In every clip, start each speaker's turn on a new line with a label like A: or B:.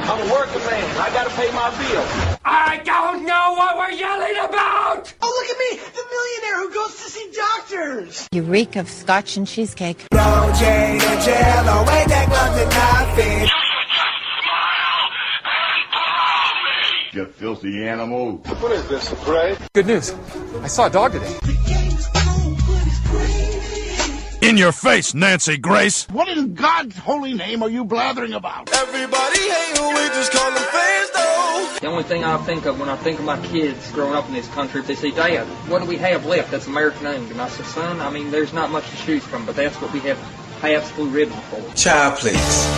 A: I'm a working man. I gotta pay my bills.
B: I don't know what we're yelling about!
C: Oh, look at me! The millionaire who goes to see doctors!
D: You reek of scotch and cheesecake.
E: No jade or jello, ain't that glove did not fit.
F: You filthy animal.
A: What is this, a parade?
G: Good news. I saw a dog today.
H: In your face, Nancy Grace.
I: What in God's holy name are you blathering about?
J: Everybody hang away, just call them fans, though.
K: The only thing I think of when I think of my kids growing up in this country, they say, Dad, what do we have left that's American-owned? And I say, son, I mean, there's not much to choose from, but that's what we have Pabst Blue Ribbon for.
E: Child, please.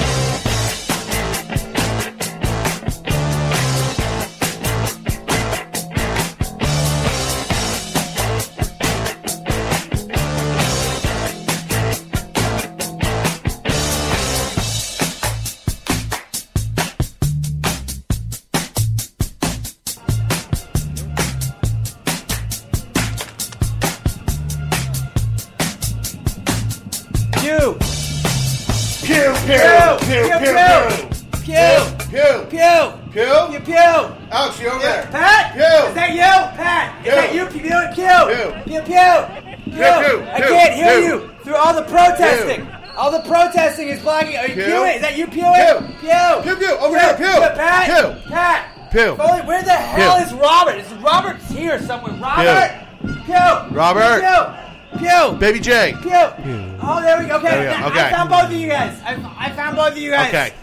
L: Pew.
M: Foley, where the hell Pew. is Robert? Is Robert's here somewhere? Robert. Pew. Pew.
L: Robert.
M: Pew. Pew.
L: Baby J.
M: Pew. Pew. Oh, there we go. Okay. There we go. okay. I found both of you guys. I, I found both of you guys.
L: Okay.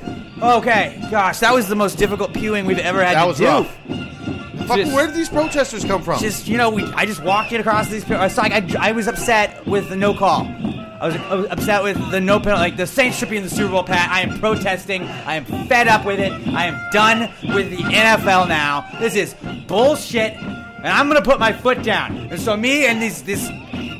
M: Okay. Gosh, that was the most difficult pewing we've ever had
L: that
M: to
L: was
M: do.
L: Rough. Fucking, just, where did these protesters come from?
M: Just you know, we, I just walked in across these. uh, I was like, I, I was upset with the no call. I was, I was, upset with the no penalty, like the Saints should be in the Super Bowl. Pat, I am protesting. I am fed up with it. I am done with the NFL now. This is bullshit, and I'm gonna put my foot down. And so me and these this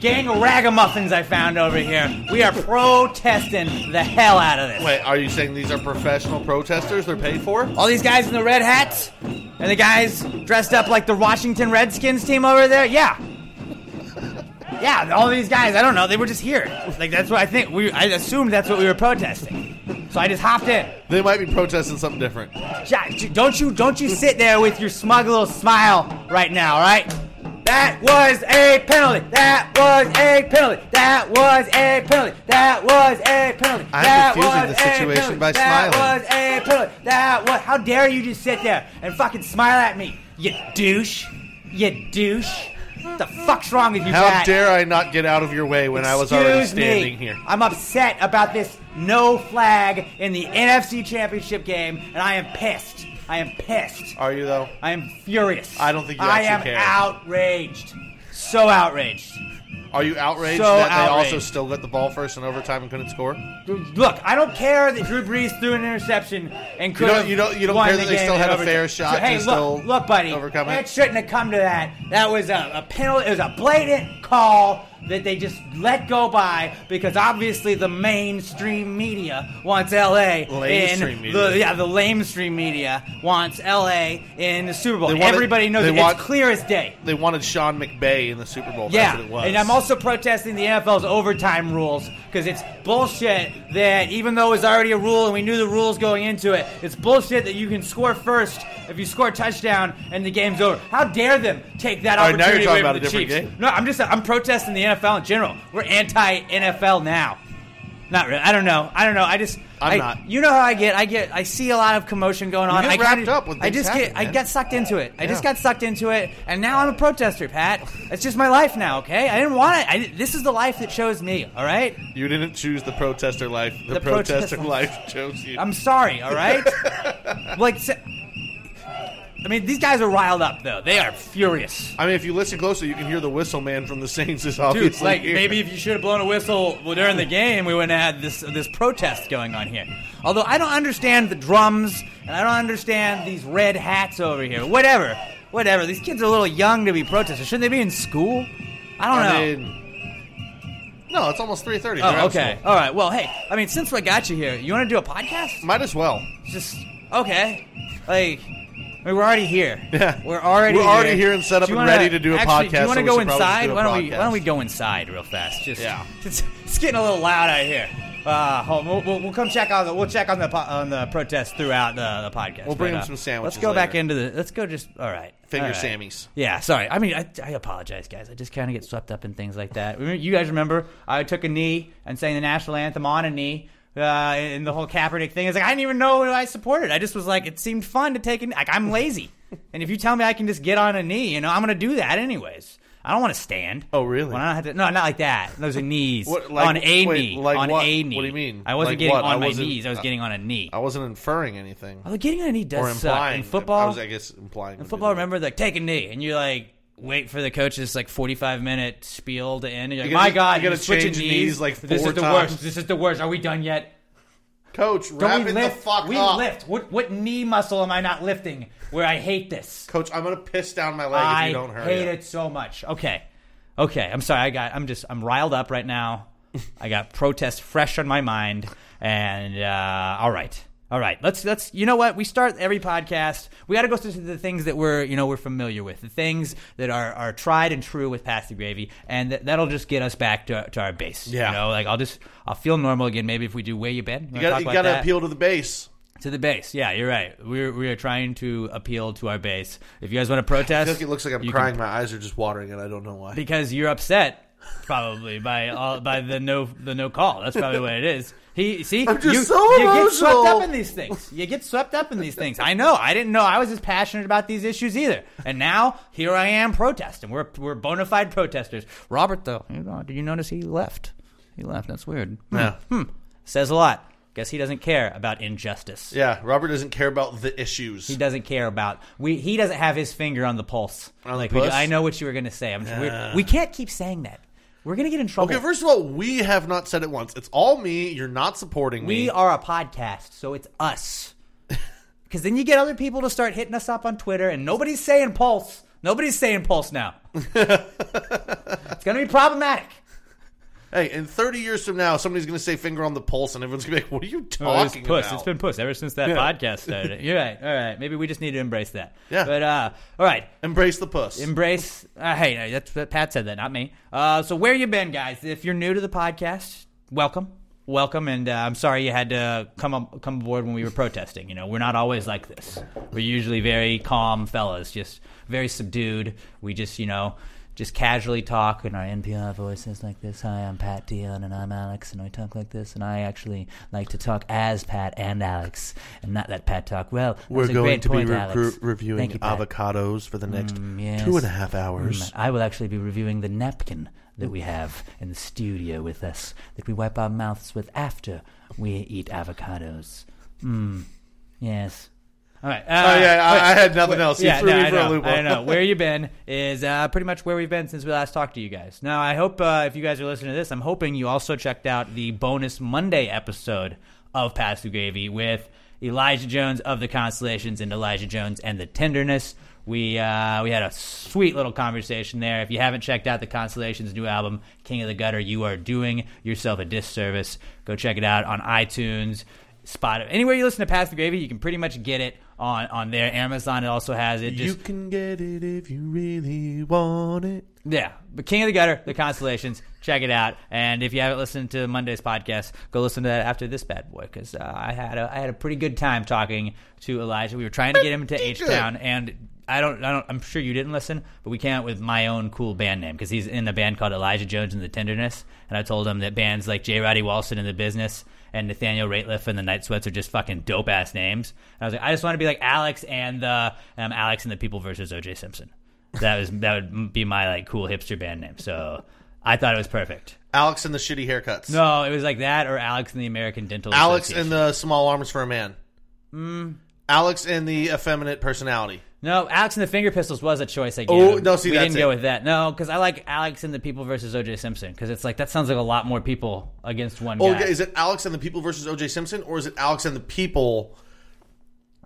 M: gang of ragamuffins I found over here, we are protesting the hell out of this.
L: Wait, are you saying these are professional protesters? They're paid for?
M: All these guys in the red hats and the guys dressed up like the Washington Redskins team over there. Yeah, yeah, all these guys, I don't know, they were just here. Like that's what I think. We I assumed that's what we were protesting. So I just hopped in.
L: They might be protesting something different.
M: Yeah, don't you don't you sit there with your smug little smile right now, all right? That was a penalty. That was a penalty. That was a penalty. That was a penalty.
L: I'm
M: that
L: diffusing the situation by
M: that
L: smiling.
M: That was a penalty. That was. How dare you just sit there and fucking smile at me, you douche, you douche. What the fuck's wrong with you,
L: How
M: Pat?
L: dare I not get out of your way when
M: Excuse
L: I was already standing
M: me.
L: here?
M: I'm upset about this no flag in the NFC Championship game, and I am pissed. I am pissed.
L: Are you though?
M: I am furious.
L: I don't think you
M: I am
L: actually care.
M: outraged. So outraged.
L: Are you outraged
M: So
L: that
M: outraged.
L: they also still got the ball first in overtime and couldn't score? You
M: Look, I don't care that Drew Brees threw an interception and could
L: don't, you don't, you don't care that they still had a fair shot.
M: So, hey,
L: to
M: look,
L: still
M: look, buddy,
L: overcome
M: that
L: it.
M: shouldn't have come to that. That was a, a penalty. It was a blatant call that they just let go by because obviously the mainstream media wants LA
L: Lamestream
M: in
L: media.
M: the yeah the lamestream media wants LA in the Super Bowl.
L: They wanted-
M: Everybody knows
L: they
M: it.
L: want-
M: it's clear as day.
L: They wanted Sean McVay in the Super Bowl.
M: Yeah,
L: That's what it was.
M: and I'm also protesting the NFL's overtime rules because it's bullshit that even though it's already a rule and we knew the rules going into it, it's bullshit that you can score first if you score a touchdown and the game's over. How dare them take that
L: All right, now
M: opportunity
L: you're
M: away
L: talking about
M: from
L: a
M: the Chiefs?
L: different game.
M: No, I'm just I'm protesting the NFL in general. We're anti NFL now. Not really. I don't know. I don't know. I just
L: I'm
M: I-
L: not.
M: You know how I get. I get. I see a lot of commotion going on.
L: get
M: I kinda-
L: wrapped up when
M: I
L: things
M: just get.
L: happen,
M: I
L: man.
M: get sucked into it. I just
L: Yeah.
M: got sucked into it, and now I'm a protester, Pat. That's just my life now. Okay, I didn't want it. I, di- this is the life that chose me. All right,
L: you didn't choose the protester life. The,
M: The
L: protester,
M: protester-
L: life chose you.
M: I'm sorry. All right, like, s- I mean, these guys are riled up though. They are furious.
L: I mean, if you listen closely, you can hear the whistle man from the Saints is obviously
M: Dude, like
L: here.
M: maybe if you should have blown a whistle during the game, we wouldn't have had this this protest going on here. Although I don't understand the drums and I don't understand these red hats over here. Whatever, whatever. These kids are a little young to be protesters. Shouldn't they be in school? I don't know.
L: I mean, no, it's almost three thirty.
M: oh, okay. All right. Well, hey. I mean, since we got you here, you want to do a podcast?
L: Might as well.
M: It's Just okay. Like. I mean, we're already here.
L: Yeah.
M: we're already
L: We're
M: here.
L: already here and set up
M: Do you
L: and
M: wanna-
L: ready to do a
M: actually, Do
L: podcast,
M: you want
L: so
M: to
L: we
M: go
L: should probably
M: inside?
L: do a
M: Why don't we? Why
L: podcast.
M: don't we go inside real fast? Just
L: Yeah.
M: It's, it's getting a little loud out here. Uh, home. We'll, we'll, we'll come check on the we'll check on the po- on the protest throughout the, the podcast.
L: We'll bring
M: But,
L: him
M: uh,
L: some sandwiches
M: Let's go back
L: later.
M: into the. Let's go just all right.
L: Finger
M: all right.
L: Sammys.
M: Yeah, sorry. I mean, I, I apologize, guys. I just kind of get swept up in things like that. Remember- You guys remember I took a knee and sang the national anthem on a knee. Uh, and the whole Kaepernick thing is like I didn't even know who I supported. I just was like, it seemed fun to take. A, like I'm lazy, and if you tell me I can just get on a knee, you know, I'm gonna do that anyways. I don't want to stand. Oh, really? I don't have to, no, not like that. Those are knees.
L: What, like-
M: on a
L: wait,
M: knee.
L: like
M: on
L: what?
M: a knee.
L: What do you mean?
M: I wasn't
L: Like
M: getting
L: what? I
M: on my
L: wasn't-
M: knees. I was getting on a knee.
L: I wasn't inferring anything.
M: Although getting on a knee does
L: or
M: suck.
L: implying.
M: In football,
L: I was, I guess, implying.
M: in football, remember like take a knee, and you like wait for the coach's like forty-five minute spiel to end. And you're like,
L: You
M: my
L: gotta-
M: God,
L: you gotta
M: you're switching
L: change
M: knees.
L: knees, like,
M: this
L: four
M: is the
L: times.
M: worst. This is the worst. Are we done yet?
L: Coach,
M: Don't
L: wrap
M: we
L: it
M: lift?
L: the fuck
M: we
L: up.
M: lift. What what knee muscle am I not lifting? Where I hate this.
L: Coach, I'm gonna piss down my leg
M: I
L: if you don't hurry.
M: hate
L: up.
M: it so much. Okay, okay. I'm sorry. I got. I'm just. I'm riled up right now. I got protest fresh on my mind. And uh, all right, all right. Let's let's. You know what? We start every podcast. We got to go through the things that we're you know we're familiar with, the things that are are tried and true with Pass the Gravy, and that that'll just get us back to, to our base.
L: Yeah.
M: You know, like I'll just I'll feel normal again. Maybe if we do where you been.
L: You gotta, you gotta appeal to the base.
M: To the base, yeah, you're right. We're we are trying to appeal to our base. If you guys want to
L: I
M: protest,
L: feel like it looks like I'm
M: you
L: crying. My eyes are just watering, and I don't know why.
M: because you're upset probably by all, by the no the no call. That's probably what it is. He see
L: I'm just
M: you,
L: so
M: you get
L: emotional.
M: swept up in these things. You get swept up in these things. I know. I didn't know I was as passionate about these issues either. And now here I am protesting. We're we're bona fide protesters. Robert though, you know, did you notice he left? He left. That's weird. Hmm.
L: Yeah.
M: Hmm. Says a lot. Guess he doesn't care about injustice.
L: Yeah, Robert doesn't care about the issues.
M: He doesn't care about we. He doesn't have his finger on the pulse.
L: the
M: like we do.
L: pulse?
M: I know what you were going to say. I'm just,
L: Yeah.
M: we're, we can't keep saying that. We're going to get in trouble.
L: Okay, first of all, we have not said it once. It's all me. You're not supporting me.
M: we are a podcast, so it's us. Because then you get other people to start hitting us up on Twitter, and nobody's saying pulse. Nobody's saying pulse now. it's going to be problematic.
L: Hey, in 30 years from now, somebody's going to say finger on the pulse, and everyone's going to be like, what are you
M: Oh, it's
L: talking
M: puss.
L: about?
M: It's been puss ever since that
L: Yeah.
M: podcast started. You're right. All right. Maybe we just need to embrace that.
L: Yeah.
M: But uh, all right.
L: Embrace the puss.
M: Embrace. Uh, hey, that's that Pat said that, not me. Uh, so where you been, guys? If you're new to the podcast, welcome, welcome, and uh, I'm sorry you had to come up, come aboard when we were protesting. You know, we're not always like this. We're usually very calm fellas, just very subdued. We just, you know. Just casually talk in our NPR voices like this. Hi, I'm Pat Dion, and I'm Alex, and I talk like this. And I actually like to talk as Pat and Alex, and not that Pat talk. Well, that
L: We're
M: was a
L: going
M: great
L: to be
M: point, Alex.
L: recru- reviewing
M: Thank you, Pat. Mm,
L: avocados for the next
M: yes.
L: two and a half hours.
M: Mm, I will actually be reviewing the napkin that we have in the studio with us that we wipe our mouths with after we eat avocados. Mmm. Yes. All right. Uh,
L: Oh, yeah, I- I had nothing else. You threw
M: no,
L: me
M: I
L: for a
M: know,
L: loop.
M: I know. Where you been is uh, pretty much where we've been since we last talked to you guys. Now, I hope uh, if you guys are listening to this, I'm hoping you also checked out the bonus Monday episode of Pass the Gravy with Elijah Jones of the Constellations and Elijah Jones and the Tenderness. We uh, we had a sweet little conversation there. If you haven't checked out the Constellations' new album, King of the Gutter, you are doing yourself a disservice. Go check it out on iTunes. Spot anywhere you listen to Pass the Gravy, you can pretty much get it on on there. Amazon it also has it. Just
L: you can get it if you really want it.
M: yeah, but King of the Gutter, The Constellations, check it out. And if you haven't listened to Monday's podcast, go listen to that after this bad boy because uh, I had a I had a pretty good time talking to Elijah. We were trying to get him to H Town, and I don't I don't I'm sure you didn't listen, but we came out with my own cool band name because he's in a band called Elijah Jones and the Tenderness, and I told him that bands like J. Roddy Walson and the Business and Nathaniel Rateliff and the Night Sweats are just fucking dope ass names. And I was like, I just want to be like Alex and the um, Alex and the People versus O.J. Simpson. That was that would be my like cool hipster band name. So I thought it was perfect.
L: Alex and the shitty haircuts.
M: No, it was like that or Alex and the American Dental.
L: Alex
M: Association.
L: and the small arms for a man. Mm. Alex and the effeminate personality.
M: no, Alex and the Finger Pistols was a choice I gave.
L: Oh,
M: him.
L: no, see,
M: we
L: that's
M: didn't go
L: it.
M: with that. No, because I like Alex and the People versus O.J. Simpson because it's like that sounds like a lot more people against one
L: Oh,
M: guy.
L: is it Alex and the people versus O.J. Simpson, or is it Alex and the people?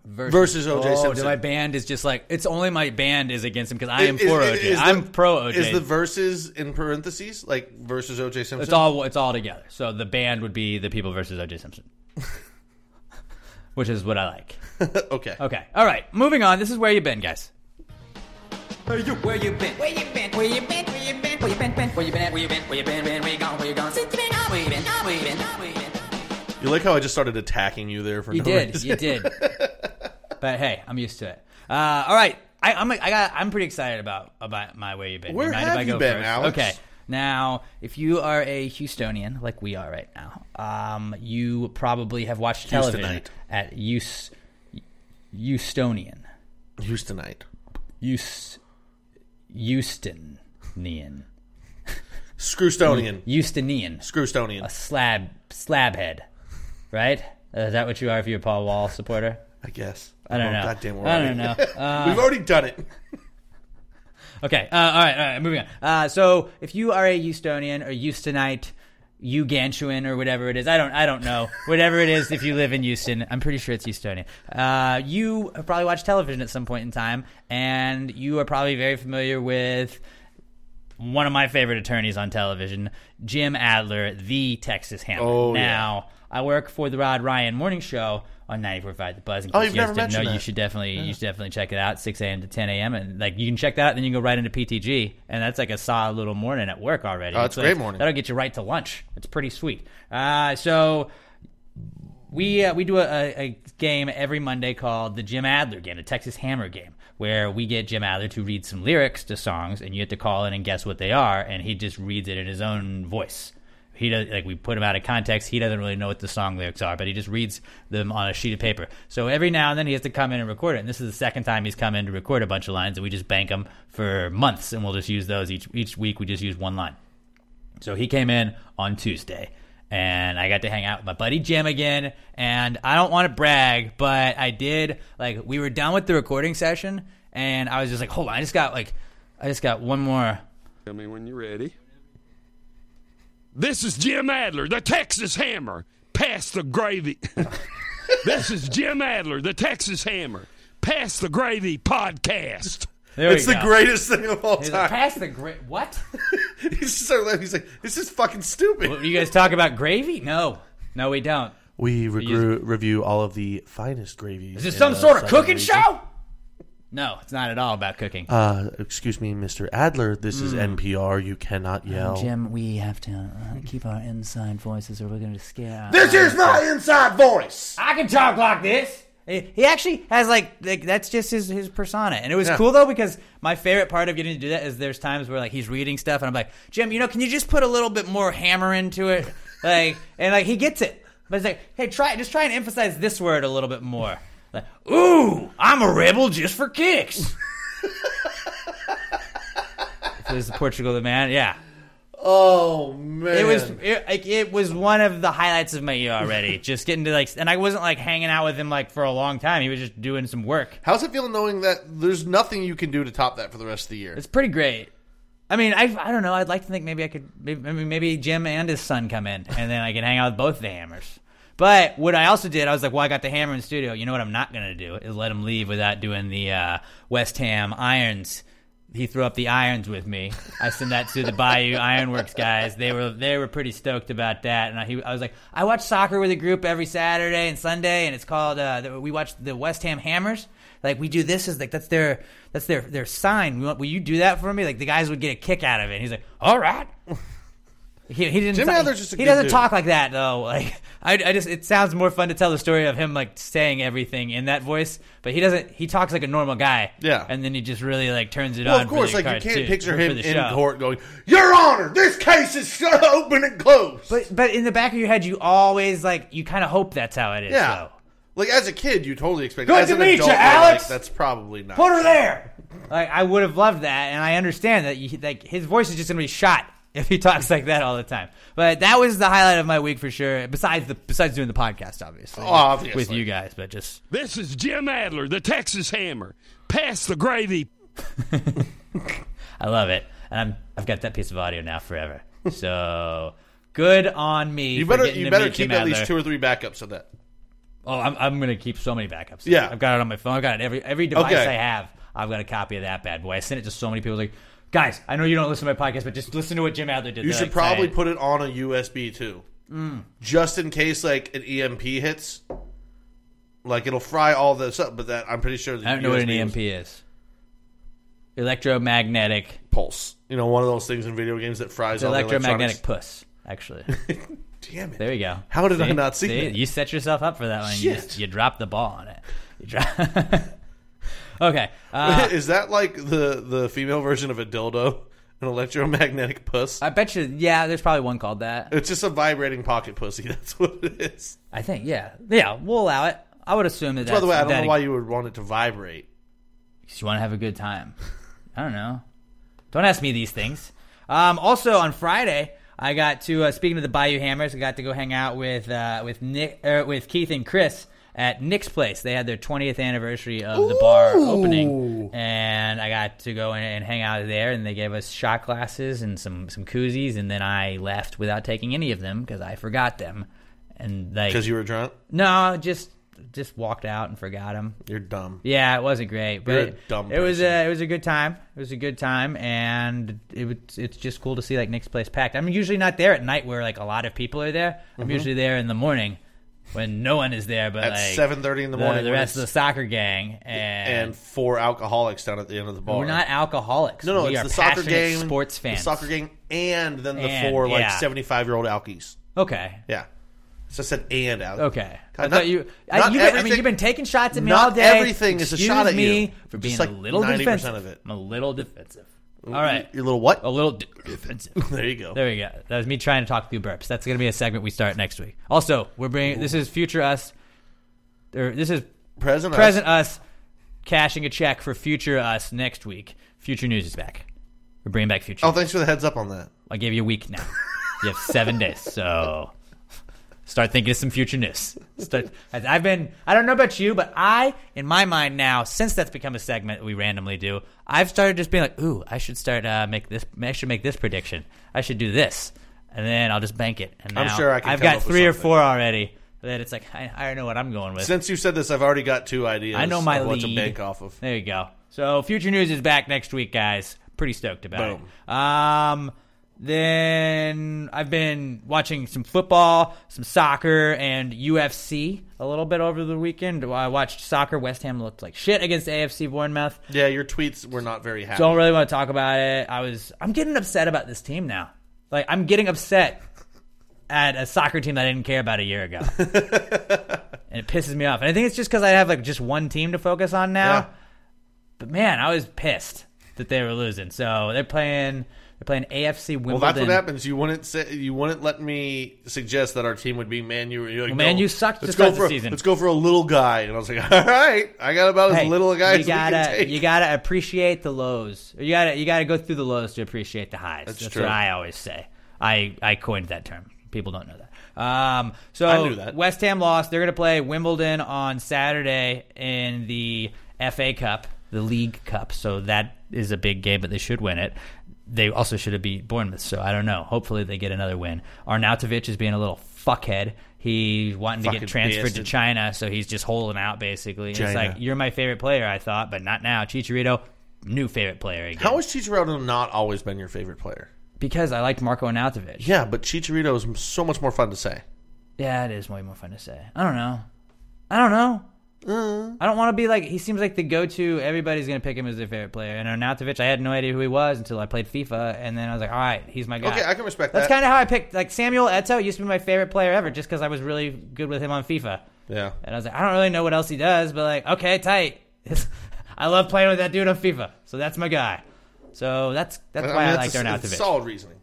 L: versus O.J.
M: Oh,
L: Simpson.
M: then my band is just like it's only my band is against him because I am
L: Is-
M: for
L: is-
M: O.J.
L: is the-
M: I'm pro O.J.
L: Is the verses in parentheses like versus O.J. Simpson?
M: It's all it's all together. So the band would be the People versus O.J. Simpson, which is what I like.
L: okay.
M: Okay. All right. Moving on. This is where you been, guys.
N: Where you been? Where you been? Where you been? Where you been? Where you been? Where you been? Where you been? Where you been? Where you been? Where you been? Where you gone? Since you been? Where you been? Where you been? Where you been?
L: You like how I just started attacking you there for
M: you
L: no
M: did,
L: reason?
M: you did. but hey, I'm used to it. Uh, all right, I, I'm I got I'm pretty excited about about my way you've been.
L: Where
M: you mind
L: have
M: if I
L: you
M: go
L: been,
M: first?
L: Alex?
M: Okay. Now, if you are a Houstonian like we are right now, um, you probably have watched television
L: Houstonite.
M: at Houst- Houstonian.
L: Houstonite.
M: Houst- Houstonian.
L: Screwstonian.
M: Houstonian.
L: Screwstonian.
M: A slab slab head, right? Uh, is that what you are if you're a Paul Wall supporter?
L: I guess.
M: I don't
L: Oh,
M: know.
L: Goddamn, we're
M: I
L: already-
M: don't know. Uh,
L: We've already done it.
M: Okay. Uh, all right. All right. Moving on. Uh, so if you are a Houstonian or Houstonite, Ugantuan or whatever it is, I don't. I don't know. whatever it is, if you live in Houston, I'm pretty sure it's Houstonian. Uh, you have probably watched television at some point in time, and you are probably very familiar with one of my favorite attorneys on television, Jim Adler, the Texas Hammer.
L: Oh, yeah.
M: now I work for the Rod Ryan Morning Show on 94.5 The Buzz. In
L: Oh,
M: case
L: you've
M: you guys
L: never
M: didn't know,
L: mentioned
M: you
L: that.
M: should definitely you should definitely check it out. 6 a.m. to 10 a.m. and like you can check that out, then you can go right into PTG, and that's like a solid little morning at work already.
L: Oh, it's a
M: like-
L: great morning.
M: That'll get you right to lunch. It's pretty sweet. Uh, so we uh, we do a, a, a game every Monday called the Jim Adler game, the Texas Hammer game, where we get Jim Adler to read some lyrics to songs, and you have to call in and guess what they are, and he just reads it in his own voice. He does like we put him out of context. He doesn't really know what the song lyrics are, but he just reads them on a sheet of paper. So every now and then he has to come in and record it. And this is the second time he's come in to record a bunch of lines, and we just bank them for months, and we'll just use those each each week. We just use one line. So he came in on Tuesday, and I got to hang out with my buddy Jim again. And I don't want to brag, but I did like we were done with the recording session, and I was just like, hold on, I just got like, I just got one more.
O: Tell me when you're ready. This is Jim Adler, the Texas Hammer. Pass the gravy. this is Jim Adler, the Texas Hammer. Pass the gravy podcast.
M: There
L: it's
M: we
L: the
M: go.
L: greatest thing of all
M: He's
L: time.
M: like, Pass the gravy. What?
L: he's just started laughing. He's like, "This is fucking stupid."
M: Well, you guys talk about gravy? No, no, we don't.
L: We regru- review all of the finest gravies.
M: Is this
L: in
M: some
L: the
M: sort of
L: Southern
M: cooking
L: region.
M: show? No, it's not at all about cooking.
L: Uh, excuse me, Mr. Adler. This is NPR. You cannot yell.
M: Hmm. Jim, we have to uh, keep our inside voices, or we're going to scare. Our
L: This is my inside voice.
M: I can talk like this. He actually has like, like that's just his, his persona, and it was
L: Yeah.
M: cool though because my favorite part of getting to do that is there's times where like he's reading stuff and I'm like, Jim, you know, can you just put a little bit more hammer into it, like, and like he gets it, but it's like, hey, try just try and emphasize this word a little bit more. Like, ooh, I'm a rebel just for kicks. If it was the Portugal the man, yeah.
L: Oh man,
M: It was it, like it was one of the highlights of my year already. just getting to like, and I wasn't like hanging out with him like for a long time. He was just doing some work.
L: How's it feel knowing that there's nothing you can do to top that for the rest of the year?
M: It's pretty great. I mean, I, I don't know. I'd like to think maybe I could. Maybe, I mean, maybe Jim and his son come in, and then I can hang out with both the hammers. But what I also did, I was like, well, I got the hammer in the studio. You know what I'm not gonna do is let him leave without doing the uh, West Ham irons. He threw up the irons with me. I sent that to the Bayou Ironworks guys. They were they were pretty stoked about that. And I, he, I was like, I watch soccer with a group every Saturday and Sunday, and it's called uh, the, we watch the West Ham Hammers. Like we do this is like that's their that's their their sign. We want, will you do that for me? Like the guys would get a kick out of it. And he's like, all right. He, he didn't.
L: Jim
M: he-
L: Adler's just a
M: he
L: good
M: doesn't
L: dude.
M: talk like that though. Like I, I just it sounds more fun to tell the story of him like saying everything in that voice, but he doesn't. He talks like a normal guy.
L: Yeah.
M: and then he just really like turns it
L: well,
M: on.
L: of course,
M: for
L: like
M: the
L: you
M: cartoon-
L: can't picture
M: for
L: him
M: the
L: in
M: show.
L: court going, "Your Honor, this case is shut open and closed."
M: But but in the back of your head, you always like you kind of hope that's how it is.
L: yeah,
M: though.
L: like as a kid, you totally expect.
M: Good
L: as
M: to
L: an
M: meet
L: adult,
M: ya,
L: you're
M: Alex.
L: Like, That's probably not.
M: Put her there. Like I would have loved that, and I understand that. You, like his voice is just gonna be shot if he talks like that all the time. But that was the highlight of my week for sure. Besides the besides doing the podcast, obviously,
L: Oh, obviously.
M: with you guys, but just
O: This is Jim Adler, the Texas Hammer. Pass the gravy.
M: I love it, and I'm I've got that piece of audio now forever. So good on me.
L: You
M: for
L: better,
M: getting
L: you
M: to
L: better
M: meet
L: keep
M: Jim
L: at least
M: Adler.
L: two or three backups of that.
M: Oh, I'm, I'm gonna keep so many backups.
L: Yeah.
M: I've got it on my phone. I've got it every every device
L: Okay.
M: I have. I've got a copy of that bad boy. I sent it to so many people. Like, guys, I know you don't listen to my podcast, but just listen to what Jim Adler did. Mm.
L: You
M: They're
L: should
M: like,
L: probably
M: "Tight."
L: put it on a USB too, just in case like an EMP hits. Like it'll fry all this up, but that I'm pretty sure. The
M: I don't know what an E
L: USB
M: EMP is. Electromagnetic.
L: pulse. You know, one of those things in video games that fries
M: It's
L: all the
M: electromagnetic
L: electronics.
M: puss, actually.
L: Damn it.
M: There you go.
L: How did I not see that?
M: You set yourself up for that one. You, just, you dropped the ball on it. You dro- okay. Uh,
L: Is that like the the female version of a dildo, an electromagnetic puss?
M: I bet you. Yeah, there's probably one called that.
L: It's just a vibrating pocket pussy. That's what it is.
M: I think. Yeah. Yeah. We'll allow it. I would assume that.
L: By the way,
M: that's-
L: I don't
M: that
L: know why you would want it to vibrate.
M: 'cause you want to have a good time. I don't know. Don't ask me these things. Um, also on Friday, I got to uh, speaking to the Bayou Hammers. I got to go hang out with uh, with Nick er, with Keith and Chris at Nick's place. They had their 20th anniversary of the bar opening, and I got to go in and hang out there. And they gave us shot glasses and some some koozies, and then I left without taking any of them because I forgot them. And like
L: Because you were drunk?
M: no, just just walked out and forgot them.
L: You're dumb.
M: Yeah, it wasn't great, but
L: You're a
M: it-
L: dumb
M: it was a it was a good time. It was a good time, and it was it's just cool to see like Nick's place packed. I'm usually not there at night where like a lot of people are there. I'm
L: Mhm.
M: usually there in the morning when no one is there. But
L: At
M: like
L: 7:30 in the morning
M: the
L: when
M: rest of the
L: it's-
M: soccer gang and,
L: And four alcoholics down at the end of the bar.
M: we're not alcoholics.
L: No, no,
M: we
L: it's
M: are
L: the soccer
M: passionate
L: game,
M: sports fans.
L: the soccer game, and then the
M: And,
L: four like
M: yeah.
L: seventy-five year old alkies.
M: Okay.
L: Yeah, so I said and out.
M: Okay.
L: God,
M: I
L: not-
M: thought you. I, you've been, I
L: not
M: mean,
L: everything-
M: you've been taking shots at me
L: not
M: all day.
L: Everything is a
M: Excuse
L: shot at
M: me
L: you
M: for being
L: Just like
M: a little
L: 90%
M: defensive.
L: of it. Mm,
M: I'm a little defensive. All right.
L: Your little what?
M: A little d- defensive.
L: There you go.
M: There we go. That was me trying to talk through burps. That's going to be a segment we start next week. Also, we're bringing this is future us, or this is
L: present us.
M: present us, cashing a check for future us next week. Future news is back. We're bringing back future.
L: Oh, thanks for the heads up on that.
M: I gave you a week now. You have seven days, so start thinking of some future news. Start, as I've been, I don't know about you, but I, in my mind now, since that's become a segment we randomly do, I've started just being like, ooh, I should start uh, make this. I should make this prediction. I should do this, and then I'll just bank it. And
L: I'm
M: now
L: sure I can
M: I've
L: come
M: got
L: up with
M: three or
L: something.
M: four already. That it's like I, I don't know what I'm going with.
L: Since you said this, I've already got two ideas.
M: I know my
L: of what to
M: lead.
L: bank off of.
M: There you go. So future news is back next week, guys. Pretty stoked about
L: Boom.
M: it. Um, then I've been watching some football, some soccer, and UFC a little bit over the weekend. I watched soccer. West Ham looked like shit against AFC Bournemouth.
L: Yeah, your tweets were not very happy.
M: Don't really want to talk about it. I was. I'm getting upset about this team now. Like I'm getting upset at a soccer team that I didn't care about a year ago, and it pisses me off. And I think it's just because I have like just one team to focus on now.
L: Yeah.
M: But man, I was pissed that they were losing. So they're playing. They're playing AFC Wimbledon.
L: Well, that's what happens. You wouldn't say you wouldn't let me suggest that our team would be Man U. You're like,
M: Well, Man
L: no,
M: U sucked
L: Let's
M: to
L: go
M: start the
L: for
M: season.
L: let's go for a little guy. And I was like, all right, I got about
M: Hey,
L: as little a guy
M: you
L: as we can
M: gotta
L: take.
M: you gotta appreciate the lows. You gotta you gotta go through the lows to appreciate the highs.
L: That's
M: That's,
L: true.
M: what I always say. I I coined that term. People don't know that. Um, so
L: I knew that.
M: West Ham lost. They're gonna play Wimbledon on Saturday in the FA Cup, the League Cup. So that is a big game, but they should win it. They also should have beat Bournemouth. So I don't know. Hopefully they get another win. Arnautovic is being a little fuckhead. He's wanting to
L: Fucking
M: get transferred to
L: bastard.
M: China, so he's just holding out basically. It's
L: China.
M: like you're my favorite player, I thought, but not now. Chicharito, new favorite player again.
L: How has Chicharito not always been your favorite player?
M: because I liked Marco Anatovic.
L: Yeah, but Chicharito is so much more fun to say.
M: Yeah, it is way more fun to say. I don't know. I don't know.
L: Mm.
M: I don't want to be like he seems like the go-to. Everybody's gonna pick him as their favorite player. And Arnautovic, I had no idea who he was until I played FIFA, and then I was like, all right, he's my guy.
L: Okay, I can respect
M: That's
L: that.
M: kind of how I picked. Like Samuel Eto used to be my favorite player ever, just because I was really good with him on FIFA.
L: Yeah.
M: And I was like, I don't really know what else he does, but like, okay, tight. I love playing with that dude on FIFA, so that's my guy. So that's that's
L: I
M: why
L: mean,
M: I,
L: that's
M: like
L: a-
M: liked
L: it's
M: Arnautovic.
L: Solid reasoning.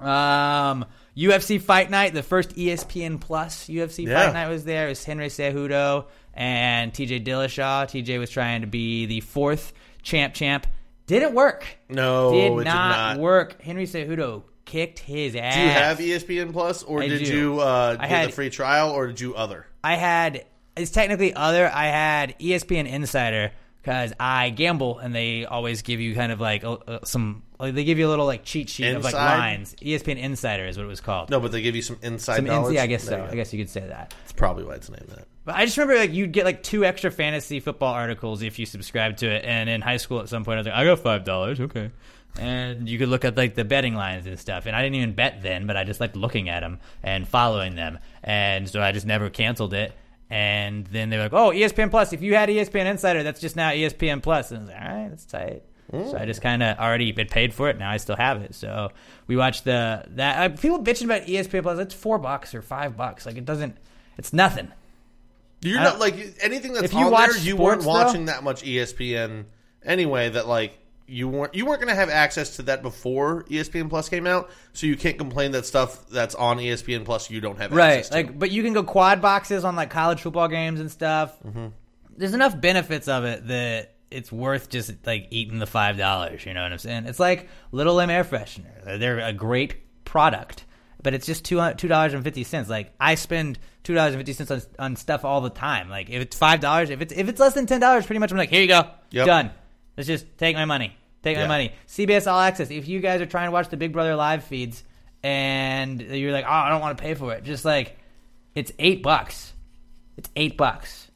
M: Um, UFC Fight Night, the first E ESPN Plus UFC
L: Yeah.
M: Fight Night was there. It was Henry Cejudo and TJ Dillashaw. TJ was trying to be the fourth champ champ. Didn't work.
L: No,
M: did, not
L: it did not.
M: work. Henry Cejudo kicked his ass.
L: Do you have E ESPN Plus, or
M: I
L: did
M: do.
L: you uh,
M: I
L: get
M: had-
L: the free trial, or did you other?
M: I had it's technically other. I had E ESPN Insider because I gamble and they always give you kind of like uh, uh, some. Like they give you a little like cheat sheet of like
L: Inside?
M: lines. E ESPN Insider is what it was called.
L: No, but they give you some inside
M: Some
L: knowledge.
M: NC, I guess
L: There
M: so.
L: you go.
M: I guess you could say that.
L: That's probably why it's named that.
M: But I just remember like you'd get like two extra fantasy football articles if you subscribed to it. And in high school, at some point, I was like, I got five dollars, okay. And you could look at like the betting lines and stuff. And I didn't even bet then, but I just liked looking at them and following them. And so I just never canceled it. E And then they were like, Oh, ESPN Plus. If you had ESPN Insider, that's just now ESPN Plus. And I was like, All right, that's tight. So I just kind of already been paid for it. Now I still have it. So we watched the that uh, people bitching about ESPN Plus. It's four bucks or five bucks. Like it doesn't. It's nothing.
L: You're
M: I-
L: not like anything that's
M: If you
L: on
M: watch
L: there. You
M: sports,
L: weren't
M: though-
L: watching that much E ESPN anyway. That like you weren't you weren't going to have access to that before E ESPN Plus came out. So you can't complain that stuff that's on E ESPN Plus you don't have
M: right?
L: access to.
M: Like, but you can go quad boxes on like college football games and stuff. There's enough benefits of it that it's worth just like eating the five dollars. You know what I'm saying? It's like Little M air freshener. They're- They're a great product, but it's just two two dollars and fifty cents. Like I spend two dollars and fifty cents on, on stuff all the time. Like if it's five dollars, if it's if it's less than ten dollars, pretty much I'm like, here you go,
P: Yep.
M: done. Let's just take my money. Take my
P: Yeah.
M: money. CBS All Access. If you guys are trying to watch the Big Brother live feeds and you're like, oh, I don't want to pay for it, just like it's eight bucks. It's eight bucks.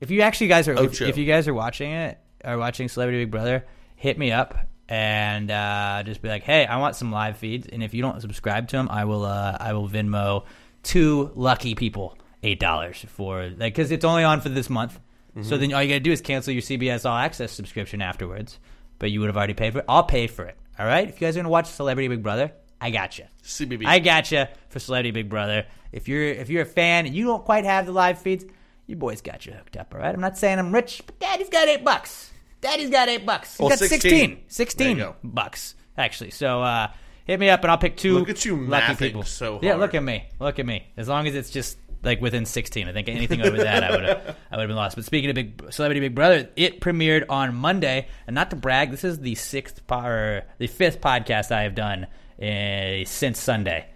M: If you actually guys are if,
L: Ocho.
M: if you guys are watching it or watching Celebrity Big Brother, hit me up and uh, just be like, hey, I want some live feeds, and if you don't subscribe to them, I will uh, I will Venmo two lucky people eight dollars for like because it's only on for this month. So
P: Mhm.
M: then all you gotta do is cancel your CBS All Access subscription afterwards, but you would have already paid for it. I'll pay for it. All right, if you guys are gonna watch Celebrity Big Brother, I got you.
L: CBB.
M: I gotcha for Celebrity Big Brother. If you're if you're a fan and you don't quite have the live feeds, your boy's got you hooked up. All right, I'm not saying I'm rich, but daddy's got eight bucks. Daddy's got eight bucks. He's
L: Well,
M: got
L: 16.
M: 16, 16 bucks actually. So uh, hit me up and I'll pick two.
L: Look at you
M: lucky
L: mathing
M: people.
L: so
M: yeah,
L: hard.
M: look at me, look at me. As long as it's just like within 16, I think anything over that I would have I would have been lost. But speaking of Big Celebrity Big Brother, it premiered on Monday, and not to brag, this is the sixth po- or the fifth podcast I have done eh, since Sunday.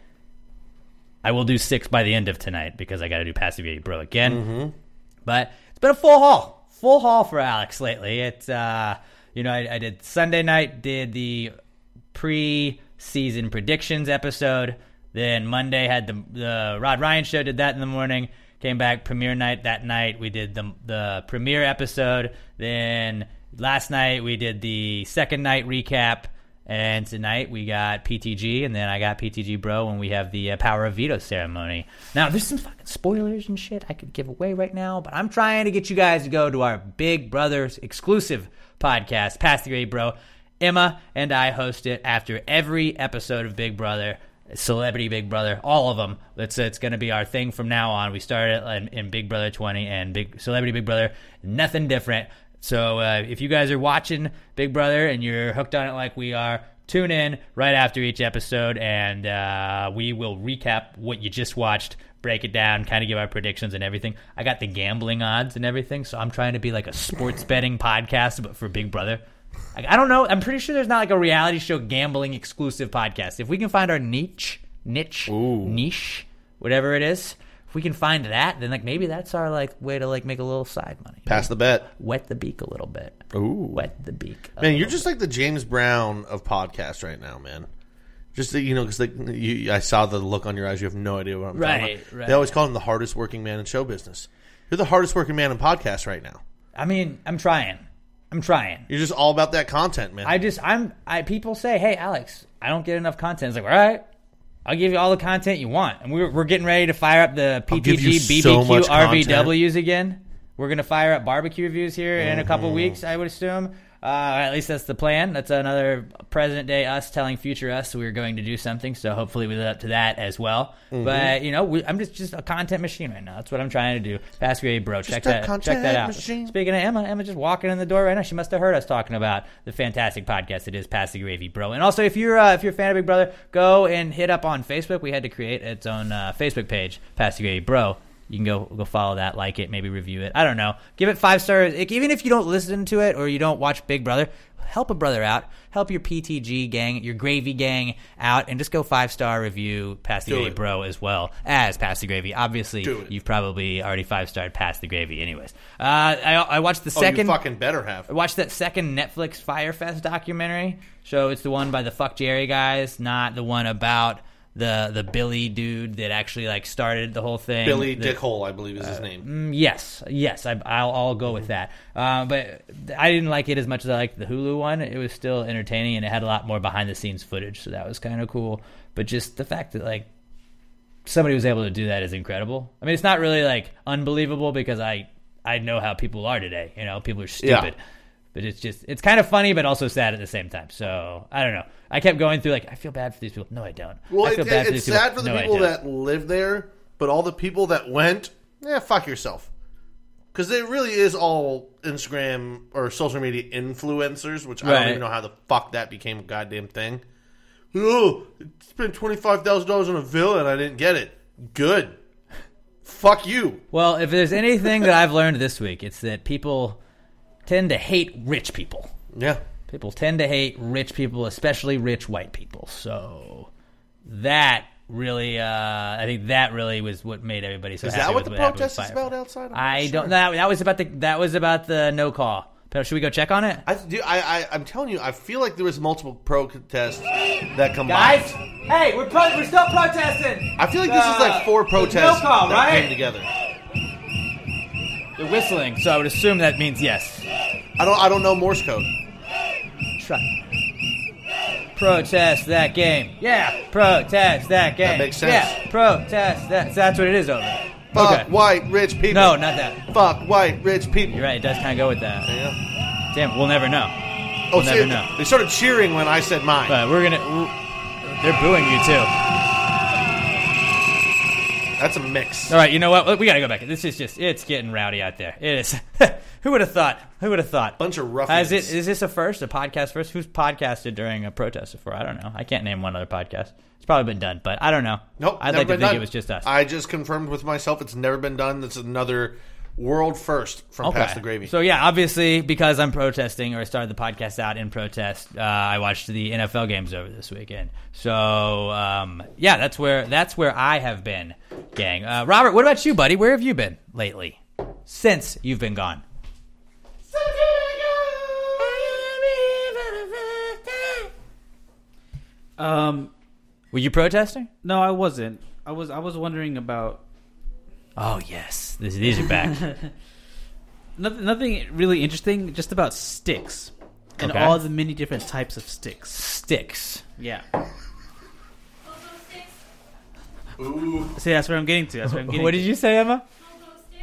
M: I will do six by the end of tonight because I got to do Passive Eighty Bro again.
L: Mm-hmm.
M: But it's been a full haul, full haul for Alex lately. It's uh, you know, I, I did Sunday night, did the pre-season predictions episode. Then Monday had the the Rod Ryan show. Did that in the morning. Came back premiere night that night. We did the the premiere episode. Then last night we did the second night recap. And tonight we got PTG, and then I got PTG Bro, and we have the uh, Power of Veto ceremony. Now, there's some fucking spoilers and shit I could give away right now, but I'm trying to get you guys to go to our Big Brothers exclusive podcast, Pass the Grade Bro. Emma and I host it after every episode of Big Brother, Celebrity Big Brother, all of them. It's, it's going to be our thing from now on. We started in, in Big Brother 20 and Big Celebrity Big Brother, nothing different. So uh, if you guys are watching Big Brother and you're hooked on it like we are, tune in right after each episode and uh, we will recap what you just watched break it down kind of give our predictions and everything i got the gambling odds and everything so i'm trying to be like a sports betting podcast but for big brother like, i don't know i'm pretty sure there's not like a reality show gambling exclusive podcast if we can find our niche niche niche whatever it is if we can find that then like maybe that's our like way to like make a little side money
L: Pass the bet.
M: Wet the beak a little bit.
L: Ooh.
M: Wet the beak. a
L: Man, you're
M: little
L: just like the James Brown of podcasts right now, man. Just that, you know, because like you, I saw the look on your eyes. You have no idea what I'm talking
M: Right,
L: about.
M: right.
L: They always call him the hardest working man in show business. You're the hardest working man in podcasts right now.
M: I mean, I'm trying. I'm trying.
L: You're just all about that content, man. Oh,
M: I just I'm I people say, "Hey, Alex, I don't get enough content." It's like, "All right, I'll give you all the content you want." And we're we're getting ready to fire up the
L: give you
M: PTG
L: so
M: BBQ
L: much content.
M: RVWs again. We're gonna fire up barbecue reviews here in a
L: Mm-hmm.
M: couple weeks, I would assume. Uh, at least that's the plan. That's another present day us telling future us we're going to do something. So hopefully we live up to that as well.
L: Mm-hmm.
P: Mhm.
M: But you know, we, I'm just just a content machine right now. That's what I'm trying to do. Fast grade bro, check
P: a
M: that check
P: content
M: that out.
P: machine.
M: Speaking of Emma, Emma just walking in the door right now. She must have heard us talking about the fantastic podcast it is, Pass the Gravy, bro. And also, if you're uh, if you're a fan of Big Brother, go and hit up on Facebook. We had to create its own uh, Facebook page, Pass the Gravy, bro. You can go go follow that, like it, maybe review it. I don't know. Give it five stars. Like, even if you don't listen to it or you don't watch Big Brother, help a brother out. Help your PTG gang, your gravy gang out, and just go five star review Pass the
P: Do
M: Gravy,
P: it.
M: bro, as well as Pass the Gravy. Obviously,
L: Do it.
M: you've probably already five starred Pass the Gravy, anyways. Uh, I, I watched the
L: Oh, you
M: second.
L: fucking better have.
M: I watched that second Netflix Firefest documentary. So it's the one by the Fuck Jerry guys, not the one about the the Billy dude that actually like started the whole thing.
L: Billy
M: The-
L: Dickhole, I believe, is his name.
M: Mm, yes, yes, I, I'll, I'll go
L: Mm-hmm.
M: with that. Uh, but I didn't like it as much as I liked the Hulu one. It was still entertaining and it had a lot more behind the scenes footage, so that was kind of cool. But just the fact that like somebody was able to do that is incredible. I mean, it's not really like unbelievable because I I know how people are today. You know, people are stupid.
L: Yeah.
M: But it's just it's kind of funny, but also sad at the same time. So I don't know. I kept going through like I feel bad for these people. No, I don't.
L: Well,
M: I
L: it,
M: feel
L: it- it's sad for the
M: No, I
L: people
M: don't.
L: that live there, but all the people that went, yeah, fuck yourself. Because it really is all Instagram or social media influencers, which I don't
M: Right.
L: even know how the fuck that became a goddamn thing. Oh, spent twenty five thousand dollars on a villa and I didn't get it. Good. Fuck you.
M: Well, if there's anything that I've learned this week, it's that people tend to hate rich people.
L: Yeah.
M: People tend to hate rich people, especially rich white people. So that really, uh, I think that really was what made everybody so
L: Is
M: happy
L: that what
M: with
L: the
M: happened
L: protest
M: with
L: is
M: Firefly.
L: about outside? I'm not
M: I
L: sure.
M: don't. That, that was about the. That was about the no call. But Should we go check on it?
L: I, do, I, I, I'm telling you, I feel like there was multiple protests that combined.
Q: Guys, hey, we're pro- we're still protesting.
L: I feel like this is like four
Q: The- the no
L: protests
Q: call,
L: that
Q: right?
L: came together.
M: They're whistling, so I would assume that means yes.
L: I don't. I don't know Morse code.
M: Try. Protest that game. Yeah. Protest that game.
L: makes sense.
M: Yeah. Protest that. So that's what it is over.
L: Fuck
M: Okay.
L: white rich people.
M: No, not that.
L: Fuck white rich people.
M: You're right. It does kind of go with that. Damn. We'll never know.
L: Oh,
M: we'll never
L: see,
M: know.
L: They started cheering when I said mine.
M: But we're gonna. they're booing you too.
L: That's a mix.
M: All right, you know what? We got to go back. This is just—it's getting rowdy out there. It is. Who would have thought? Who would have thought?
L: Bunch of
M: Has
L: ruffians.
M: it? Is this a first? A podcast first? Who's podcasted during a protest before? I don't know. I can't name one other podcast. It's probably been done, but I don't know.
L: Nope.
M: I'd
L: never
M: like to
L: been
M: think
L: done.
M: it was just us.
L: I just confirmed with myself it's never been done. That's another world first from
M: Okay.
L: past the gravy.
M: So yeah, obviously because I'm protesting or I started the podcast out in protest, uh, I watched the NFL games over this weekend. So um, yeah, that's where that's where I have been, gang. Uh, Robert, what about you, buddy? Where have you been lately? Since you've been gone.
R: Um,
M: were you protesting?
R: No, I wasn't. I was. I was wondering about.
M: Oh yes, These- these are back.
R: nothing, nothing really interesting. Just about sticks and
M: Okay.
R: all the many different types of sticks.
M: Sticks.
R: Yeah. See, that's where I'm getting to. That's where I'm getting.
M: What did
R: to.
M: you say, Emma?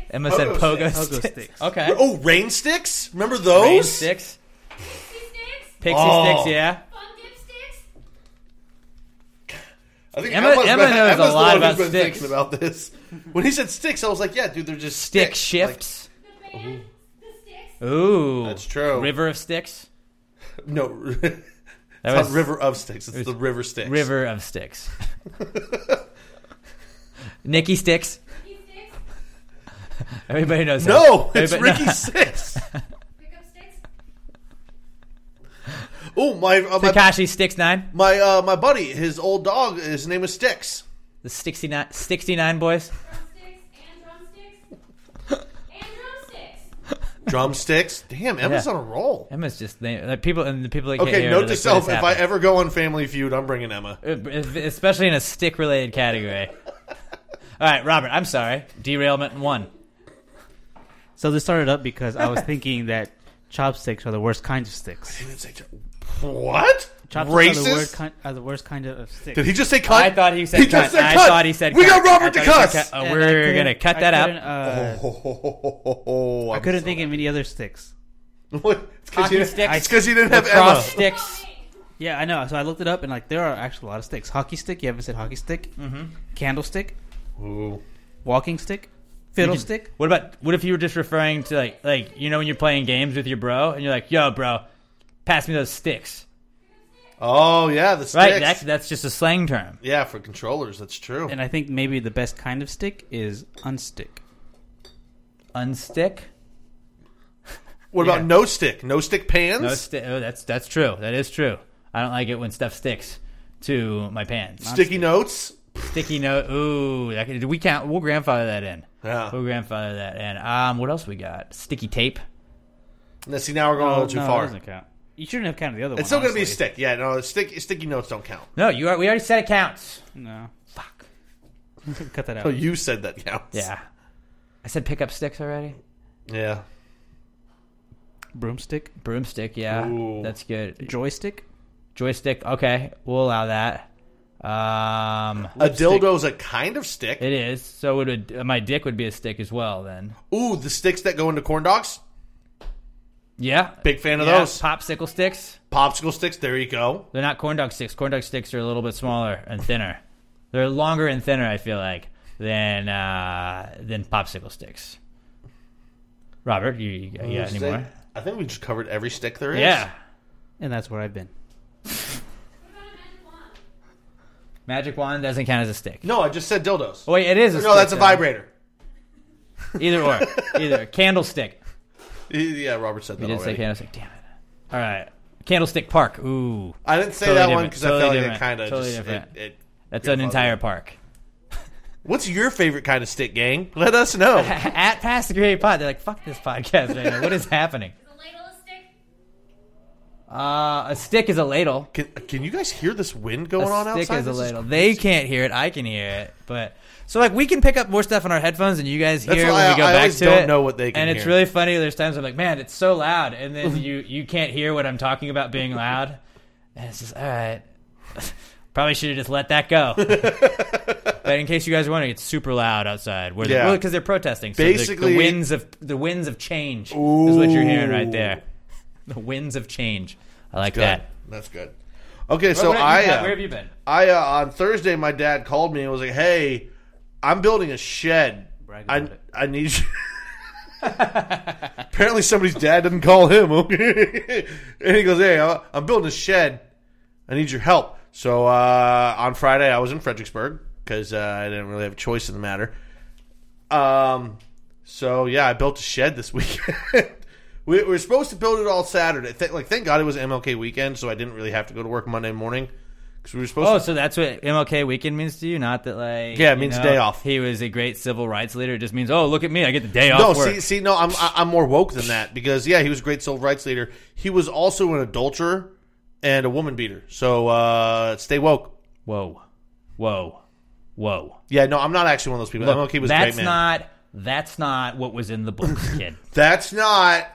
M: Emma said pogo sticks.
R: Pogo sticks.
M: Okay.
L: Oh, rain sticks. Remember those?
M: Rain sticks. Pixie
L: Oh.
M: sticks. Yeah.
L: I think
M: Emma-
L: Emma's
M: Emma
L: been-
M: knows a
L: Emma's the
M: lot
L: one who's
M: about
L: been
M: sticks.
L: thinking about this. When he said sticks, I was like, yeah, dude, they're just
M: Stick
L: sticks.
M: shifts.
L: Like,
M: Ooh,
L: that's true.
M: River of sticks.
L: No, it's not
M: was-
L: river of sticks. It's
M: it was
L: the river sticks.
M: River of sticks. Nikki sticks. Everybody knows. that.
L: No, it's
M: Everybody-
L: Ricky Six. Oh my! Uh, my
M: Takashi Sticks Nine.
L: My uh, my buddy, his old dog, his name is Sticks.
M: The 69, 69 boys.
L: Drumsticks. Damn, Emma's
M: Yeah.
L: on a roll.
M: Emma's just they, like, people and the people that can't
L: Okay,
M: hear
L: note
M: are
L: to
M: like,
L: self:
M: what is
L: if I
M: happening?
L: ever go on Family Feud, I'm bringing Emma.
M: Uh, especially in a stick related category. All right, Robert. I'm sorry. Derailment one.
R: So this started up because I was thinking that chopsticks are the worst kinds of sticks.
L: What?
R: Chopsticks are the,
L: Racist?
R: worst kind, are the worst kind of, of sticks.
L: Did he just say cut?
M: I thought he said.
L: He
M: cunt.
L: just said
M: I
L: cunt.
M: thought he said.
L: We
M: cunt.
L: got Robert
M: I
L: to
M: thought he said
L: cuss. Oh,
M: cunt. Uh,
R: And I
M: we're
R: couldn't-
M: gonna cut
R: I
M: that
R: couldn't,
M: out.
R: uh, I couldn't think of any other sticks.
L: What? It's
M: 'cause you Hockey didn't- sticks.
R: I-
M: it's 'cause you didn't have Lacrosse Emma. sticks.
R: Yeah, I know. So I looked it up, and like there are actually a lot of sticks. Hockey stick. You haven't said hockey stick.
M: Mhm.
R: Candlestick.
L: Ooh.
R: Walking stick.
M: You
R: Fiddle
M: can-
R: stick.
M: What about what if you were just referring to like like you know when you're playing games with your bro and you're like, "Yo, bro, pass me those sticks."
L: Oh yeah, the
M: Right,
L: sticks.
M: that's that's just a slang term.
L: Yeah, for controllers, that's true.
R: And I think maybe the best kind of stick is unstick.
M: Unstick?
L: What
M: Yeah.
L: about no stick? No stick pans?
M: No sti- oh, that's that's true. That is true. I don't like it when stuff sticks to my pants.
L: Sticky notes.
M: Sticky note. Ooh, that could, we count. We'll grandfather that in.
L: Yeah.
M: We'll grandfather that in. Um, what else we got? Sticky tape.
L: Now, see, now we're going a little Oh, too
R: no,
L: far.
R: It doesn't count. You shouldn't have counted the other one.
L: It's still going to be a
R: honestly.
L: stick. Yeah, no, stick, sticky notes don't count.
M: No, you are. We already said it counts.
R: No. Fuck. Cut that out.
L: Oh, you said that counts.
M: Yeah. I said pick up sticks already.
L: Yeah.
R: Broomstick.
M: Broomstick, yeah. That's good.
R: Joystick?
M: Joystick, okay. We'll allow that. Um,
L: A dildo's a kind of stick.
M: It uh, is. So would a, my dick would be a stick as well then.
L: Ooh, the sticks that go into corn dogs?
M: Yeah.
L: Big fan of
M: Yeah,
L: those.
M: Popsicle sticks.
L: Popsicle sticks, there you go.
M: They're not corn dog sticks. Corn dog sticks are a little bit smaller and thinner. They're longer and thinner. I feel like than uh, than popsicle sticks. Robert, you, you got you got any more?
L: I think we just covered every stick there is.
M: Yeah.
R: And that's where I've been.
M: Magic wand doesn't count as a stick.
L: No, I just said dildos.
M: Oh, Wait, it is a
L: no,
M: stick,
L: that's a
M: though.
L: vibrator.
M: Either or, either candlestick.
L: Oh, Yeah, Robert said that.
M: You did say
L: already.
M: candlestick. Damn it. All right, Candlestick Park. Ooh,
L: I didn't say that one 'cause I felt like it kinda just- it- it-
M: That's
L: you're
M: an entire park.
L: What's your favorite kind of stick, gang? Let us know.
M: At past the great pod, they're like, "Fuck this podcast right now. What is happening?" Uh, a stick is a ladle.
L: Can, can you guys hear this wind going
M: a
L: on
M: stick
L: outside?
M: is a
L: This is
M: ladle. they can't hear it. I can hear it. But so like we can pick up more stuff on our headphones, and you guys
L: That's
M: hear
L: why
M: when
L: I-
M: we go
L: I
M: back
L: always
M: to
L: don't
M: it.
L: know what they can
M: And it's
L: hear.
M: really funny. There's times I'm like, man, it's so loud, and then you you can't hear what I'm talking about being loud, and it's just all right. Probably should have just let that go. but in case you guys are wondering, it's super loud outside. Where
L: Yeah.
M: yeah. because they're protesting. So Basically, the,
L: Basically-
M: winds of the winds of change is what you're hearing right
L: Ooh.
M: there. The winds of change. I like
L: good.
M: that.
L: That's good. Okay, so
M: What have you
L: I.
M: got?
L: uh,
M: where have you been?
L: I uh, on Thursday, my dad called me and was like, "Hey, I'm building a shed. I I need you." Apparently, somebody's dad didn't call him. Okay, and he goes, "Hey, I- I'm building a shed. I need your help." So uh, on Friday, I was in Fredericksburg because uh, I didn't really have a choice in the matter. Um, so yeah, I built a shed this weekend. we, we were supposed to build it all Saturday. Th- like, thank God it was MLK weekend, so I didn't really have to go to work Monday morning because we were supposed.
M: Oh,
L: to
M: so that's what MLK weekend means to you? Not that like
L: Yeah, it
M: you
L: means
M: know,
L: day off.
M: He was a great civil rights leader. It just means oh, look at me, I get the day off.
L: No,
M: work.
L: see, see, no, I'm I- I'm more woke than that because yeah, he was a great civil rights leader. He was also an adulterer and a woman beater. So uh, stay woke.
M: Whoa, whoa, whoa.
L: Yeah, no, I'm not actually one of those people.
M: Look,
L: MLK was a
M: that's
L: great man.
M: not that's not what was in the books, kid.
L: that's not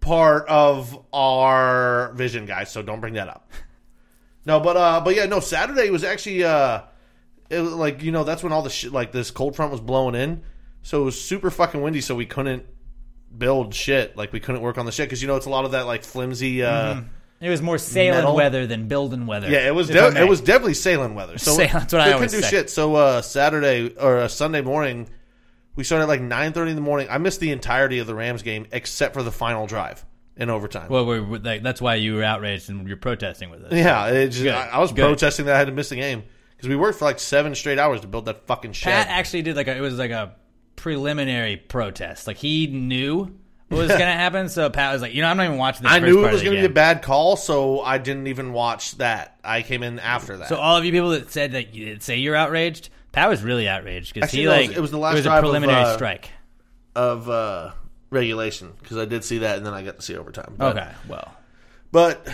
L: part of our vision, guys. So don't bring that up. No, but uh, but yeah, no. Saturday was actually uh, it was like you know that's when all the shit like this cold front was blowing in, so it was super fucking windy. So we couldn't build shit. Like we couldn't work on the shit because you know it's a lot of that like flimsy. Uh,
M: Mhm. It was more sailing
L: metal.
M: weather than building weather.
L: Yeah, it was
M: if I
L: de-
M: may.
L: it was definitely sailing weather. So
M: Sailing, that's what I
L: they
M: always
L: couldn't do
M: say.
L: shit. So uh, Saturday or uh, Sunday morning, we started at like nine thirty in the morning. I missed the entirety of the Rams game except for the final drive in overtime.
M: Well, we're, we're- like, that's why you were outraged and you're protesting with us.
L: yeah, it just,
M: Good,
L: I, I was
M: good.
L: protesting that I had to miss the game because we worked for like seven straight hours to build that fucking shit.
M: Pat actually did like a, it was like a preliminary protest. Like he knew what was going to happen, so Pat was like, you know, I'm not even watching. This
L: I
M: first
L: knew
M: part
L: it
M: of
L: was
M: the
L: going to
M: game.
L: be a bad call, so I didn't even watch that. I came in after that.
M: So uh, all of you people that said that you- say you're outraged, Pat was really outraged because
L: Actually,
M: he
L: no,
M: like
L: it was the last
M: it was
L: drive
M: a preliminary
L: of, uh,
M: strike.
L: of uh, regulation because I did see that, and then I got to see overtime. But-
M: Okay, well,
L: But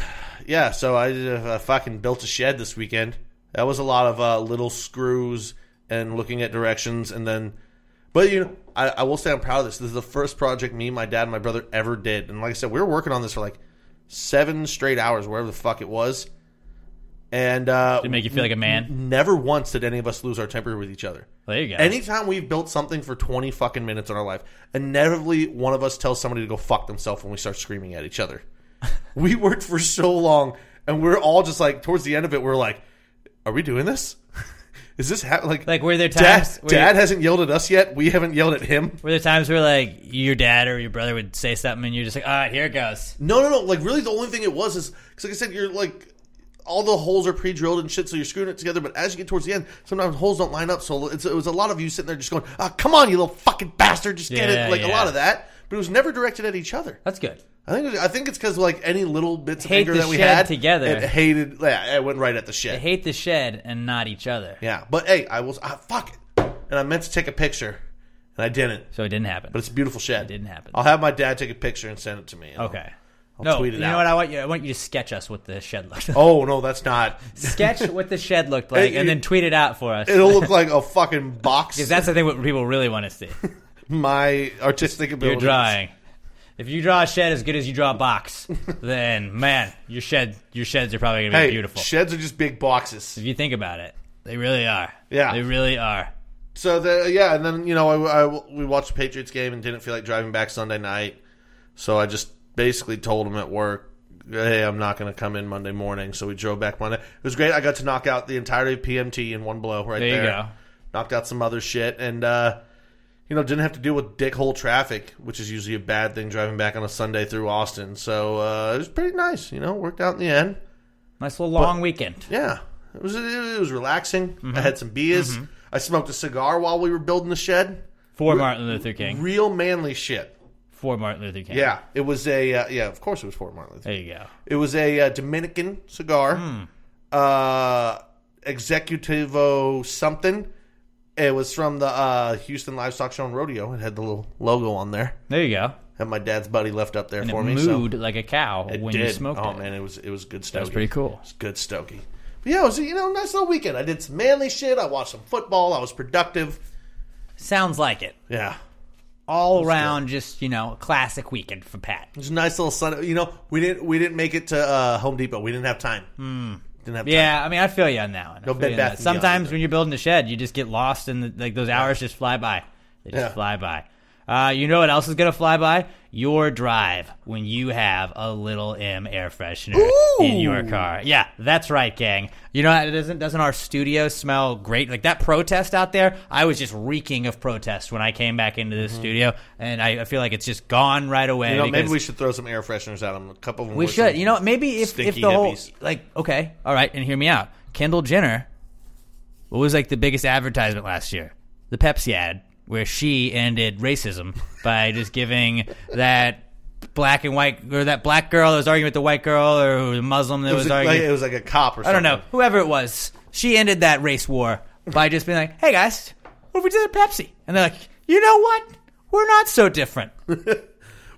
L: yeah, so I uh, fucking built a shed this weekend. That was a lot of uh, little screws and looking at directions, and then. But you know, I, I will say I'm proud of this. This is the first project me, my dad, and my brother ever did, and like I said, we were working on this for like seven straight hours, wherever the fuck it was. And uh,
M: Did it make you feel like a man?
L: n- Never once did any of us lose our temper with each other.
M: There you go.
L: Anytime we've built something for 20 fucking minutes in our life, inevitably one of us tells somebody to go fuck themselves when we start screaming at each other. we worked for so long and we're all just like, towards the end of it, we're like, are we doing this? Is this happening? Like,
M: like were there
L: dad,
M: times were-
L: dad hasn't yelled at us yet. We haven't yelled at him.
M: were there times where like your dad or your brother would say something and you're just like, all right, here it goes.
L: No, no, no. Like, really, the only thing it was is, because like I said, you're like, all the holes are pre drilled and shit, so you're screwing it together. But as you get towards the end, sometimes holes don't line up. So it's, it was a lot of you sitting there just going, ah, come on, you little fucking bastard. Just get
M: Yeah,
L: it. Like, a
M: yeah.
L: lot of that. But it was never directed at each other.
M: That's good.
L: I think I think it's because like any little bits of
M: Hate
L: anger
M: the
L: that we
M: shed
L: had
M: together.
L: it hated. Yeah, it went right at the
M: They
L: shit.
M: hate the shed and not each other.
L: Yeah, but hey, I was ah, fuck it, and I meant to take a picture, and I didn't.
M: So it didn't happen.
L: But it's a beautiful shed. It
M: didn't happen.
L: I'll have my dad take a picture and send it to me. and I'll-
M: Okay.
L: I'll,
M: no,
L: tweet it
M: you
L: out.
M: know what I want you? I want you to sketch us what the shed looked like.
L: Oh no, that's not.
M: sketch what the shed looked like,
L: It-
M: and
L: it-
M: then tweet it out for us.
L: It'll look like a fucking box.
M: because that's the thing what people really want to see.
L: my artistic ability.
M: You're drawing. If you draw a shed as good as you draw a box, then man, your shed your sheds are probably gonna be
L: Hey,
M: beautiful.
L: sheds are just big boxes.
M: If you think about it, they really are.
L: Yeah.
M: they really are.
L: So the yeah, and then you know I, I- we watched the Patriots game and didn't feel like driving back Sunday night, so I just basically told him at work, "Hey, I'm not going to come in Monday morning." So we drove back Monday. It was great. I got to knock out the entirety of PMT in one blow. Right
M: There
L: there,
M: you go.
L: knocked out some other shit, and uh, you know didn't have to deal with dickhole traffic, which is usually a bad thing driving back on a Sunday through Austin. So uh, it was pretty nice. You know, worked out in the end.
M: Nice little long weekend.
L: Yeah, it was it was relaxing.
M: Mm-hmm.
L: I had some beers. I smoked a cigar while we were building the shed.
M: For
L: Re-
M: Martin Luther King.
L: Real manly shit.
M: For Martin Luther King.
L: Yeah, it was a uh, yeah. Of course, it was Fort Martin Luther.
M: There you go.
L: It was a uh, Dominican cigar,
M: Hmm.
L: uh, Executivo something. It was from the uh, Houston Livestock Show and Rodeo. It had the little logo on there.
M: There you go.
L: That my dad's buddy left up there
M: And
L: for
M: it
L: me.
M: mooed
L: so
M: like a cow
L: it
M: when
L: did.
M: you smoked
L: oh,
M: it.
L: man, it was it was good. Stogie.
M: That was pretty cool.
L: It was good Stogie. But yeah, it was you know nice little weekend. I did some manly shit. I watched some football. I was productive.
M: Sounds like it.
L: Yeah.
M: All around, just you know, classic weekend for Pat.
L: It was a nice little sun. You know, we didn't we didn't make it to uh, Home Depot. We didn't have time.
M: Hmm.
L: Didn't have time.
M: Yeah, I mean, I feel you on that one. I
L: No
M: feel
L: Bed
M: you on that.
L: Bath and Beyond
M: Sometimes when you're building a shed, you just get lost and the, like those hours just fly by. They just
L: Yeah.
M: fly by. Uh, you know what else is gonna fly by? Your drive when you have a little M air freshener in your car. Yeah, that's right, gang. You know, it doesn't doesn't our studio smell great? Like that protest out there, I was just reeking of protest when I came back into the studio, and I, I feel like it's just gone right away.
L: Mm-hmm. You know, maybe
M: because-
L: we should throw some air fresheners at them. A couple of them.
M: we
L: were
M: should.
L: some
M: You know, what? maybe if, if
L: stinky
M: the whole
L: hippies.
M: like okay, all right, and hear me out. Kendall Jenner, what was like the biggest advertisement last year? The Pepsi ad where she ended racism by just giving that black and white or that black girl that was arguing with the white girl or who was a Muslim that
L: It
M: was,
L: was like-
M: arguing.
L: like- it was like a cop or
M: I don't know. Whoever it was, she ended that race war by just being like, "Hey guys, what if we did a Pepsi?" And they're like, "You know what? We're not so different."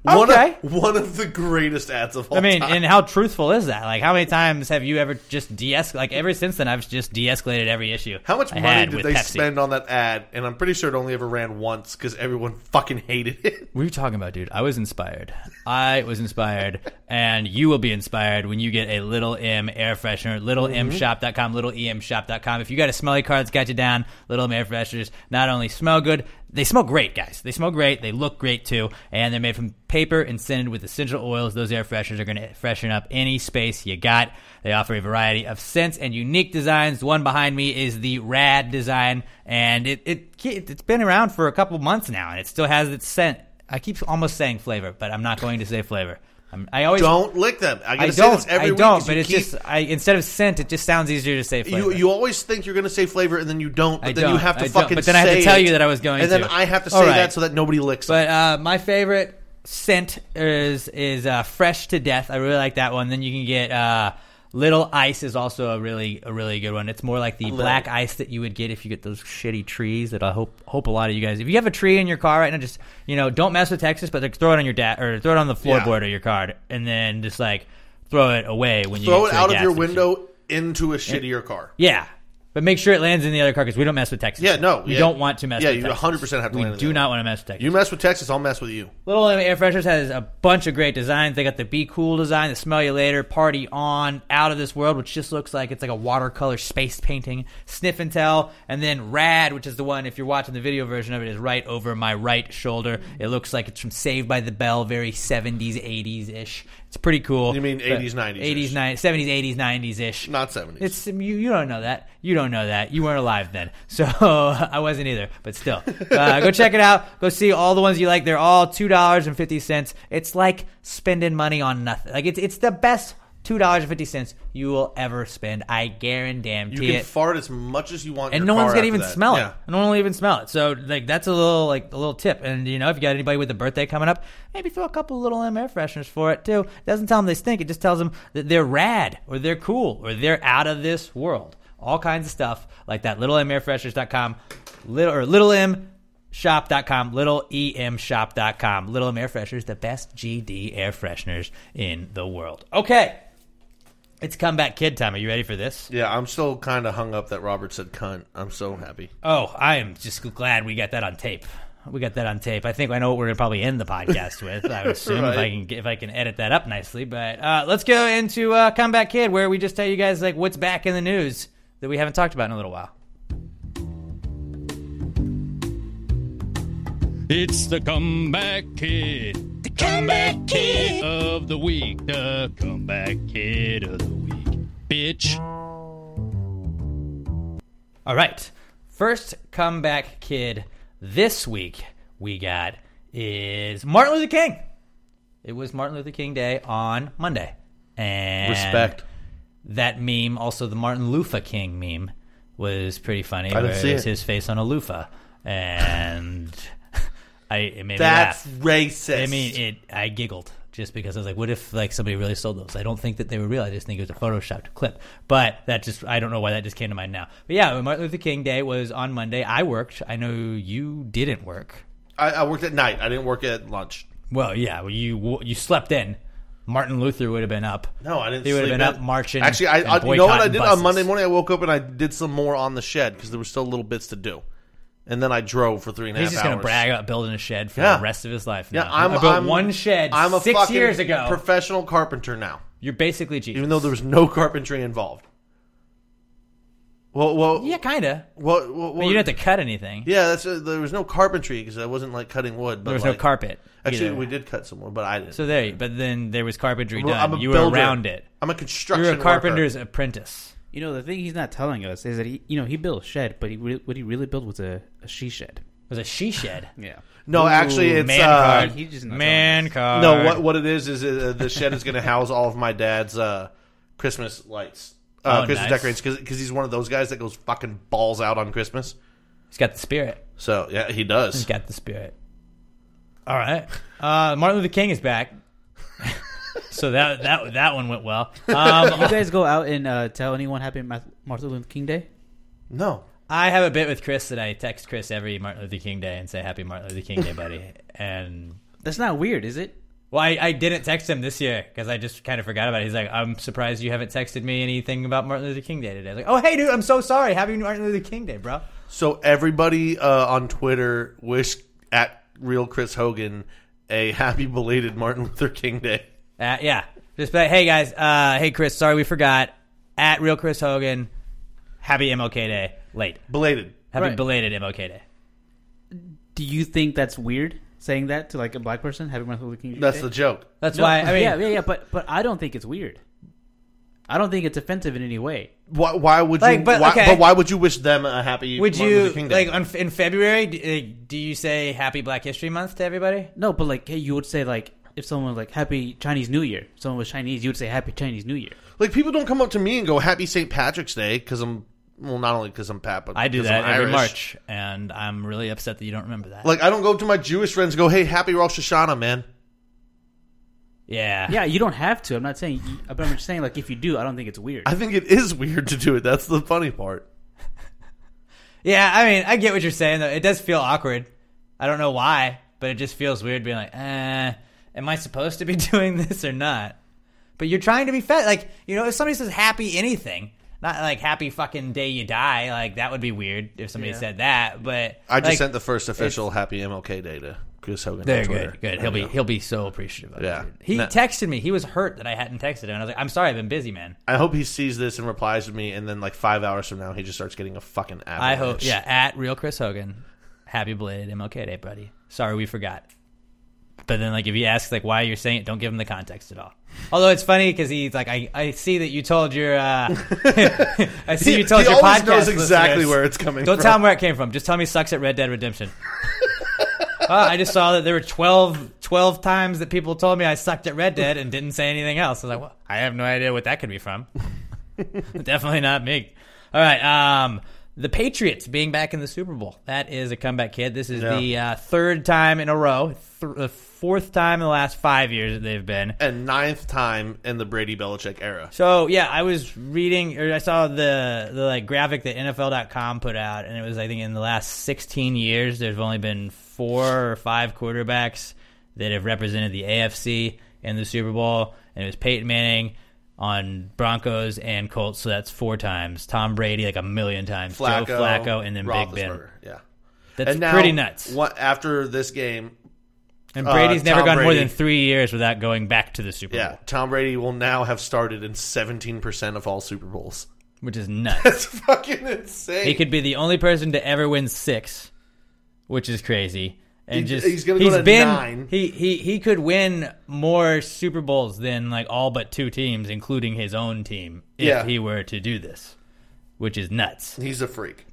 L: One of-
M: okay.
L: one of the greatest ads of all
M: I mean,
L: time.
M: and how truthful is that? Like, how many times have you ever just de like ever since then? I've just de-escalated every issue.
L: How much
M: I
L: money
M: had
L: did
M: with
L: they
M: Pepsi.
L: spend on that ad? And I'm pretty sure it only ever ran once because everyone fucking hated it.
M: What are you talking about, dude? I was inspired. I was inspired, and you will be inspired when you get a Little M air freshener. LittleMShop.com, LittleEMShop.com. If you got a smelly car that's got you down, Little M air fresheners not only smell good, they smell great, guys. They smell great. They look great too, and they're made from paper and scented with essential oils. Those air fresheners are going to freshen up any space you got. They offer a variety of scents and unique designs. The one behind me is the Rad design, and it it it's been around for a couple months now, and it still has its scent. I keep almost saying flavor, but I'm not going to say flavor. I'm, I always
L: Don't lick them. I gotta say
M: don't.
L: this every
M: I
L: week
M: don't.
L: 'cause
M: but
L: you
M: it's
L: keep-
M: just I instead of scent, it just sounds easier to say flavor.
L: You, you always think you're going to say flavor and then you don't, but
M: I
L: then you
M: don't.
L: have to
M: I don't.
L: fucking
M: But then I have to
L: say
M: tell
L: it.
M: you that I was going
L: And then
M: to.
L: I have to
M: All
L: say
M: right.
L: that so that nobody licks it.
M: but uh, my favorite scent is is uh, fresh to death. I really like that one. Then you can get uh, little ice is also a really a really good one. It's more like the
Q: Little.
M: black ice that you would get if you get those shitty trees that I hope hope a lot of you guys. If you have a tree in your car right now, just you know don't mess with Texas, but like, throw it on your dad or throw it on the floorboard of your car, and then just like throw it away when you
L: Throw
M: get
L: it
M: to the
L: out of
M: gas
L: your
M: station.
L: window into a shittier car.
M: Yeah. But make sure it lands in the other car because we don't mess with Texas.
L: Yeah, no.
M: We
L: yeah.
M: don't want to mess
L: Yeah,
M: with
L: you
M: Texas.
L: 100% have to
M: We
L: land in
M: do
L: the-
M: not want to mess with Texas.
L: You mess with Texas, I'll mess with you.
M: Little Lemon Air Freshers has a bunch of great designs. They got the Be Cool design, the Smell You Later, Party On, Out of This World, which just looks like it's like a watercolor space painting, Sniff and Tell, and then Rad, which is the one, if you're watching the video version of it, is right over my right shoulder. It looks like it's from Saved by the Bell, very 70s, 80s ish. It's pretty cool.
L: You mean
M: But
L: 80s, 90s -ish.
M: 80s, 90s, 70s, 80s, 90s ish.
L: Not 70s.
M: It's you, you don't know that. You don't know that. You weren't alive then. So I wasn't either, but still. Uh, go check it out. Go see all the ones you like. They're all $2.50. It's like spending money on nothing. Like it's it's the best $2.50 you will ever spend. I guarantee
L: You can
M: it.
L: fart as much as you want. in
M: and no
L: your
M: one's
L: car
M: gonna
L: after
M: even
L: that.
M: smell
L: Yeah.
M: it. No one will even smell it. So like that's a little like a little tip. And you know if you got anybody with a birthday coming up, maybe throw a couple little M air fresheners for it too. It doesn't tell them they stink. It just tells them that they're rad or they're cool or they're out of this world. All kinds of stuff like that. Little M airfresheners.com, little or little M shop.com, little E em shop.com. Little M air fresheners, the best GD air fresheners in the world. Okay. It's comeback kid time. Are you ready for this?
L: Yeah, I'm still kind of hung up that Robert said cunt. I'm so happy.
M: Oh, I am just glad we got that on tape. We got that on tape. I think I know what we're gonna probably end the podcast with. I would assume if I
L: Right.
M: can if I can edit that up nicely. But uh, let's go into uh, Comeback Kid, where we just tell you guys like what's back in the news that we haven't talked about in a little while.
S: It's the comeback kid. comeback kid of the week. The comeback kid of the week. Bitch.
M: All right. First comeback kid this week we got is Martin Luther King. It was Martin Luther King Day on Monday. And
L: Respect.
M: That meme, also the Martin Luther King meme, was pretty funny.
L: I didn't
M: where
L: see
M: was
L: it.
M: his face on a loofah. And I it made
L: That's
M: me laugh.
L: racist.
M: I mean it I giggled just because I was like, what if like somebody really sold those? I don't think that they were real. I just think it was a photoshopped clip. But that just I don't know why that just came to mind now. But yeah, Martin Luther King Day was on Monday. I worked. I know you didn't work.
L: I, I worked at night. I didn't work at lunch.
M: Well, yeah, well, you you slept in. Martin Luther would have been up.
L: No, I didn't.
M: He would have
L: sleep
M: been
L: in.
M: up marching.
L: Actually, I,
M: and
L: I you know what I
M: boycotting
L: did
M: buses.
L: on Monday morning. I woke up and I did some more on the shed because there were still little bits to do, and then I drove for three and a half
M: He's just
L: hours.
M: gonna brag about building a shed for
L: Yeah.
M: the rest of his life.
L: Yeah,
M: now.
L: I'm,
M: I built
L: I'm-
M: one shed.
L: I'm a
M: six
L: fucking
M: years ago.
L: professional carpenter now.
M: You're basically Jesus.
L: Even though there was no carpentry involved. Well, well,
M: yeah, kind of.
L: Well, well,
M: But you didn't have to cut anything.
L: Yeah, that's uh, there was no carpentry because I wasn't like cutting wood. But
M: There was no
L: like-
M: carpet
L: Actually,
M: either.
L: we did cut some wood, but I didn't.
M: So there, you, but then there was carpentry
L: Well,
M: done.
L: I'm a
M: you were
L: builder.
M: around it.
L: I'm a construction
M: You were a
L: worker.
M: carpenter's apprentice.
R: You know, the thing he's not telling us is that he, you know, he built a shed, but he re- what he really built was a, a she shed.
M: Was a she shed?
R: yeah.
L: No,
R: Ooh,
L: actually, it's
R: man
L: uh,
R: card. He just not telling us.
L: No, what what it is is uh, the shed is going to house all of my dad's uh, Christmas lights, uh,
M: Oh,
L: Christmas
M: nice.
L: decorations, because he's one of those guys that goes fucking balls out on Christmas.
M: He's got the spirit.
L: So yeah, he does.
M: He's got the spirit. All right. Uh, Martin Luther King is back. so that that that one went well.
R: Um, you
M: Um,
R: guys go out and uh, tell anyone Happy Ma- Martin Luther King Day?
L: No.
M: I have a bit with Chris that I text Chris every Martin Luther King Day and say Happy Martin Luther King Day, buddy. and
R: that's not weird, is it?
M: Well, I, I didn't text him this year because I just kind of forgot about it. He's like, I'm surprised you haven't texted me anything about Martin Luther King Day today. I was like, oh hey dude, I'm so sorry. Happy Martin Luther King Day, bro.
L: So everybody uh, on Twitter wish at real Chris Hogan a happy belated Martin Luther King Day.
M: Uh, yeah. Just be like, hey guys, uh, hey Chris, sorry we forgot. At real Chris Hogan, happy MLK Day. Late.
L: Belated.
M: Happy
R: Right.
M: belated MLK Day.
R: Do you think that's weird saying that to like a black person? Happy Martin Luther King.
L: That's
R: Day?
L: the joke.
M: That's why- I mean-
R: yeah, yeah, yeah. But but I don't think it's weird. I don't think it's offensive in any way.
L: Why, why would you?
M: Like, but,
L: why,
M: okay.
L: but why would you wish them a happy?
M: Would
L: Martin
M: you
L: Luther King Day?
M: like on, in February? Do, uh, do you say Happy Black History Month to everybody?
R: No, but like, hey, you would say like if someone was like Happy Chinese New Year, if someone was Chinese, you would say Happy Chinese New Year.
L: Like people don't come up to me and go "Happy St. Patrick's Day" because I'm well, not only because I'm Pat, but
M: I do
L: 'cause
M: that
L: I'm
M: every
L: Irish.
M: March, and I'm really upset that you don't remember that.
L: Like I don't go to my Jewish friends and go, "Hey, Happy Rosh Hashanah, man."
M: yeah,
R: Yeah, you don't have to. I'm not saying, you- but I'm just saying like if you do, I don't think it's weird.
L: I think it is weird to do it. That's the funny part.
M: yeah. I mean, I get what you're saying. though. It does feel awkward. I don't know why, but it just feels weird being like, eh, am I supposed to be doing this or not? But you're trying to be fed. Like you know, if somebody says happy anything, not like happy fucking day you die, like that would be weird if somebody
L: Yeah.
M: said that. But
L: I just
M: like,
L: sent the first
M: it's-
L: official Happy MLK Day to Chris Hogan.
M: There,
L: on
M: good,
L: Twitter.
M: good. He'll
L: There
M: be-
L: you go.
M: he'll be so appreciative. Of
L: yeah,
M: He
L: Nah.
M: texted me. He was hurt that I hadn't texted him. And I was like, I'm sorry, I've been busy, man.
L: I hope he sees this and replies to me, and then like five hours from now, he just starts getting a fucking.
M: I
L: Avalanche.
M: hope, yeah, at real Chris Hogan. Happy belated MLK Day, buddy. Sorry we forgot. But then, like, if he asks, like, why you're saying it, don't give him the context at all. Although it's funny because he's like, I, I see that you told your, uh, I see
L: He-
M: you told
L: he
M: your
L: always
M: podcast
L: knows exactly
M: listeners.
L: where it's coming
M: Don't
L: from.
M: tell him where it came from. Just tell me he sucks at Red Dead Redemption. Oh, I just saw that there were 12, 12 times that people told me I sucked at Red Dead and didn't say anything else. I was like, well, I have no idea what that could be from. Definitely not me. All right. Um, the Patriots being back in the Super Bowl. That is a comeback kid. This is
L: Yeah.
M: the uh, third time in a row, th- the fourth time in the last five years that they've been.
L: and ninth time in the Brady Belichick era.
M: So yeah, I was reading or I saw the the like graphic that NFL.com put out, and it was I think in the last 16 years, there's only been four or five quarterbacks that have represented the AFC in the Super Bowl, and it was Peyton Manning on Broncos and Colts, so that's four times. Tom Brady like a million times.
L: Flacco,
M: Joe Flacco, and then Big Ben.
L: Roethlisberger, Yeah,
M: That's
L: And now,
M: pretty nuts.
L: What after this game?
M: And
L: uh,
M: Brady's never
L: Tom
M: gone more
L: Brady-
M: than three years without going back to the Super
L: Yeah,
M: Bowl,
L: Tom Brady will now have started in seventeen percent of all Super Bowls.
M: which is nuts.
L: That's fucking insane.
M: He could be the only person to ever win six, which is crazy. and
L: He-
M: just
L: he's gonna go
M: he's
L: to
M: been
L: nine.
M: he he he could win more Super Bowls than like all but two teams, including his own team, if
L: Yeah.
M: he were to do this, which is nuts.
L: He's a freak.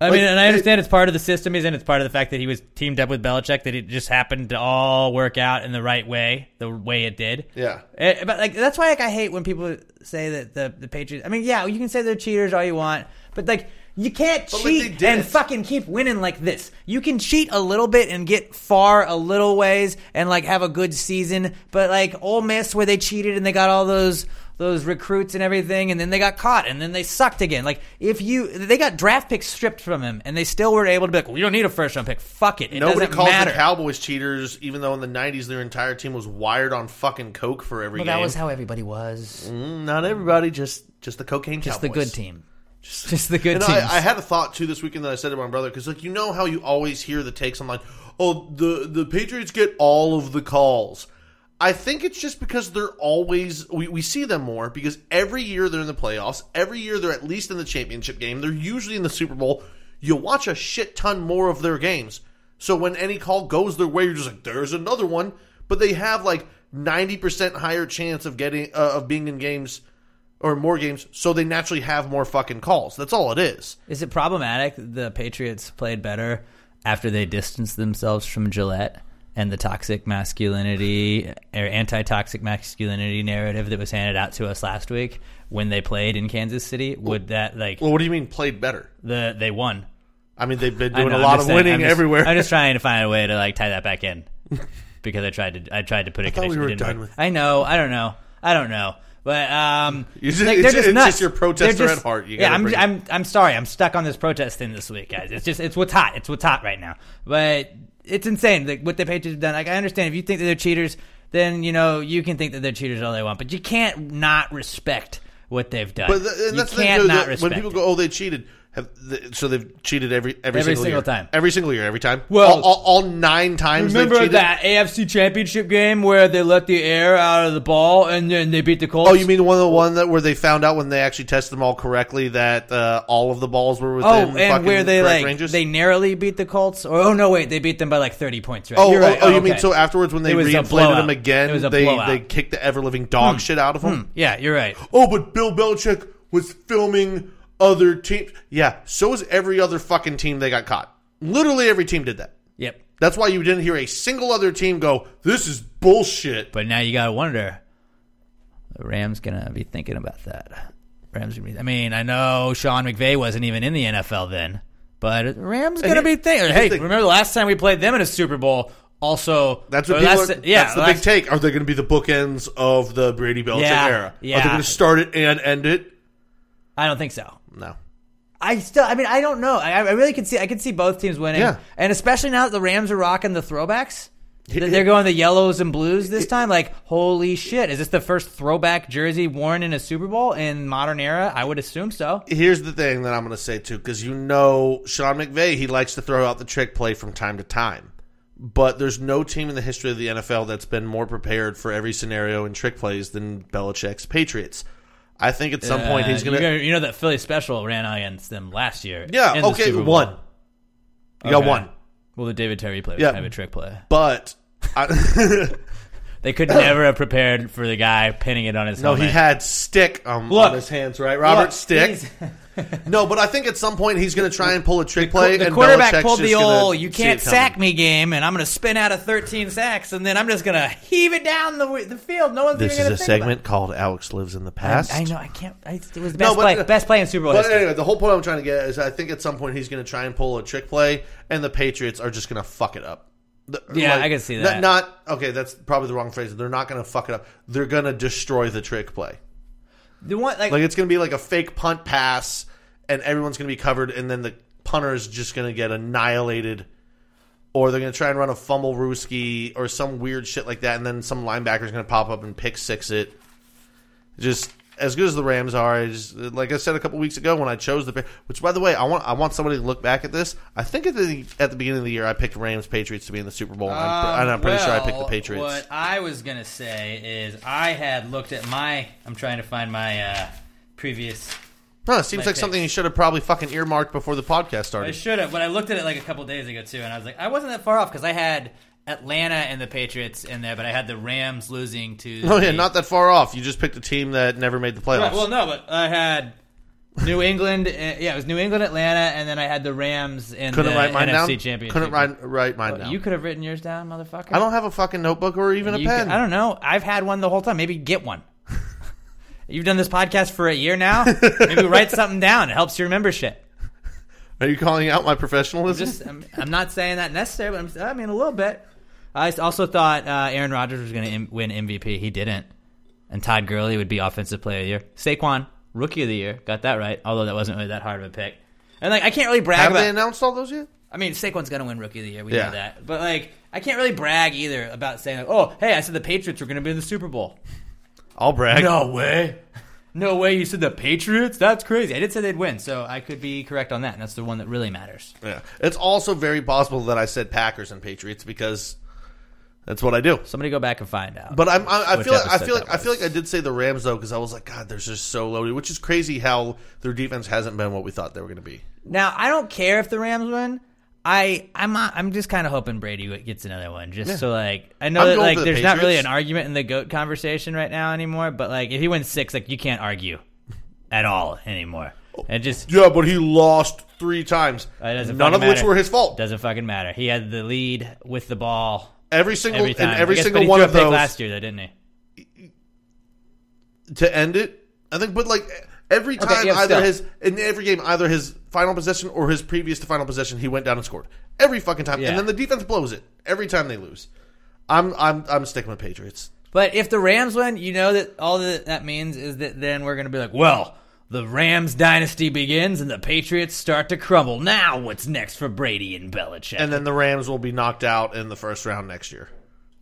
M: I
L: Like,
M: mean, and I
L: it-
M: understand it's part of the system he's in. It's part of the fact that he was teamed up with Belichick that it just happened to all work out in the right way, the way it did.
L: Yeah.
M: Eh, but like that's why like I hate when people say that the the Patriots. I mean, yeah, you can say they're cheaters all you want, but like you can't cheat and fucking keep winning like this. You can cheat a little bit and get far a little ways and like have a good season, but like Ole Miss where they cheated and they got all those those recruits and everything and then they got caught and then they sucked again. Like if you they got draft picks stripped from them and they still were able to be like, "We don't need a first round pick. Fuck it. It
L: Nobody
M: doesn't
L: calls
M: matter."
L: the Cowboys cheaters, even though in the '90s their entire team was wired on fucking coke for every
M: Well,
L: game.
M: that was how everybody was.
L: Mm, not everybody, just just the cocaine.
M: Just the
L: Cowboys.
M: good team. Just, the good
L: And
M: teams.
L: I, I had a thought too this weekend that I said to my brother because like you know how you always hear the takes. I'm like, oh, the the Patriots get all of the calls. I think it's just because they're always we, we see them more because every year they're in the playoffs. Every year they're at least in the championship game. They're usually in the Super Bowl. You watch a shit ton more of their games. So when any call goes their way, you're just like, there's another one. But they have like ninety percent higher chance of getting uh, of being in games or more games, so they naturally have more fucking calls. That's all it is.
M: Is it problematic that the Patriots played better after they distanced themselves from Gillette and the toxic masculinity or anti toxic masculinity narrative that was handed out to us last week when they played in Kansas City? Would that like
L: Well, what do you mean played better?
M: The they won.
L: I mean, they've been
M: I
L: doing
M: know,
L: a
M: I'm
L: lot
M: just
L: of
M: saying-
L: winning
M: I'm just-
L: everywhere.
M: I'm just trying to find a way to like tie that back in because I tried to I tried to put a
L: thought we
M: connection.
L: were
M: it didn't
L: done
M: work. I know. I don't know. I don't know. But um,
L: It's just-
M: like,
L: it's-
M: they're just
L: it's
M: nuts.
L: just your protester
M: They're just-
L: at heart. You
M: yeah,
L: gotta
M: I'm,
L: bring it.
M: I'm I'm sorry. I'm stuck on this protest thing this week, guys. It's just it's what's hot. It's what's hot right now. But it's insane like, what the Patriots have done. Like I understand if you think that they're cheaters, then you know you can think that they're cheaters all they want, but you can't not respect what they've done.
L: but th- and
M: you
L: that's the thing,
M: can't
L: too,
M: not
L: that
M: respect.
L: when people go, "Oh, they cheated," have th so they've cheated every every,
M: Every
L: single,
M: single
L: year.
M: time.
L: every single year, every time.
M: Well-
L: all, all, all nine times. they've
M: Remember
L: cheated?
M: that AFC Championship game where they let the air out of the ball and then they beat the Colts?
L: Oh, you mean one of the one that where they found out when they actually tested them all correctly that uh, all of the balls were within
M: Oh, and
L: fucking
M: where they
L: correct
M: like
L: ranges?
M: they narrowly beat the Colts? Or oh no, wait, they beat them by like thirty points. Right?
L: Oh,
M: You're
L: oh,
M: right.
L: oh, you mean
M: okay.
L: so afterwards when they
M: It was a
L: reinflated
M: blowout.
L: them again,
M: It was a
L: they
M: blowout.
L: they kicked the ever living dog
M: Hmm.
L: shit out of them?
M: Hmm. Yeah, you're right.
L: Oh, but Bill Belichick was filming other teams. Yeah, so is every other fucking team they got caught. Literally every team did that.
M: Yep.
L: That's why you didn't hear a single other team go, "This is bullshit."
M: But now you gotta wonder. The Rams gonna be thinking about that. Rams gonna be. I mean, I know Sean McVay wasn't even in the NFL then, but the Rams
L: And
M: gonna
L: here-
M: be thinking.
L: here's the
M: Hey,
L: thing.
M: remember the last time we played them in a Super Bowl? Also,
L: That's what
M: or
L: people
M: last-
L: are,
M: yeah,
L: that's the
M: last-
L: big take. Are they going to be the bookends of the Brady Belichick
M: Yeah,
L: era? Are
M: yeah.
L: they going to start it and end it?
M: I don't think so.
L: No.
M: I still, I mean, I don't know. I, I really could see, I could see both teams winning.
L: Yeah.
M: And especially now that the Rams are rocking the throwbacks, Th- they're going the yellows and blues this time. Like, holy shit! Is this the first throwback jersey worn in a Super Bowl in modern era? I would assume so.
L: Here's the thing that I'm going to say too, because you know Sean McVay, he likes to throw out the trick play from time to time, but there's no team in the history of the NFL that's been more prepared for every scenario and trick plays than Belichick's Patriots. I think at some point
M: Uh,
L: he's going
M: you
L: to.
M: know- You know that Philly special ran against them last year.
L: Yeah,
M: in the
L: okay,
M: Super Bowl.
L: one. You got
M: Okay.
L: one.
M: Well, the David Terry play was
L: Yeah.
M: kind of a trick play.
L: But I,
M: They could never have prepared for the guy pinning it on his.
L: no, he
M: helmet.
L: had stick um,
M: Look.
L: on his hands, right? Robert
M: Look,
L: Stick. no, but I think at some point he's going to try and pull a trick play.
M: the
L: and
M: quarterback
L: Belichick's
M: pulled the
L: just gonna
M: old "you
L: see
M: can't
L: it coming.
M: sack me" game, and I'm going to spin out of 13 sacks, and then I'm just going to heave it down the the field. No one's
L: This
M: even
L: is
M: going
L: a
M: to
L: segment called "Alex Lives in the Past."
M: I, I know. I can't. I, it was the best play. best play in Super Bowl
L: But
M: history.
L: anyway, the whole point I'm trying to get is I think at some point he's going to try and pull a trick play, and the Patriots are just going to fuck it up. The-
M: Yeah, I can see
L: n-
M: that.
L: Not okay. That's probably the wrong phrase. They're not going to fuck it up. They're going to destroy the trick play.
M: The one like,
L: Like it's going to be like a fake punt pass, and everyone's going to be covered, and then the punter is just going to get annihilated. Or they're going to try and run a fumble rooski or some weird shit like that, and then some linebacker's going to pop up and pick six it. Just as good as the Rams are, I just, like I said a couple weeks ago when I chose the, which by the way, I want I want somebody to look back at this. I think at the at the beginning of the year I picked Rams Patriots to be in the Super Bowl, and,
M: Um,
L: I'm, pre- and I'm pretty sure I picked the
M: Well,
L: Patriots.
M: What I was gonna say is I had looked at my. I'm trying to find my uh, previous
L: No, it
M: my
L: seems like
M: picks.
L: something you should have probably fucking earmarked before the podcast
M: I
L: started.
M: should have, but I looked at it like a couple days ago too, and I was like, I wasn't that far off because I had Atlanta and the Patriots in there, but I had the Rams losing to.
L: Oh yeah,
M: the-
L: not that far off. You just picked a team that never made the playoffs.
M: Right, well, no, but I had New England. uh, yeah, it was New England, Atlanta, and then I had the Rams in
L: couldn't
M: the
L: write mine
M: NFC
L: down.
M: Championship.
L: Couldn't write, write mine
M: Well,
L: down.
M: You could have written yours down, motherfucker.
L: I don't have a fucking notebook or even a
M: You
L: pen.
M: could- I don't know. I've had one the whole time. Maybe get one. You've done this podcast for a year now. Maybe write something down. It helps you remember shit.
L: Are you calling out my professionalism?
M: Just, I'm, I'm not saying that necessarily, but I'm, I mean a little bit. I s- also thought uh, Aaron Rodgers was going to M- win MVP. He didn't, and Todd Gurley would be Offensive Player of the Year. Saquon, Rookie of the Year, got that right. Although that wasn't really that hard of a pick. And like, I can't really brag.
L: Have
M: about,
L: they announced all those yet?
M: I mean, Saquon's going to win Rookie of the Year. We
L: Yeah.
M: know that. But like, I can't really brag either about saying, like, "Oh, hey, I said the Patriots were going to be in the Super Bowl."
L: I'll brag.
M: No way. No way. You said the Patriots? That's crazy. I did say they'd win, so I could be correct on that. And that's the one that really matters.
L: Yeah. It's also very possible that I said Packers and Patriots because that's what I do.
M: Somebody go back and find out.
L: But I'm, I, I
M: which
L: feel like, I
M: episode
L: feel
M: that
L: like I feel like I did say the Rams though because I was like, God, they're just so loaded, which is crazy how their defense hasn't been what we thought they were going to be.
M: Now I don't care if the Rams win. I I'm not, I'm just kind of hoping Brady gets another one, just
L: Yeah.
M: so like I know
L: I'm
M: that
L: going
M: like
L: for the
M: there's not really
L: Patriots.
M: an argument in the goat conversation right now anymore. But like if he wins six, like you can't argue at all anymore. And just
L: yeah, but he lost three times.
M: It doesn't
L: None
M: fucking
L: of which
M: matter.
L: were his fault.
M: Doesn't fucking matter. He had the lead with the ball
L: Every single-
M: every
L: and
M: time. I
L: every
M: guess,
L: single
M: but he
L: one
M: threw
L: of
M: a pick
L: those-
M: last year, though, didn't he?
L: to end it. I think, but like every
M: Okay,
L: time,
M: yeah,
L: either
M: still.
L: his in every game, either his final possession or his previous to final possession, he went down and scored every fucking time.
M: Yeah.
L: And then the defense blows it every time they lose. I'm I'm I'm sticking with Patriots.
M: But if the Rams win, you know that all that that means is that then we're going to be like, well, the Rams dynasty begins and the Patriots start to crumble. Now what's next for Brady and Belichick?
L: And then the Rams will be knocked out in the first round next year.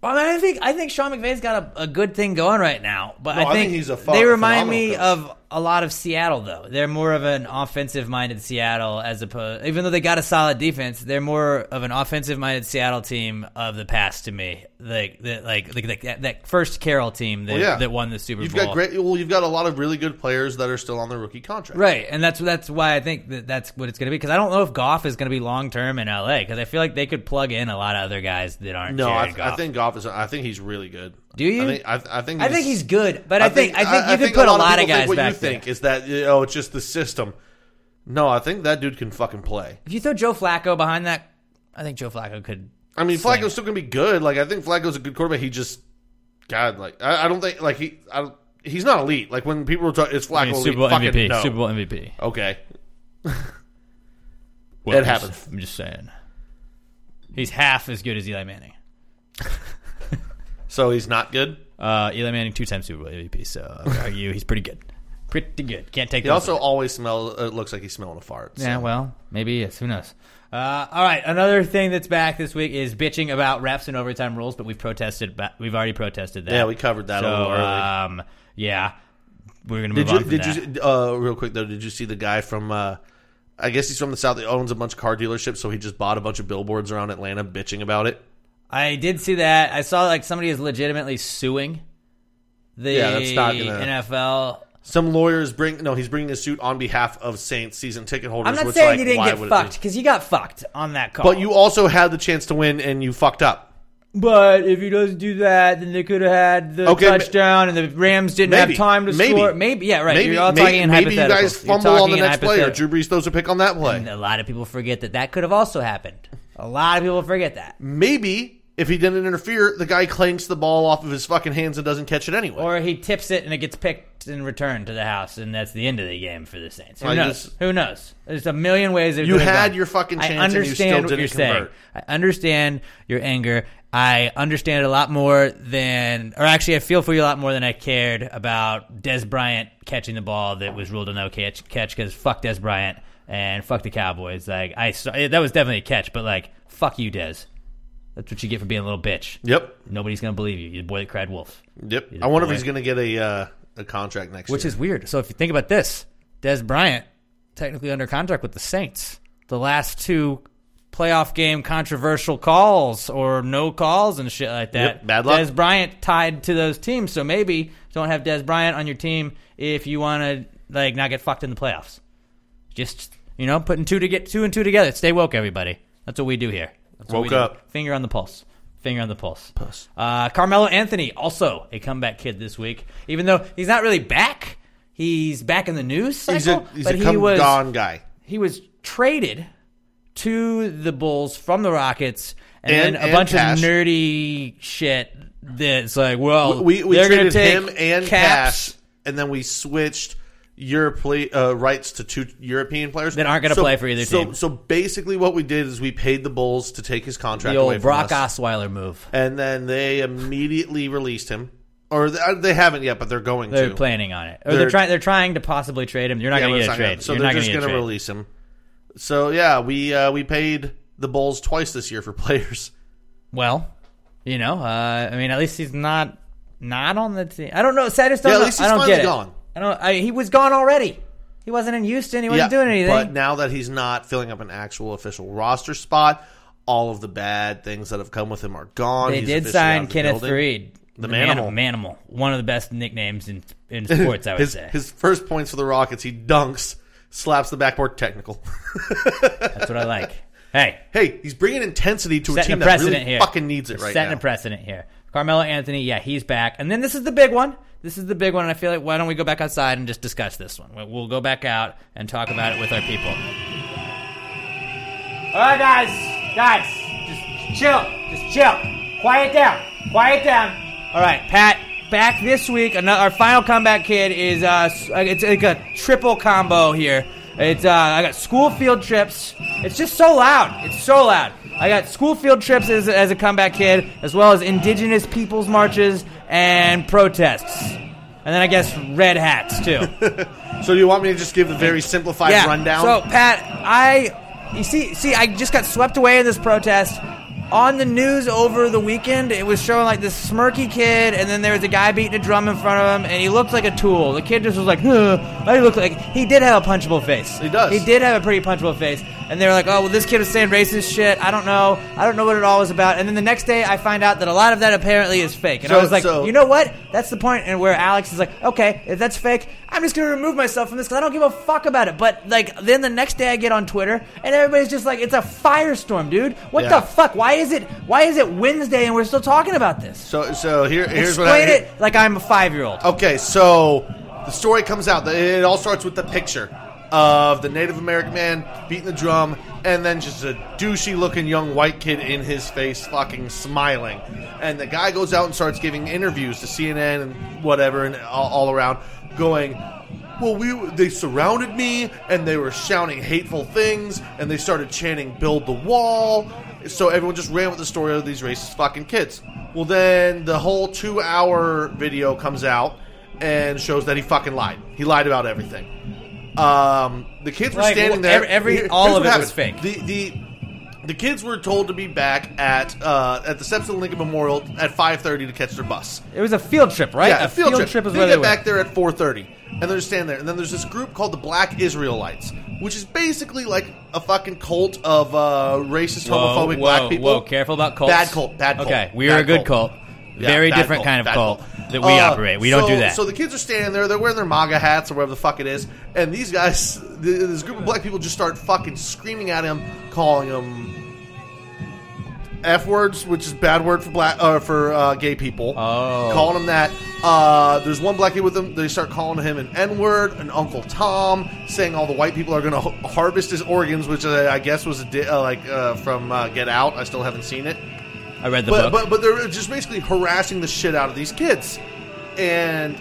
M: I, mean, I think I think Sean McVay's got a, a good thing going right now, but
L: No,
M: I,
L: I
M: think
L: think he's a ph-
M: they remind
L: phenomenal
M: me
L: coach.
M: of a lot of Seattle though. They're more of an offensive minded Seattle as opposed even though they got a solid defense, they're more of an offensive minded Seattle team of the past to me. Like the, like like like that, that first Carroll team that,
L: Well, yeah.
M: that won the Super
L: You've
M: Bowl.
L: got great. Well, you've got a lot of really good players that are still on their rookie contract.
M: Right, and that's that's why I think that that's what it's going to be because I don't know if Goff is going to be long term in LA because I feel like they could plug in a lot of other guys that aren't.
L: No, I,
M: Jared
L: th-
M: Goff.
L: I think Goff is. I think he's really good.
M: Do you?
L: I think I, th- I think
M: I think he's good, but I think- I think you could put a lot of
L: people
M: guys
L: Think what you
M: back there.
L: think is that you know, it's just the system. No, I think that dude can fucking play.
M: if you throw Joe Flacco behind that, I think Joe Flacco could.
L: I mean,
M: sling
L: Flacco's still gonna be good. Like I think Flacco's a good quarterback. He just, God, like I, I don't think like he, I, don't- he's not elite. Like when people talk, it's Flacco
M: I mean,
L: elite,
M: Super Bowl
L: fucking
M: MVP,
L: no.
M: Super Bowl MVP.
L: Okay,
M: Well,
L: it
M: I'm just-
L: happens.
M: I'm just saying, he's half as good as Eli Manning.
L: So he's not good.
M: Uh, Eli Manning two time Super Bowl MVP, so I would argue he's pretty good. Pretty good. Can't take.
L: He
M: those
L: also always smells. It looks like he's smelling a fart. so.
M: Yeah, well, maybe he is. Who knows? Uh, all right, another thing that's back this week is bitching about refs and overtime rules, but we've protested. ba- We've already protested that.
L: Yeah, we covered that a
M: So,
L: little early.
M: Um, yeah, we're gonna move
L: Did you?
M: on. From
L: Did
M: that.
L: you? Uh, real quick though, did you see the guy from? Uh, I guess he's from the south. He owns a bunch of car dealerships, so he just bought a bunch of billboards around Atlanta, bitching about it.
M: I did see that. I saw like somebody is legitimately suing the
L: Yeah, that's not gonna-
M: NFL.
L: Some lawyers bring no. He's bringing a suit on behalf of Saints season ticket holders.
M: I'm not
L: which,
M: saying
L: like,
M: you didn't
L: why
M: get
L: would it
M: fucked because you got fucked on that
L: be?
M: call.
L: But you also had the chance to win, and you fucked up.
M: But if he doesn't do that, then they could have had the
L: Okay, ma-
M: touchdown, and the Rams didn't
L: Maybe.
M: have time to
L: Maybe.
M: score. Maybe, yeah, right.
L: Maybe,
M: You're all
L: maybe,
M: talking in
L: maybe you guys
M: hypotheticals. You're
L: fumble on
M: talking
L: the
M: in
L: next play, or
M: hypotheticals.
L: Drew Brees throws a pick on that play.
M: And a lot of people forget that that could have also happened. A lot of people forget that.
L: Maybe if he didn't interfere, the guy clanks the ball off of his fucking hands and doesn't catch it anyway.
M: Or he tips it and it gets picked and returned to the house, and that's the end of the game for the Saints. Who
L: Like
M: knows?
L: this-
M: Who knows? There's a million ways. it
L: You
M: could have
L: had
M: gone.
L: your fucking
M: I
L: chance and you still
M: understand what
L: didn't
M: you're saying.
L: convert.
M: I understand your anger. I understand it a lot more than, or actually, I feel for you a lot more than I cared about Des Bryant catching the ball that was ruled a no catch catch because fuck Des Bryant and fuck the Cowboys. Like I saw that was definitely a catch, but like fuck you, Des. That's what you get for being a little bitch.
L: Yep.
M: Nobody's gonna believe you. You're the boy that cried wolf.
L: Yep.
M: You're the
L: I wonder if
M: boy-
L: he's going to get a uh, a contract next
M: which
L: year.
M: is weird. So if you think about this, Des Bryant technically under contract with the Saints. The last two playoff game controversial calls or no calls and shit like that.
L: Yep, bad luck.
M: Des Bryant tied to those teams, so maybe don't have Des Bryant on your team if you want to like not get fucked in the playoffs. Just you know, putting two to get two and two together. Stay woke, everybody. That's what we do here. That's what
L: Woke
M: we do.
L: up.
M: Finger on the pulse. Finger on the pulse. Pulse. Uh, Carmelo Anthony also a comeback kid this week. Even though he's not really back, he's back in the news cycle.
L: He's a- he's a
M: but he
L: come
M: was
L: gone guy.
M: He was traded to the Bulls from the Rockets, and,
L: And-
M: then a
L: and
M: bunch
L: cash.
M: of nerdy shit that's like, well,
L: we, we
M: they're going to
L: traded
M: take
L: him and
M: caps.
L: Cash, and then we switched Europe uh, rights to two European players
M: That aren't gonna
L: So-
M: play for either
L: so,
M: team.
L: So basically, what we did is we paid the Bulls to take his contract
M: The old
L: away from
M: Brock
L: us,
M: Osweiler move,
L: and then they immediately released him. Or they, uh, they haven't yet, but they're going
M: They're
L: to.
M: planning on it, or they're, trying. They're trying to possibly trade him. You're not
L: Yeah, but
M: going to
L: it's
M: get a
L: gonna-
M: trade.
L: So
M: You're
L: they're
M: not going
L: just
M: to get a
L: gonna
M: trade.
L: release him. So yeah, we uh, we paid the Bulls twice this year for players.
M: Well, you know, uh, I mean, at least he's not not on the team. I don't know. See, I just
L: Yeah,
M: don't
L: at
M: know.
L: least
M: I
L: he's
M: don't
L: finally
M: get it.
L: gone.
M: I don't. I, he was gone already. He wasn't in Houston. He wasn't doing anything.
L: But now that he's not filling up an actual official roster spot, all of the bad things that have come with him are gone.
M: They
L: He's
M: did
L: officially out
M: sign
L: of the
M: Kenneth
L: building.
M: Reed,
L: the,
M: Manimal.
L: manimal.
M: Manimal, one of the best nicknames in in sports. I would
L: his,
M: say
L: his first points for the Rockets. He dunks, slaps the backboard technical.
M: that's what I like. Hey,
L: hey, he's bringing intensity to a
M: setting
L: team
M: a
L: that
M: precedent
L: really
M: here.
L: fucking needs it
M: We're
L: right
M: setting
L: now.
M: a precedent here. Carmelo Anthony, yeah, he's back. And then this is the big one. This is the big one, and I feel like why don't we go back outside and just discuss this one? We'll- We'll go back out and talk about it with our people.
Q: All right, guys, guys, just chill, just chill, quiet down, quiet down.
M: All right, Pat, back this week. Another, our final comeback kid is uh, s- uh, it's like a triple combo here. It's uh, I got school field trips. It's just so loud. It's so loud. I got school field trips as, as a comeback kid, as well as indigenous peoples marches and protests, and then I guess red hats too.
L: so do you want me to just give the very simplified rundown?
M: So Pat, I you see see I just got swept away in this protest. On the news over the weekend, it was showing like this smirky kid, and then there was a guy beating a drum in front of him, and he looked like a tool. The kid just was like, huh. I look like he did have a punchable face. He does. He did have a pretty punchable face, and they were like, oh well, this kid was saying racist shit. I don't know. I don't know what it all was about. And then the next day, I find out that a lot of that apparently is fake. And I
Q: So-
M: was like,
Q: so-
M: you know what? That's the point and where Alex is like, okay, if that's fake, I'm just gonna remove myself from this because I don't give a fuck about it. But like, then the next day I get on Twitter and everybody's just like, it's a firestorm, dude. What
L: Yeah.
M: the fuck? Why is it? Why is it Wednesday and we're still talking about this?
L: So, so here, here's
M: Explain
L: what I, Oh.
M: it like I'm a five year old.
L: Okay, so the story comes out. It all starts with the picture of the Native American man beating the drum, and then just a douchey looking young white kid in his face, fucking smiling. And the guy goes out and starts giving interviews to CNN and whatever, and all, all around, going, well, we they surrounded me and they were shouting hateful things and they started chanting "Build the Wall." So everyone just ran with the story of these racist fucking kids. Well, then the whole two-hour video comes out and shows that he fucking lied. He lied about everything. Um, the kids were
M: Like,
L: standing
M: wh-
L: there.
M: every- every-
L: Here-
M: all
L: here's
M: of
L: what
M: it was
L: happened. The the the kids were told to be back at uh, at the Stepson Lincoln Memorial at 5:30 to catch their bus.
M: It was a field trip, right?
L: Yeah,
M: a field, trip. is
L: they
M: where
L: get
M: they were.
L: back there at 4:30, and they're just standing there. And then there's this group called the Black Israelites, which is basically like a fucking cult of uh, racist, homophobic
M: whoa,
L: black people.
M: Whoa, careful about cults.
L: Bad cult. Bad cult.
M: Okay, we
L: bad
M: are a good cult.
L: Yeah,
M: Very
L: bad
M: different
L: cult,
M: kind of
L: bad
M: cult, that we
L: Uh,
M: operate. We don't
L: so-
M: do that.
L: So the kids are standing there. They're wearing their MAGA hats or whatever the fuck it is. And these guys, th- this group of black people, just start fucking screaming at him, calling him f words, which is bad word for black uh, for uh, gay people. Oh. calling him that. Uh, there's one black kid with him. They start calling him an n word, an Uncle Tom, saying all the white people are going to h- harvest his organs, which uh, I guess was a di- uh, like uh, from uh, Get Out. I still haven't seen it.
M: I read the
L: but,
M: book.
L: But but they're just basically harassing the shit out of these kids, and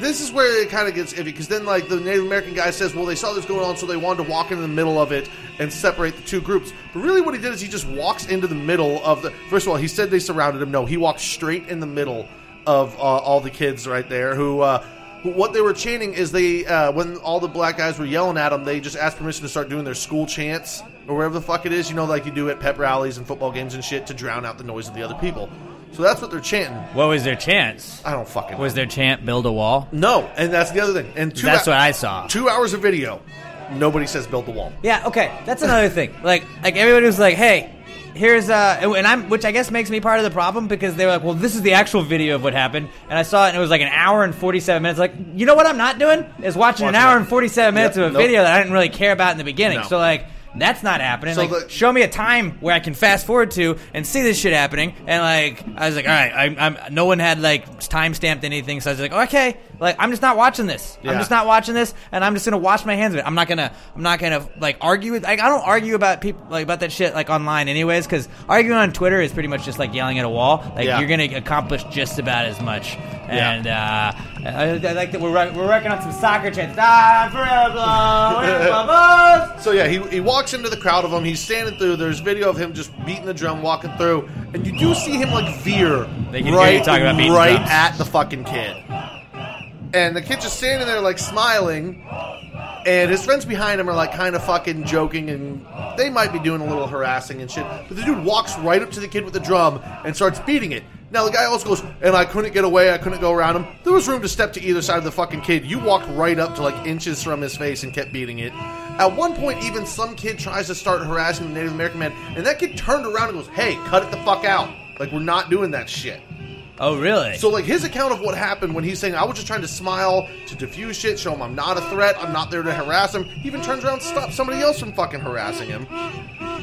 L: this is where it kind of gets iffy because then like the Native American guy says, well, they saw this going on, so they wanted to walk into the middle of it and separate the two groups. But really, what he did is he just walks into the middle of the. First of all, he said they surrounded him. No, he walked straight in the middle of uh, all the kids right there who. Uh, who- what they were chanting is they uh, when all the black guys were yelling at them, they just asked permission to start doing their school chants or wherever the fuck it is, you know, like you do at pep rallies and football games and shit to drown out the noise of the other people. So that's what they're chanting.
M: what was their chance?
L: I don't fucking.
M: Was their chant build a wall?
L: No, and that's the other thing. And two
M: That's
L: hou-
M: what I saw.
L: Two hours of video. Nobody says build the wall.
M: Yeah, okay. That's another thing. Like like everybody was like, "Hey, here's uh, and I'm, which I guess makes me part of the problem because they were like, well, this is the actual video of what happened, and I saw it and it was like an hour and forty seven minutes. Like, you know what I'm not doing is watching an
T: Watching
M: hour
T: that.
M: and forty seven minutes
T: Yep,
M: of a
T: nope.
M: video that I didn't really care about in the beginning.
T: No.
M: So like. That's not happening.
T: So
M: like, show me a time where I can fast forward to and see this shit happening. And like, I was like, all right, I'm, I'm no one had like time stamped anything, so I was like, okay, like I'm just not watching this. I'm
T: Yeah.
M: just not watching this, and I'm just gonna wash my hands of it. I'm not gonna, I'm not gonna like argue with. Like, I don't argue about people like about that shit like online, anyways, because arguing on Twitter is pretty much just like yelling at a wall. Like
T: Yeah.
M: you're gonna accomplish just about as much.
T: Yeah.
M: And uh, I, I like that we're wor- we're working on some soccer chants. Ah, forever, forever,
L: so yeah, he, he walks into the crowd of them. He's standing through. There's video of him just beating the drum, walking through, and you do see him like veer
T: They can hear you
L: right,
T: talking about beating
L: right
T: drums.
L: at the fucking kid. And the kid's just standing there like smiling, and his friends behind him are like kind of fucking joking, and they might be doing a little harassing and shit. But the dude walks right up to the kid with the drum and starts beating it. Now the guy also goes, and I couldn't get away. I couldn't go around him. There was room to step to either side of the fucking kid. You walked right up to like inches from his face and kept beating it. At one point, even some kid tries to start harassing the Native American man, and that kid turned around and goes, "Hey, cut it the fuck out! Like we're not doing that shit."
M: Oh, really?
L: So, like, his account of what happened when he's saying, I was just trying to smile, to diffuse shit, show him I'm not a threat, I'm not there to harass him, he even turns around and stops somebody else from fucking harassing him.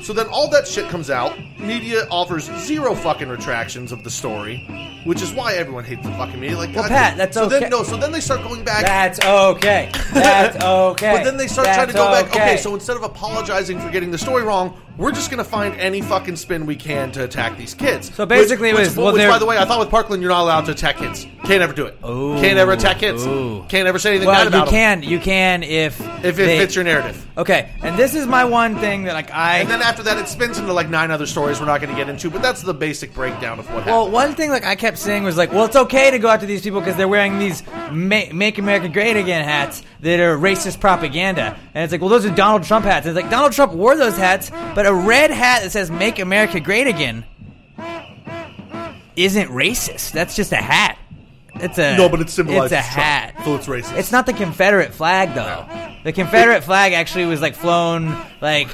L: So then all that shit comes out. Media offers zero fucking retractions of the story, which is why everyone hates the fucking media. Like,
M: Well,
L: God,
M: Pat, that's
L: so
M: okay.
L: Then, no, so then they start going back.
M: That's okay. That's okay.
L: But then they start trying to
M: That's
L: go back. Okay, so instead of apologizing for getting the story wrong, we're just going to find any fucking spin we can to attack these kids.
M: So basically it
L: which,
M: was-
L: which,
M: well,
L: which,
M: they're-
L: by the way, I thought with Parkland you're not allowed to attack kids. Can't ever do it. Can't ever attack kids.
M: Ooh.
L: Can't ever say anything
M: well,
L: bad about
M: you can, you can if
L: If it fits your narrative.
M: Okay, and this is my one thing that like I.
L: And then after that, it spins into like nine other stories we're not going to get into, but that's the basic breakdown of what happened.
M: Well, one thing like I kept saying was like, well, it's okay to go after these people because they're wearing these Ma- "Make America Great Again" hats that are racist propaganda, and it's like, well, those are Donald Trump hats. And it's like Donald Trump wore those hats, but a red hat that says "Make America Great Again" isn't racist. That's just a hat. It's a
L: no, but it symbolizes
M: It's a
L: Trump,
M: hat.
L: so it's racist.
M: It's not the Confederate flag though. The Confederate flag actually was like flown like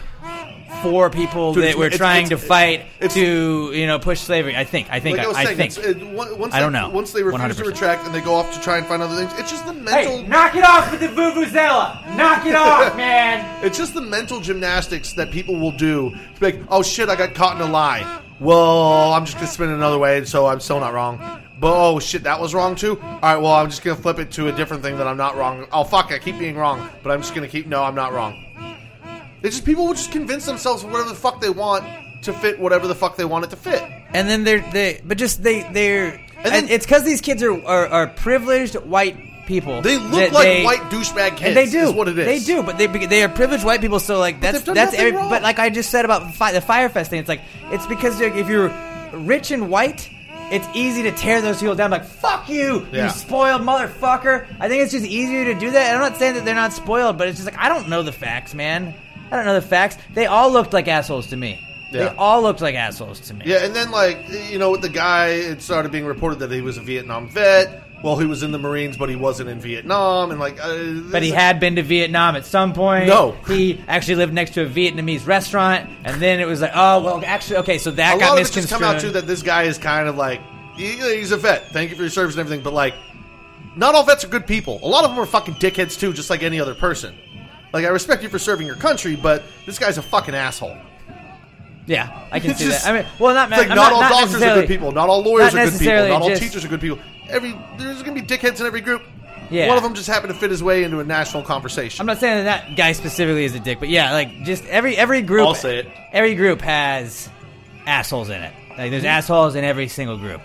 M: for people
T: Dude,
M: that
T: it's-
M: were
T: it's-
M: trying to
T: it's-
M: fight to you know push slavery. I think. I think.
L: like I was
M: I,
L: saying,
M: think.
L: it's- it- on- once
M: I don't
L: they,
M: know.
L: Once they refuse to
M: 100%.
L: retract and they go off to try and find other things, it's just the mental.
M: knock it off with the vuvuzela. Knock it off, man.
L: It's just the mental gymnastics that people will do to be like, oh shit, I got caught in a lie. Well, I'm just gonna spin it another way, so I'm still not wrong. But oh shit, that was wrong too. All right, well, I'm just gonna flip it to a different thing that I'm not wrong. Oh fuck, I keep being wrong, but I'm just gonna keep. No, I'm not wrong. It's just people will just convince themselves of whatever the fuck they want to fit whatever the fuck they want it to fit.
M: And then they're they, but just they they're. And it's because these kids are, are are privileged white people.
L: They look
M: that
L: like
M: they-
L: white douchebag kids.
M: And they do
L: is what it is.
M: They do, but they be- they are privileged white people. So like that's
L: they've done
M: that's
L: nothing
M: every,
L: wrong.
M: but like I just said about fi- the Firefest thing, it's like it's because like, if you're rich and white, it's easy to tear those people down. Like fuck you,
T: Yeah.
M: you spoiled motherfucker. I think it's just easier to do that. And I'm not saying that they're not spoiled, but it's just like I don't know the facts, man. I don't know the facts. They all looked like assholes to me.
L: Yeah.
M: They all looked like assholes to me.
L: Yeah, and then like you know, with the guy, it started being reported that he was a Vietnam vet. Well, he was in the Marines, but he wasn't in Vietnam, and like. Uh,
M: But he had been to Vietnam at some point.
L: No.
M: he actually lived next to a Vietnamese restaurant, and then it was like, oh well, actually, okay, so that
L: a
M: got
L: lot of it just
M: misconstrued.
L: come out too that this guy is kind of like he- he's a vet. Thank you for your service and everything, but like, not all vets are good people. A lot of them are fucking dickheads too, just like any other person. Like, I respect you for serving your country, but this guy's a fucking asshole.
M: yeah, I can
L: It's
M: see
L: just-
M: that. I mean, well, not
L: It's like
M: I'm
L: not, all doctors are
M: necessarily-
L: good people. Not all lawyers
M: not
L: are good people. Not all
M: necessarily
L: teachers are good people. Every there's going to be dickheads in every group.
M: Yeah.
L: One of them just happened to fit his way into a national conversation.
M: I'm not saying that that guy specifically is a dick, but yeah, like just every every group.
L: I'll say it.
M: Every group has assholes in it. Like there's assholes in every single group.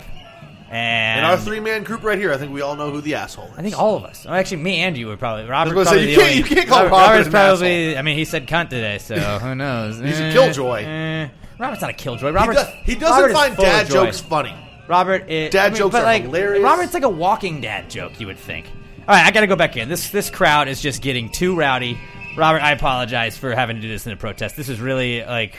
M: And
L: In Mm-hmm. our three man group right here, I think we all know who the asshole is.
M: I think all of us. Or actually, me and you would probably. Robert
L: gonna say,
M: probably
L: you
M: the
L: can't-
M: only-
L: you can't call
M: Robert-
L: Robert
M: Robert's
L: an
M: probably. I mean, he said cunt today, so who knows?
L: He's a
M: Eh,
L: killjoy.
M: eh. Robert's not a killjoy. Robert.
L: does- he doesn't
M: Robert is
L: find
M: full of
L: dad
M: joy.
L: jokes funny.
M: Robert, is,
L: Dad
M: I mean,
L: jokes
M: but
L: are
M: like,
L: hilarious.
M: Robert's like a walking dad joke. You would think. All right, I got to go back in. This this crowd is just getting too rowdy. Robert, I apologize for having to do this in a protest. This is really like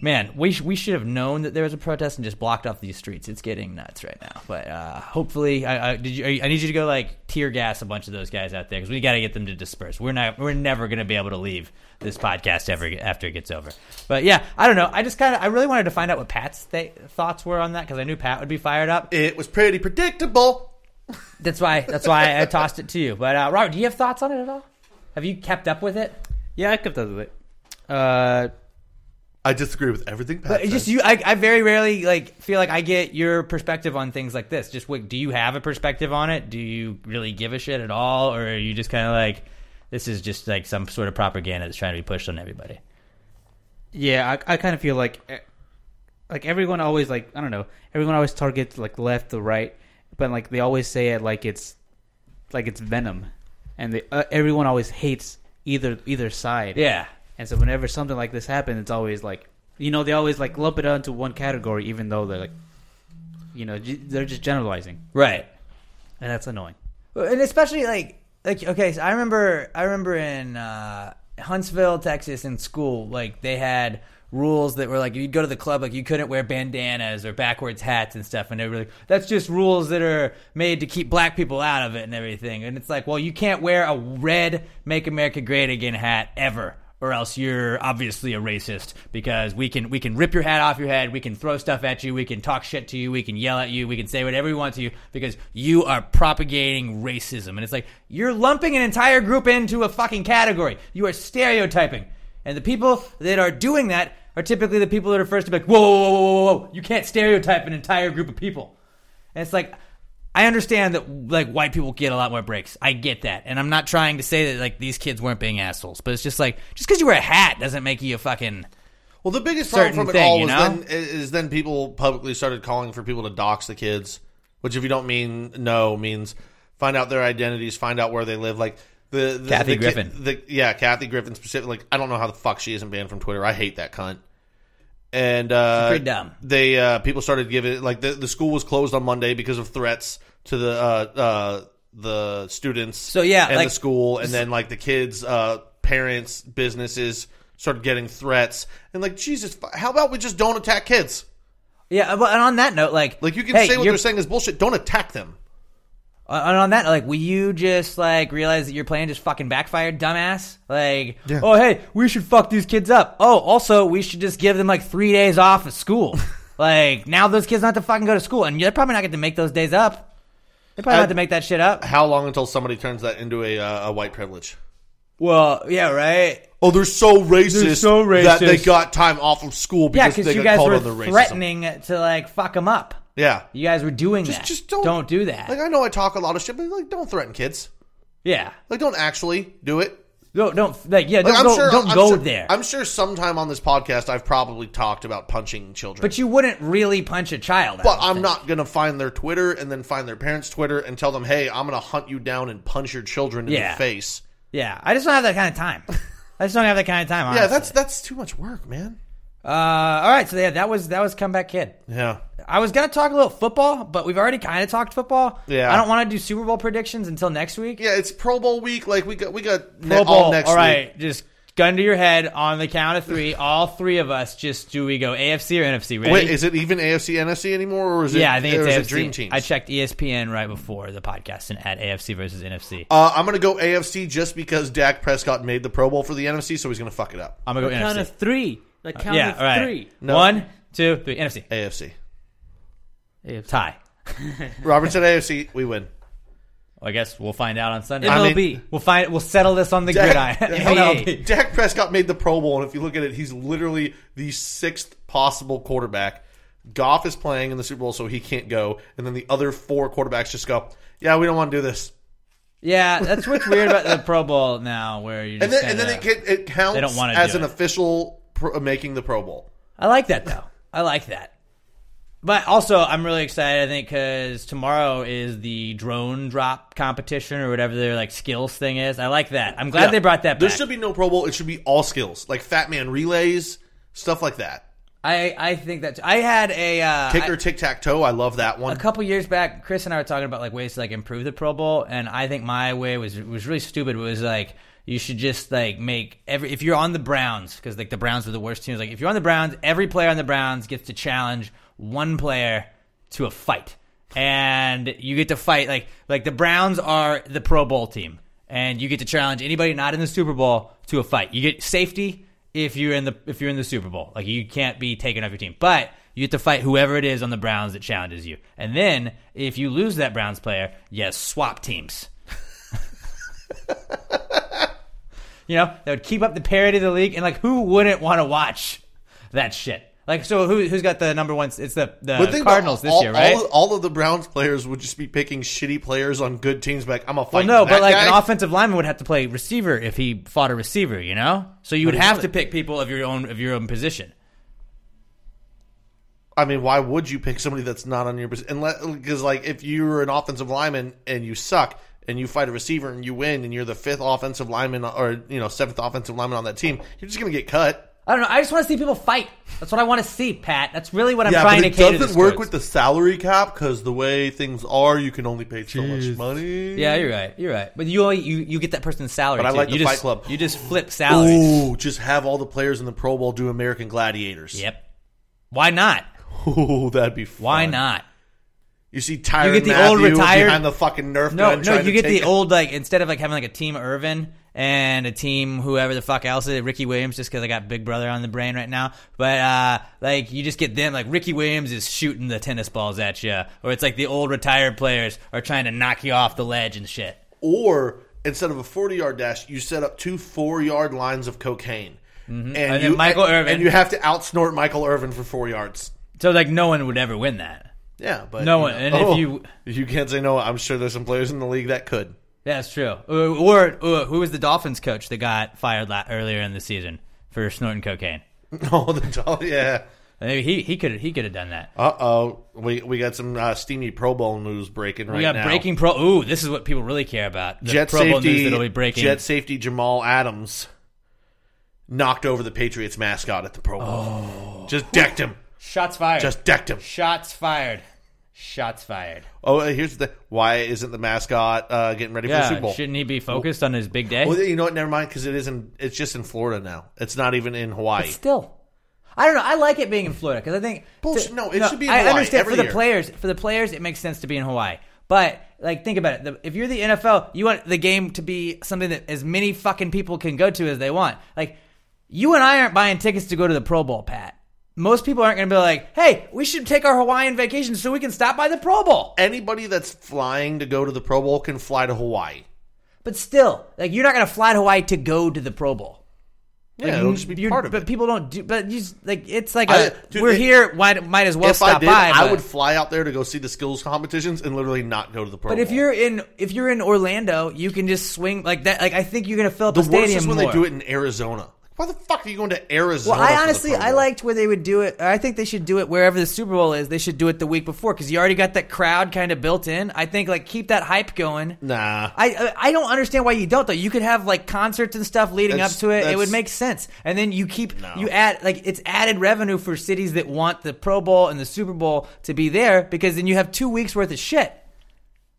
M: Man, we sh- we should have known that there was a protest and just blocked off these streets. It's getting nuts right now. But uh, hopefully, I, I did you, are you- I need you to go like tear gas a bunch of those guys out there because we got to get them to disperse. We're not we're never going to be able to leave this podcast ever after it gets over. But yeah, I don't know. I just kind of I really wanted to find out what Pat's th- thoughts were on that because I knew Pat would be fired up.
L: It was pretty predictable.
M: That's why that's why I tossed it to you. But uh, Robert, do you have thoughts on it at all? Have you kept up with it?
R: Yeah, I kept up with it. Uh,
L: I disagree with everything. Pat
M: But it's
L: said.
M: just you, I, I very rarely like feel like I get your perspective on things like this. Just what do you have a perspective on it? Do you really give a shit at all, or are you just kind of like this is just like some sort of propaganda that's trying to be pushed on everybody?
R: Yeah, I, I kind of feel like eh, like everyone always like I don't know everyone always targets like left or right, but like they always say it like it's like it's venom, and they, uh, everyone always hates either either side.
M: Yeah.
R: and so whenever something like this happens, it's always like you know they always like lump it onto one category, even though they're like you know j- they're just generalizing.
M: Right.
R: and that's annoying.
M: Well, and especially like like okay so i remember i remember in uh huntsville texas in school like they had rules that were like if you'd go to the club like you couldn't wear bandanas or backwards hats and stuff and they were like that's just rules that are made to keep black people out of it and everything and it's like well you can't wear a red make america great again hat ever or else you're obviously a racist because we can we can rip your hat off your head, we can throw stuff at you, we can talk shit to you, we can yell at you, we can say whatever we want to you because you are propagating racism. And it's like you're lumping an entire group into a fucking category. You are stereotyping. And the people that are doing that are typically the people that are first to be like, whoa, whoa, whoa, whoa, whoa, whoa. You can't stereotype an entire group of people. And it's like I understand that like white people get a lot more breaks. I get that. And I'm not trying to say that like these kids weren't being assholes, but it's just like just cuz you wear a hat doesn't make you a fucking
L: Well, the biggest
M: certain
L: problem from it
M: thing,
L: all
M: you
L: was
M: know?
L: then, is then people publicly started calling for people to dox the kids, which if you don't mean no means find out their identities, find out where they live, like. The, the,
M: Kathy
L: the kid-
M: Griffin.
L: the, yeah, Kathy Griffin specifically. Like, I don't know how the fuck she isn't banned from Twitter. I hate that cunt. And uh,
M: pretty dumb.
L: They uh, people started giving like the, the school was closed on Monday because of threats to the uh, uh, the students. So
M: yeah,
L: and
M: like-
L: the school, and then like the kids, uh, parents, businesses started getting threats, and like Jesus, fu- how about we just don't attack kids?
M: Yeah, but and on that note, like
L: like you can
M: hey,
L: say what
M: you're-
L: they're saying is bullshit. Don't attack them.
M: Uh, and on that, like, will you just like realize that your plan just fucking backfired, dumbass? Like, oh hey, we should fuck these kids up. Oh, also, we should just give them like three days off of school. like now, those kids not to fucking go to school, and they're probably not going to make those days up. They probably
L: I-
M: have to make that shit up.
L: How long until somebody turns that into a uh, a white privilege?
M: Well, yeah, right.
L: Oh, they're so racist.
M: so
L: that they
M: racist.
L: got time off of school
M: Yeah,
L: because
M: because
L: they
M: you
L: got
M: guys
L: called
M: were
L: on their racism.
M: threatening to like fuck them up.
L: Yeah,
M: You guys were doing that. Just don't, don't do that.
L: like I know I talk a lot of shit, but like don't threaten kids.
M: yeah.
L: Like don't actually do it.
M: Don't don't like yeah.
L: Like,
M: don't go, don't
L: I'm
M: go
L: sure-
M: there.
L: I'm sure sometime on this podcast I've probably talked about punching children.
M: but you wouldn't really punch a child.
L: But I'm not going to find their Twitter and then find their parents' Twitter and tell them, hey, I'm going to hunt you down and punch your children in
M: Yeah.
L: the face.
M: Yeah, I just don't have that kind of time. I just don't have that kind of time. Honestly.
L: Yeah, that's that's too much work, man.
M: Uh, all right, so yeah, that was that was comeback kid.
L: Yeah.
M: I was gonna talk a little football, but we've already kind of talked football.
L: Yeah.
M: I don't want to do Super Bowl predictions until next week.
L: Yeah, it's Pro Bowl week. Like we got we got
M: Pro
L: ne-
M: Bowl.
L: all next
M: all
L: week.
M: right, just gun to your head on the count of three. all three of us. Just do we go AFC or NFC? Ready?
L: Wait, is it even AFC NFC anymore, or is it?
M: yeah, I think it's
L: or is
M: AFC.
L: it Dream Teams.
M: I checked E ESPN right before the podcast and at AFC versus NFC.
L: uh, I'm going to go AFC just because Dak Prescott made the Pro Bowl for the NFC, so he's going to fuck it up.
M: I'm gonna go
R: The count
M: NFC.
R: of three. The
M: Uh,
R: count
M: yeah,
R: of
M: all right.
R: three.
M: One, two, three. NFC.
L: AFC.
M: Tie.
L: Robert said AFC. We win.
M: Well, I guess we'll find out on Sunday.
L: I mean-
R: MLB.
M: We'll find. We'll settle this on the
L: Dak,
M: gridiron.
L: Dak- Dak Prescott made the Pro Bowl, and if you look at it, he's literally the sixth possible quarterback. Goff is playing in the Super Bowl, so he can't go. And then the other four quarterbacks just go, "Yeah, we don't want to do this."
M: yeah, that's what's weird about the Pro Bowl now, where you
L: And then, and then it, can, it counts
M: They don't wanna
L: as
M: do
L: an
M: it.
L: official pro, uh, making the Pro Bowl.
M: I like that though. I like that. But also, I'm really excited. I think because tomorrow is the drone drop competition or whatever their like skills thing is. I like that. I'm glad
L: Yeah.
M: they brought that
L: There
M: back.
L: should be no Pro Bowl. It should be all skills, like Fat Man relays, stuff like that.
M: I, I think that I had a uh,
L: Kick
M: I-
L: or tic tac toe. I love that one.
M: a couple years back, Chris and I were talking about like ways to like improve the Pro Bowl, and I think my way was was really stupid. It was like you should just like make every if you're on the Browns because like the Browns were the worst teams. Like if you're on the Browns, every player on the Browns gets to challenge one player to a fight, and you get to fight like like the Browns are the Pro Bowl team, and you get to challenge anybody not in the Super Bowl to a fight. You get safety if you're in the if you're in the Super Bowl. Like you can't be taken off your team. But you get to fight whoever it is on the Browns that challenges you. And then if you lose that Browns player, yes, swap teams. you know, that would keep up the parity of the league and like who wouldn't want to watch that shit? Like so who who's got the number one it's the
L: But
M: the
L: think about
M: Cardinals this
L: all-
M: year, right?
L: All, all of the Browns players would just be picking shitty players on good teams. Like I'm a
M: well,
L: fight.
M: no,
L: with
M: but
L: that
M: like
L: guy.
M: an offensive lineman would have to play receiver if he fought a receiver, you know. So you would
L: But he
M: have to
L: wouldn't.
M: pick people of your own of your own position.
L: I mean, why would you pick somebody that's not on your position? Because like if you're an offensive lineman and you suck and you fight a receiver and you win and you're the fifth offensive lineman or you know seventh offensive lineman on that team, you're just gonna get cut.
M: I don't know. I just want to see people fight. That's what I want to see, Pat. That's really what I'm
L: yeah,
M: trying to
L: but it
M: cater
L: doesn't
M: to
L: work
M: sports.
L: with the salary cap because the way things are, you can only pay so much money.
M: Yeah, you're right. You're right. But you only you, you get that person's salary.
L: But I
M: too.
L: like
M: you
L: the
M: just,
L: Fight Club.
M: You just flip salaries.
L: Ooh, just have all the players in the Pro Bowl do American Gladiators.
M: Yep. Why not?
L: Ooh, that'd be fun.
M: Why not?
L: You see Tyron
M: you get the old
L: Matthew
M: retired
L: behind the fucking Nerf
M: No,
L: gun
M: no.
L: trying to
M: You get
L: take
M: the
L: it.
M: old like instead of like having like a team Irvin and a team whoever the fuck else is Ricky Williams just because I got Big Brother on the brain right now. But uh like you just get them like Ricky Williams is shooting the tennis balls at you, or it's like the old retired players are trying to knock you off the ledge and shit.
L: or instead of a 40 yard dash, you set up two four yard lines of cocaine.
M: Mm-hmm. And then Michael
L: and-
M: Irvin-
L: And you have to outsnort Michael Irvin for four yards.
M: So like no one would ever win that.
L: Yeah, but.
M: No
L: you
M: one-
L: know. Oh,
M: and if you-
L: You can't say no. I'm sure there's some players in the league that could.
M: That's true. Uh, Or, or, or who was the Dolphins coach that got fired la- earlier in the season for snorting cocaine?
L: Oh, the Dol- yeah.
M: Maybe he he could he could have done that.
L: Uh oh. We, we got some uh, steamy Pro Bowl news breaking right
M: we got
L: now.
M: breaking pro. Ooh, this is what people really care about. The
L: Jet
M: Pro Bowl
L: safety,
M: news that'll be breaking.
L: Jet safety Jamal Adams knocked over the Patriots mascot at the Pro Bowl.
M: Oh.
L: Just decked him.
M: Shots fired.
L: Just decked him.
M: Shots fired. Shots fired.
L: Oh, uh, here's the why isn't the mascot uh, getting ready for the Super
M: Yeah,
L: Bowl?
M: shouldn't he be focused on his big day?
L: Well, you know what? Never mind, because it isn't. It's just in Florida now. It's not even in Hawaii.
M: But still, I don't know. I like it being in Florida because I think
L: Bullshit. No, it should be in
M: I
L: Hawaii
M: understand
L: every
M: for the
L: year.
M: players. For the players, it makes sense to be in Hawaii. But like, think about it. The, if you're the NFL, you want the game to be something that as many fucking people can go to as they want. Like, you and I aren't buying tickets to go to the Pro Bowl, Pat. Most people aren't going to be like, "Hey, we should take our Hawaiian vacation so we can stop by the Pro Bowl."
L: Anybody that's flying to go to the Pro Bowl can fly to Hawaii.
M: But still, like, you're not going to fly to Hawaii to go to the Pro Bowl.
L: Yeah,
M: Like,
L: it'll just be
M: you-
L: part of
M: but
L: it.
M: people don't do. But you just, like it's like
L: I-
M: a
L: dude,
M: we're
L: it-
M: here. Why might as well
L: if
M: stop
L: I did,
M: by.
L: I
M: but-
L: would fly out there to go see the skills competitions and literally not go to the Pro
M: But
L: Bowl.
M: if you're in if you're in Orlando, you can just swing like that. Like I think you're gonna fill up
L: the
M: the stadium
L: worst is when
M: more.
L: they do it in Arizona. Why the fuck are you going to Arizona?
M: Well, I
L: for the
M: honestly
L: Pro
M: I
L: Bowl?
M: liked where they would do it. I think they should do it wherever the Super Bowl is. They should do it the week before because you already got that crowd kind of built in. I think like keep that hype going.
L: Nah.
M: I I- I don't understand why you don't though. You could have like concerts and stuff leading up
L: That's-
M: to it. It
L: that's-
M: would make sense, and then you keep you add like it's added revenue for cities that want the Pro Bowl and the Super Bowl to be there because then you have two weeks worth of shit.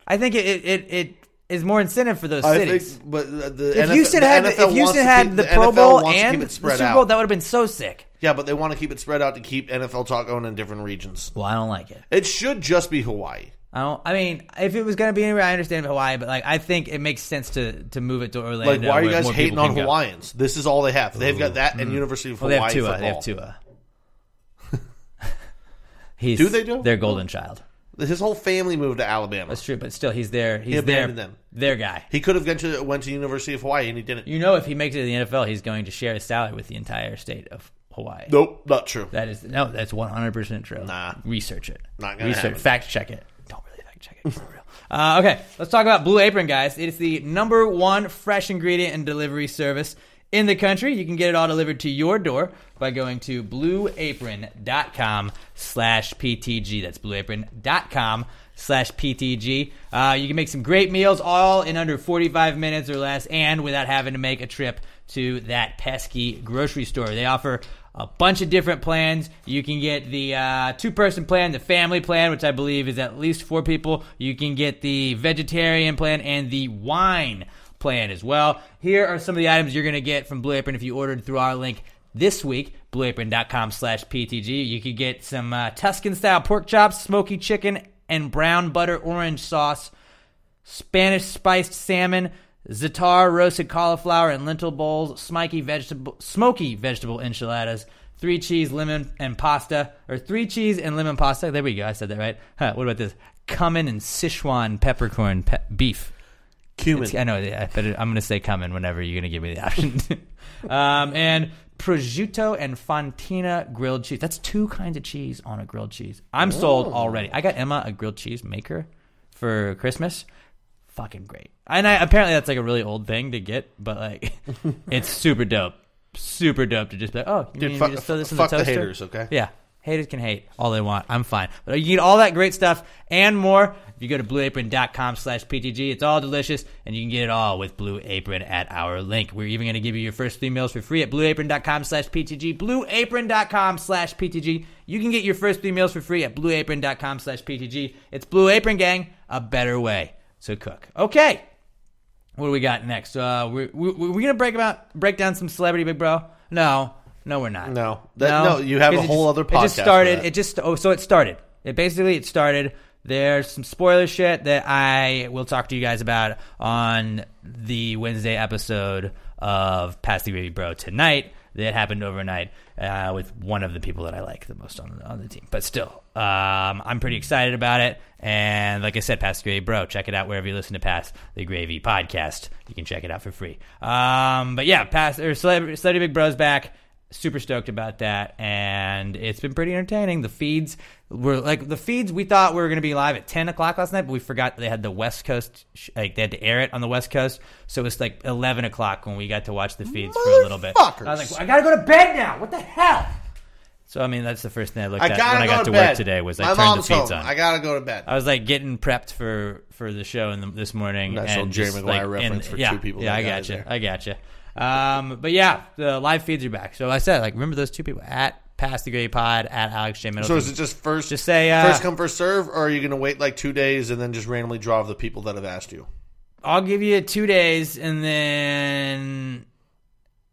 M: I think it it it, it is more incentive for those
L: I
M: cities.
L: think, but the- the
M: if
L: NFL
M: Houston
L: the
M: had
L: NFL
M: if
L: wants to
M: Houston had
L: keep-
M: the, Pro
L: NFL
M: Bowl
L: wants to keep
M: and
L: it
M: the Super
L: spread
M: Bowl,
L: out.
M: that would have been so sick.
L: Yeah, but they want to keep it spread out to keep NFL talk going in different regions.
M: Well, I don't like it.
L: It should just be Hawaii.
M: I don't. I mean, if it was going to be anywhere, I understand Hawaii, but like I think it makes sense to to move it to Orlando.
L: Like, why are you
M: where
L: guys
M: more
L: hating
M: people
L: on
M: can go. Mm.
L: Hawaiians? This is all they have. They've got that and University of
M: Well, they have
L: Hawaii
M: Tua.
L: football.
M: They have Tua. he's,
L: Do they do?
M: Their golden child.
L: His whole family moved to Alabama.
M: That's true, but still, he's there. He's
L: he
M: there.
L: abandoned them.
M: Their guy.
L: He could have gone to went to University of Hawaii and he didn't.
M: You know, if he makes it to the NFL, he's going to share his salary with the entire state of Hawaii.
L: Nope, not true.
M: That is no. That's one hundred percent true.
L: Nah.
M: research it.
L: Not gonna
M: research.
L: happen.
M: Fact check it. Don't really fact check it for real. Uh, okay, let's talk about Blue Apron, guys. It is the number one fresh ingredient and delivery service in the country. You can get it all delivered to your door by going to blueapron.com slash PTG. That's blueapron.com slash PTG. Uh, you can make some great meals all in under 45 minutes or less and without having to make a trip to that pesky grocery store. They offer a bunch of different plans. You can get the uh, two person plan, the family plan, which I believe is at least four people. You can get the vegetarian plan and the wine plan as well. Here are some of the items you're going to get from Blue Apron if you ordered through our link this week blueapron.com slash ptg you could get some uh, tuscan style pork chops smoky chicken and brown butter orange sauce spanish spiced salmon zatar roasted cauliflower and lentil bowls smoky vegetable smoky vegetable enchiladas three cheese lemon and pasta or three cheese and lemon pasta there we go i said that right huh, what about this cumin and sichuan peppercorn pe- beef
L: cumin
M: It's- i know yeah, but i'm going to say cumin whenever you're going to give me the option um, and prosciutto and fontina grilled cheese. That's two kinds of cheese on a grilled cheese. I'm sold
Q: Oh.
M: already. I got Emma a grilled cheese maker for Christmas. Fucking great. And I, apparently that's like a really old thing to get, but like it's super dope. Super dope to just be like, oh, you
L: Dude,
M: mean
L: fuck-
M: you just throw this in
L: fuck
M: the
L: the
M: toaster?
L: haters, okay?
M: Yeah. Haters can hate all they want. I'm fine. But you get all that great stuff and more if you go to blueapron.com slash PTG. It's all delicious, and you can get it all with Blue Apron at our link. We're even going to give you your first three meals for free at blueapron.com slash PTG. Blueapron.com slash PTG. You can get your first three meals for free at blueapron.com slash PTG. It's Blue Apron Gang, a better way to cook. Okay. What do we got next? Uh, we're, we we're going to break about break down some celebrity, big bro. No, no, we're not.
L: No. That- no, you have a
M: 'Cause it
L: whole
M: just-
L: other
M: It just
L: podcast for
M: started.
L: that.
M: It just oh, so it started. It basically it started. There's some spoiler shit that I will talk to you guys about on the Wednesday episode of Pass the Baby Bro tonight. That happened overnight uh, with one of the people that I like the most on the, on the team. But still, um, I'm pretty excited about it. And like I said, Pass the Gravy Bro, check it out wherever you listen to Pass the Gravy podcast. You can check it out for free. Um, but yeah, Pass or Celebrity, Celebrity Big Bro's back super stoked about that and it's been pretty entertaining the feeds were like the feeds we thought we were going to be live at 10 o'clock last night but we forgot they had the west coast sh- like they had to air it on the west coast so it was like 11 o'clock when we got to watch the feeds for a little bit i was like i gotta go to bed now what the hell so i mean that's the first thing i looked
L: I
M: at
L: gotta
M: when i
L: go
M: got
L: to
M: to,
L: bed.
M: work today was
L: My
M: i turned the
L: mom's
M: feeds
L: home.
M: on
L: I gotta go to bed.
M: i was like getting prepped for for the show in the, this morning
L: Nice
M: and
L: little Jerry
M: just,
L: Maguire
M: like, in-
L: reference for
M: yeah,
L: two people
M: yeah
L: that
M: i
L: got it
M: gotcha I gotcha. Um, but yeah, the live feeds are back. So I said, like, remember those two people at Pass the Gray Pod at Alex J Middleton.
L: So is it just first?
M: Just say uh,
L: first come, first serve, or are you going to wait like two days and then just randomly draw the people that have asked you?
M: I'll give you two days, and then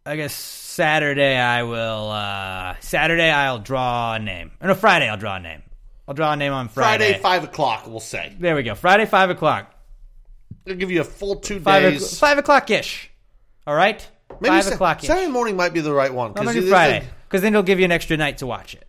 M: I guess Saturday I will. Uh, Saturday I'll draw a name. Or no, Friday I'll draw a name. I'll draw a name on Friday.
L: Friday, five o'clock, we'll say.
M: There we go. Friday five o'clock.
L: They'll give you a full two
M: Five o'clock-
L: days.
M: five o'clock ish. All right.
L: Maybe
M: five
L: Sa-
M: o'clock.
L: Saturday morning might be the right one.
M: I'm
L: 'cause
M: gonna do
L: it-
M: Friday because then it'll give you an extra night to watch it.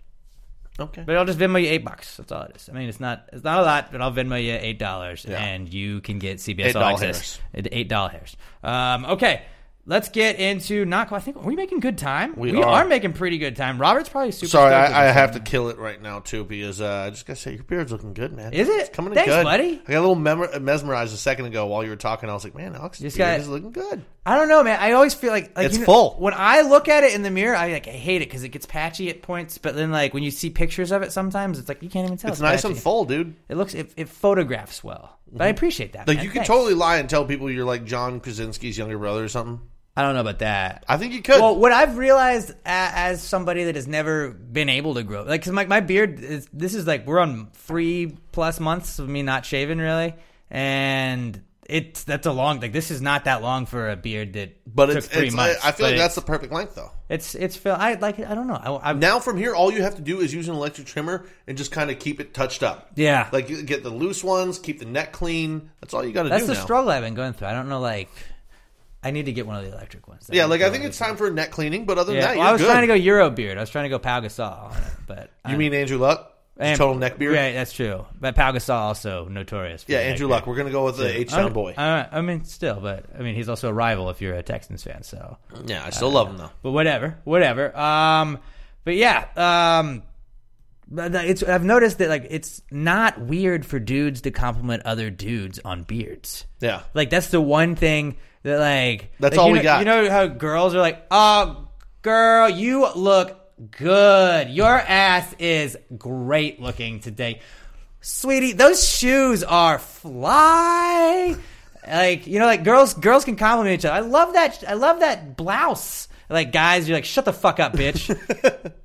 L: Okay.
M: But I'll just Venmo you eight bucks. That's all it is. I mean, it's not it's not a lot, but I'll Venmo you eight dollars, and you can get CBS
L: Eight
M: All
L: doll
M: Access. Eight dollar hairs. Um, okay, let's get into not. I think are we making good time? are.
L: We are.
M: making pretty good time. Robert's probably super.
L: Sorry,
M: stoked with
L: I, I
M: this
L: have to
M: one.
L: kill it right now too because uh, I just gotta say your beard's looking good, man.
M: Is it?
L: It's coming in
M: Thanks,
L: good.
M: buddy.
L: I got a little mem- mesmerized a second ago while you were talking. I was like, man, Alex,
M: Just
L: beard
M: got-
L: is looking good.
M: I don't know, man. I always feel like, like
L: It's
M: you know,
L: full.
M: When I look at it in the mirror, I like I hate it because it gets patchy at points. But then, like when you see pictures of it, sometimes it's like you can't even tell.
L: It's nice and
M: patchy.
L: full, dude.
M: It looks it, it photographs well, but I
L: Mhm.
M: appreciate that.
L: Like
M: man.
L: you could
M: Thanks.
L: totally lie and tell people you're like John Krasinski's younger brother or something.
M: I don't know about that.
L: I think you could.
M: Well, what I've realized a- as somebody that has never been able to grow, like, 'cause my, my beard is, this is like, we're on three plus months of me not shaving really. And it's, that's a long, like, this is not that long for a beard that
L: but
M: took
L: it's,
M: three
L: it's-
M: months.
L: I, I feel
M: but
L: like that's the
M: it's-
L: perfect length though.
M: It's, it's, Phil, I like, I don't know. I, I,
L: now from here, all you have to do is use an electric trimmer and just kind of keep it touched up.
M: Yeah.
L: like you get the loose ones, keep the neck clean. That's all you got to do.
M: that's the
L: now.
M: struggle I've been going through. I don't know, like, I need to get one of the electric ones.
L: Yeah, like I think it's time for neck cleaning. But other than
M: Yeah, well,
L: that, you're
M: I was
L: good.
M: trying to go Euro beard. I was trying to go Pau Gasol on it, but
L: You mean Andrew Luck? His total neck beard?
M: Yeah, that's true. But Pau Gasol also notorious. For
L: Yeah,
M: the neck
L: Andrew
M: beard.
L: Luck. We're gonna go with
M: So-
L: the H-town
M: I-
L: boy.
M: Uh, I, I mean, still, but I mean, he's also a rival if you're a Texans fan. So
L: Yeah, I still love him, though.
M: But whatever, whatever. Um, but yeah, um, but the- it's I've noticed that like it's not weird for dudes to compliment other dudes on beards.
L: Yeah.
M: like that's the one thing that like
L: That's
M: like,
L: all
M: you
L: we
M: know-
L: got.
M: You know how girls are like, oh, girl, you look good. Your ass is great looking today. Sweetie, those shoes are fly. like you know, like girls, girls can compliment each other. I love that. I love that blouse. Like guys, you're like, shut the fuck up, bitch.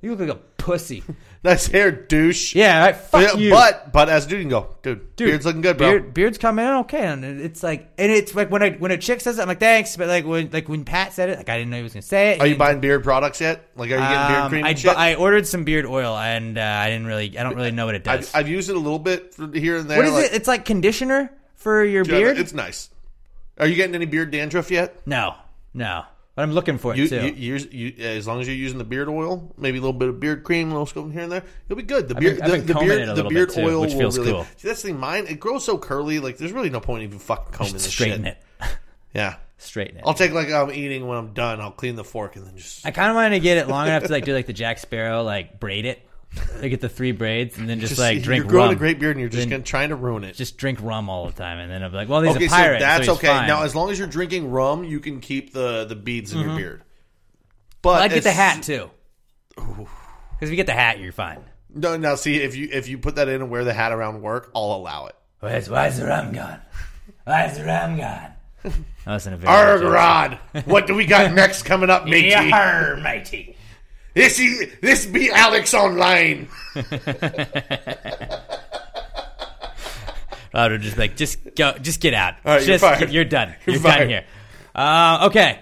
M: you look like a pussy.
L: Nice hair, douche.
M: Yeah, right, fuck
L: Yeah,
M: you.
L: But but as a dude, you can go, dude,
M: Dude,
L: beard's looking good, bro.
M: Beard, beard's coming in okay, and it's like, and it's like when I when a chick says it, I'm like, thanks, but like when like when Pat said it, like I didn't know he was gonna say it.
L: Are you buying beard products yet? Like, are you getting beard
M: Um,
L: cream?
M: I,
L: and shit?
M: I ordered some beard oil, and uh, I didn't really, I don't really know what it does.
L: I've, I've used it a little bit for- here and there.
M: what is
L: like-
M: it? It's like conditioner for your
L: Yeah,
M: beard.
L: It's nice. Are you getting any beard dandruff yet?
M: No, no. But I'm looking for it
L: You,
M: too.
L: you, you, you, as long as you're using the beard oil, maybe a little bit of beard cream, a little scoop here and there, you'll be good. The
M: I've been-
L: beard,
M: I've been
L: the, the
M: combing
L: beard,
M: it a
L: the
M: little
L: beard
M: bit, too,
L: oil
M: which
L: will
M: feels
L: really.
M: cool.
L: See, that's the thing. Mine, it grows so curly. Like, there's really no point in even fucking combing this
M: straighten
L: shit.
M: it.
L: Yeah,
M: straighten it.
L: I'll take like I'm eating when I'm done. I'll clean the fork and then just.
M: I kind of wanted to get it long enough to like do like the Jack Sparrow, like braid it, like get the three braids, and then just, like drink.
L: You're growing
M: rum.
L: a great beard and you're just
M: Then
L: gonna, trying to ruin it.
M: just drink rum all the time, and then I'm like, well, he's
L: okay,
M: a pirate.
L: so that's
M: he's
L: okay.
M: fine.
L: Now, as long as you're drinking rum, you can keep the the beads in
M: Mhm.
L: your beard.
M: But I'd get the
L: as-
M: hat too. Because if you get the hat, you're fine.
L: No, no. See, if you if you put that in and wear the hat around work, I'll allow it.
M: Where's why's the rum gone? Why's the rum gone? That wasn't a very
L: Arg
M: good joke.
L: Rod, what do we got next coming up, matey?
M: Yarr, matey.
L: This is this be Alex online.
M: Rod would just be like just go, just get out.
L: All right, you're
M: just,
L: fired.
M: You're done.
L: You're
M: You're,
L: fired.
M: done here. Uh, okay,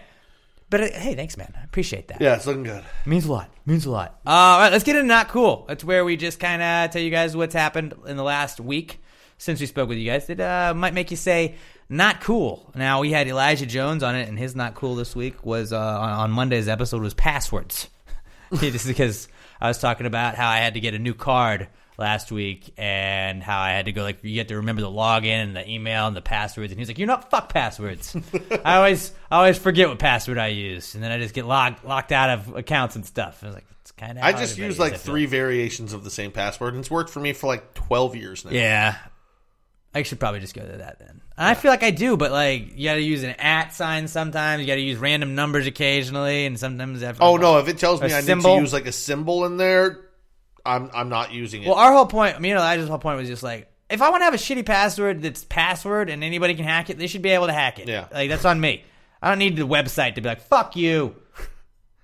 M: but uh, hey, thanks, man. I appreciate that.
L: Yeah, it's looking good.
M: Means a lot. Means a lot. Uh, all right, let's get into not cool. That's where we just kind of tell you guys what's happened in the last week since we spoke with you guys. That uh, might make you say not cool. Now we had Elijah Jones on it, and his not cool this week was uh, on, on Monday's episode was passwords. this is because I was talking about how I had to get a new card last week and how I had to go like you have to remember the login and the email and the passwords and he's like you're not fuck passwords. I always I always forget what password I use and then I just get locked locked out of accounts and stuff. I was like it's kind of
L: I just use like three variations of the same password, and it's worked for me for like twelve years now.
M: Yeah. I should probably just go to that then. And I feel like I do, but like you got to use an at sign sometimes. You got to use random numbers occasionally, and sometimes I have to-
L: Oh no! If it tells
M: A
L: me I need
M: symbol.
L: to use like a symbol in there, I'm I'm not using it.
M: Well, our whole point, me and Elijah's whole point was just like, if I want to have a shitty password that's password and anybody can hack it, they should be able to hack it.
L: Yeah.
M: like that's on me. I don't need the website to be like, fuck you.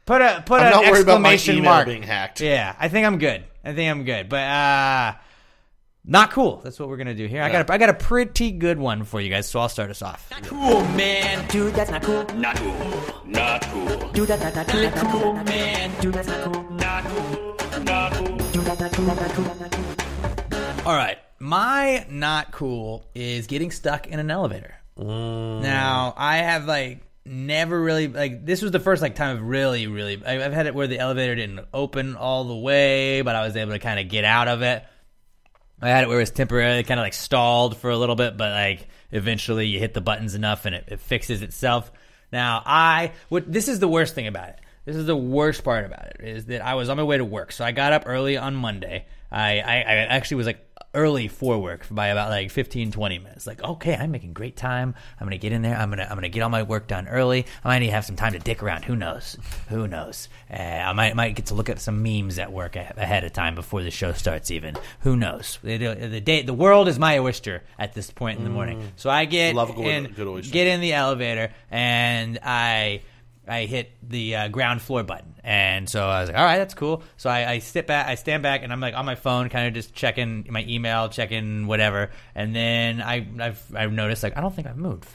M: Put a put
L: I'm
M: an
L: not worried about my
M: exclamation
L: email
M: mark.
L: being hacked.
M: Yeah, I think I'm good. I think I'm good. But uh not cool. That's what we're gonna do here. I got a, I got a pretty good one for you guys, so I'll start us off.
B: Cool, man. Dude, that's not cool. Not cool. Not cool. Dude, that's not, not cool. Not cool, man. Dude, that's not cool. Not cool. Not cool. Dude, that's not cool. Not cool. Not cool.
M: All right. My not cool is getting stuck in an elevator. Now, I have like never really like this was the first like time of really really I- I've had it where the elevator didn't open all the way, but I was able to kind of get out of it. I had it where it was temporarily kind of like stalled for a little bit, but like eventually you hit the buttons enough and it, it fixes itself. Now I what this is the worst thing about it. This is the worst part about it is that I was on my way to work, so I got up early on Monday. I I, I actually was like early for work by about like 15 20 minutes like okay i'm making great time i'm gonna get in there i'm gonna i'm gonna get all my work done early i might even have some time to dick around who knows who knows uh, i might might get to look at some memes at work a- ahead of time before the show starts even who knows the, the, the day the world is my oyster at this point in the morning so i get
L: Mm. Love a good-
M: in,
L: good oyster.
M: get in the elevator and i I hit the uh, ground floor button, and so I was like, "All right, that's cool." So I, I sit back, I stand back, and I'm like on my phone, kind of just checking my email, checking whatever. And then I, I've, I've noticed like I don't think I've moved.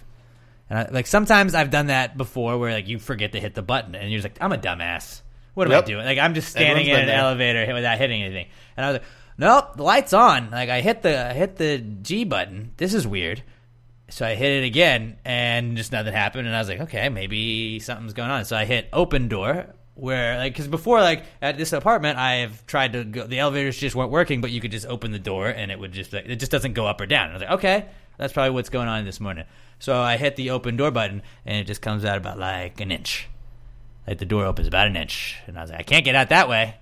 M: And I, like sometimes I've done that before, where like you forget to hit the button, and you're just like, "I'm a dumbass. What am
L: Yep.
M: I doing?" Like I'm just standing
L: Everyone's
M: in
L: been
M: an
L: there.
M: elevator hit- without hitting anything, and I was like, "Nope, the light's on." Like I hit the I hit the G button. This is weird. So I hit it again, and just nothing happened. And I was like, okay, maybe something's going on. So I hit open door, where like because before like at this apartment, I've tried to go. The elevators just weren't working, but you could just open the door, and it would just like, it just doesn't go up or down. And I was like, okay, that's probably what's going on this morning. So I hit the open door button, and it just comes out about like an inch. Like the door opens about an inch, and I was like, I can't get out that way.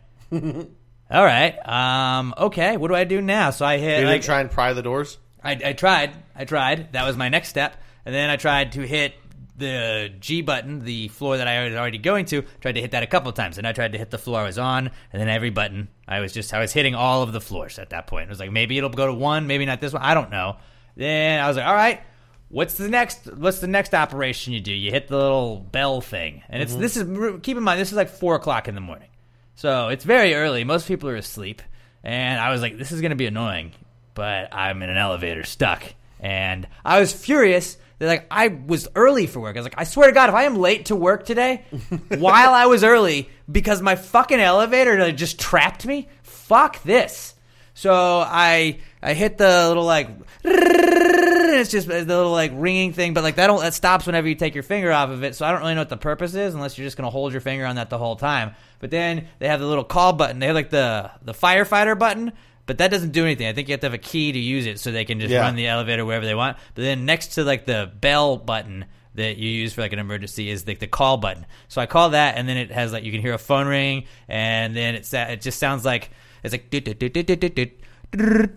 M: All right. Um, okay. What do I do now? So I hit.
L: You didn't
M: like,
L: try and pry the doors.
M: I, I tried. I tried. That was my next step. And then I tried to hit the G button, the floor that I was already going to. Tried to hit that a couple times. And I tried to hit the floor I was on. And then every button, I was just, I was hitting all of the floors at that point. It was like, maybe it'll go to one, maybe not this one. I don't know. Then I was like, all right, What's the next? What's the next operation you do? You hit the little bell thing, and it's
Q: Mhm.
M: this is keep in mind this is like four o'clock in the morning, so it's very early. Most people are asleep, and I was like, this is gonna be annoying, but I'm in an elevator stuck, and I was furious. That like I was early for work. I was like, I swear to God, if I am late to work today, while I was early, because my fucking elevator like, just trapped me. Fuck this. So I I hit the little like it's just the little like ringing thing, but like that don't that stops whenever you take your finger off of it. So I don't really know what the purpose is unless you're just gonna hold your finger on that the whole time. But then they have the little call button. They have like the the firefighter button, but that doesn't do anything. I think you have to have a key to use it so they can just
L: Yeah.
M: run the elevator wherever they want. But then next to like the bell button that you use for like an emergency is like the call button. So I call that, and then it has like you can hear a phone ring, and then it's uh, it just sounds like it's like "Doot, doot, doot, doot, doot, doot, doot."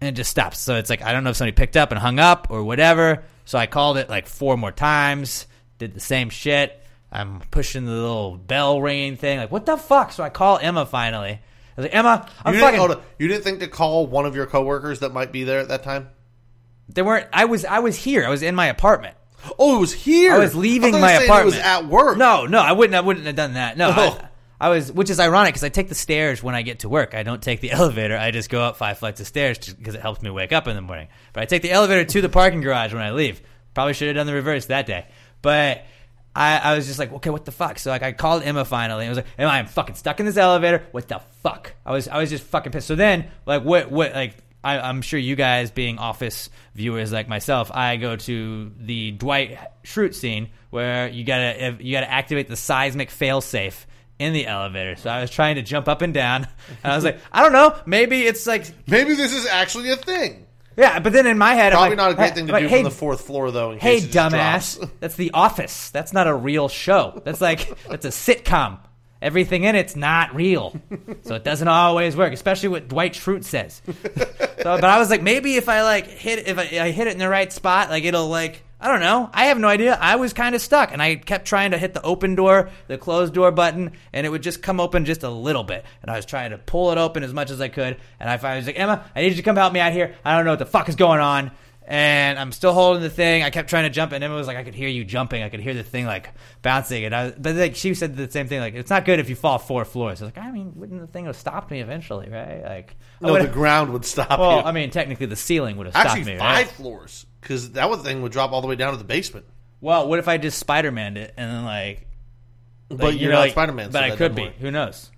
M: and it just stops. So it's like I don't know if somebody picked up and hung up or whatever. So I called it like four more times, did the same shit. I'm pushing the little bell ringing thing. Like what the fuck? So I call Emma finally. I was like, Emma, I'm
L: you
M: fucking.
L: Didn't, hold on. you didn't think to call one of your coworkers that might be there at that time?
M: They weren't. I was. I was here. I was in my apartment.
L: Oh, it was here.
M: I was leaving
L: I thought you
M: my
L: were saying
M: apartment.
L: It was at work.
M: No, no, I wouldn't. I wouldn't have done that. No,
L: Oh.
M: I, I was, which is ironic because I take the stairs when I get to work. I don't take the elevator. I just go up five flights of stairs because it helps me wake up in the morning. But I take the elevator to the parking garage when I leave. Probably should have done the reverse that day. But I, I was just like, okay, what the fuck? So like, I called Emma finally. and I was like, Emma, I'm fucking stuck in this elevator. What the fuck? I was, I was just fucking pissed. So then, like, what, what, like. I, I'm sure you guys, being office viewers like myself, I go to the Dwight Schrute scene where you gotta if- you gotta activate the seismic failsafe in the elevator. So I was trying to jump up and down, and I was like, I don't know, maybe it's like
L: maybe this is actually a thing.
M: Yeah, but then in my head,
L: Probably
M: I'm like,
L: not a great
M: hey-
L: thing to
M: like,
L: do
M: hey,
L: from the fourth floor, though. In
M: Hey,
L: case it just
M: dumbass, that's The Office. That's not a real show. That's like that's a sitcom. Everything in it's not real, so it doesn't always work. Especially what Dwight Schrute says. So, but I was like, maybe if I like hit if I, I hit it in the right spot, like it'll like I don't know. I have no idea. I was kind of stuck, and I kept trying to hit the open door, the closed door button, and it would just come open just a little bit. And I was trying to pull it open as much as I could. And I finally was like, Emma, I need you to come help me out here. I don't know what the fuck is going on. And I'm still holding the thing. I kept trying to jump, and Emma was like, "I could hear you jumping. I could hear the thing like bouncing." And I, but like she said the same thing, like it's not good if you fall four floors. I was like, I mean, wouldn't the thing have stopped me eventually, right? Like, I
L: No,
M: would've-
L: the ground would stop
M: Well,
L: you.
M: I mean, technically the ceiling would have stopped
L: Actually,
M: me.
L: five
M: right?
L: floors because that one thing would drop all the way down to the basement.
M: Well, what if I just Spider Maned it and then like,
L: But
M: like,
L: you're
M: know,
L: not
M: like-
L: Spider-Man, so
M: But I
L: that
M: could
L: doesn't
M: be.
L: work.
M: Who knows?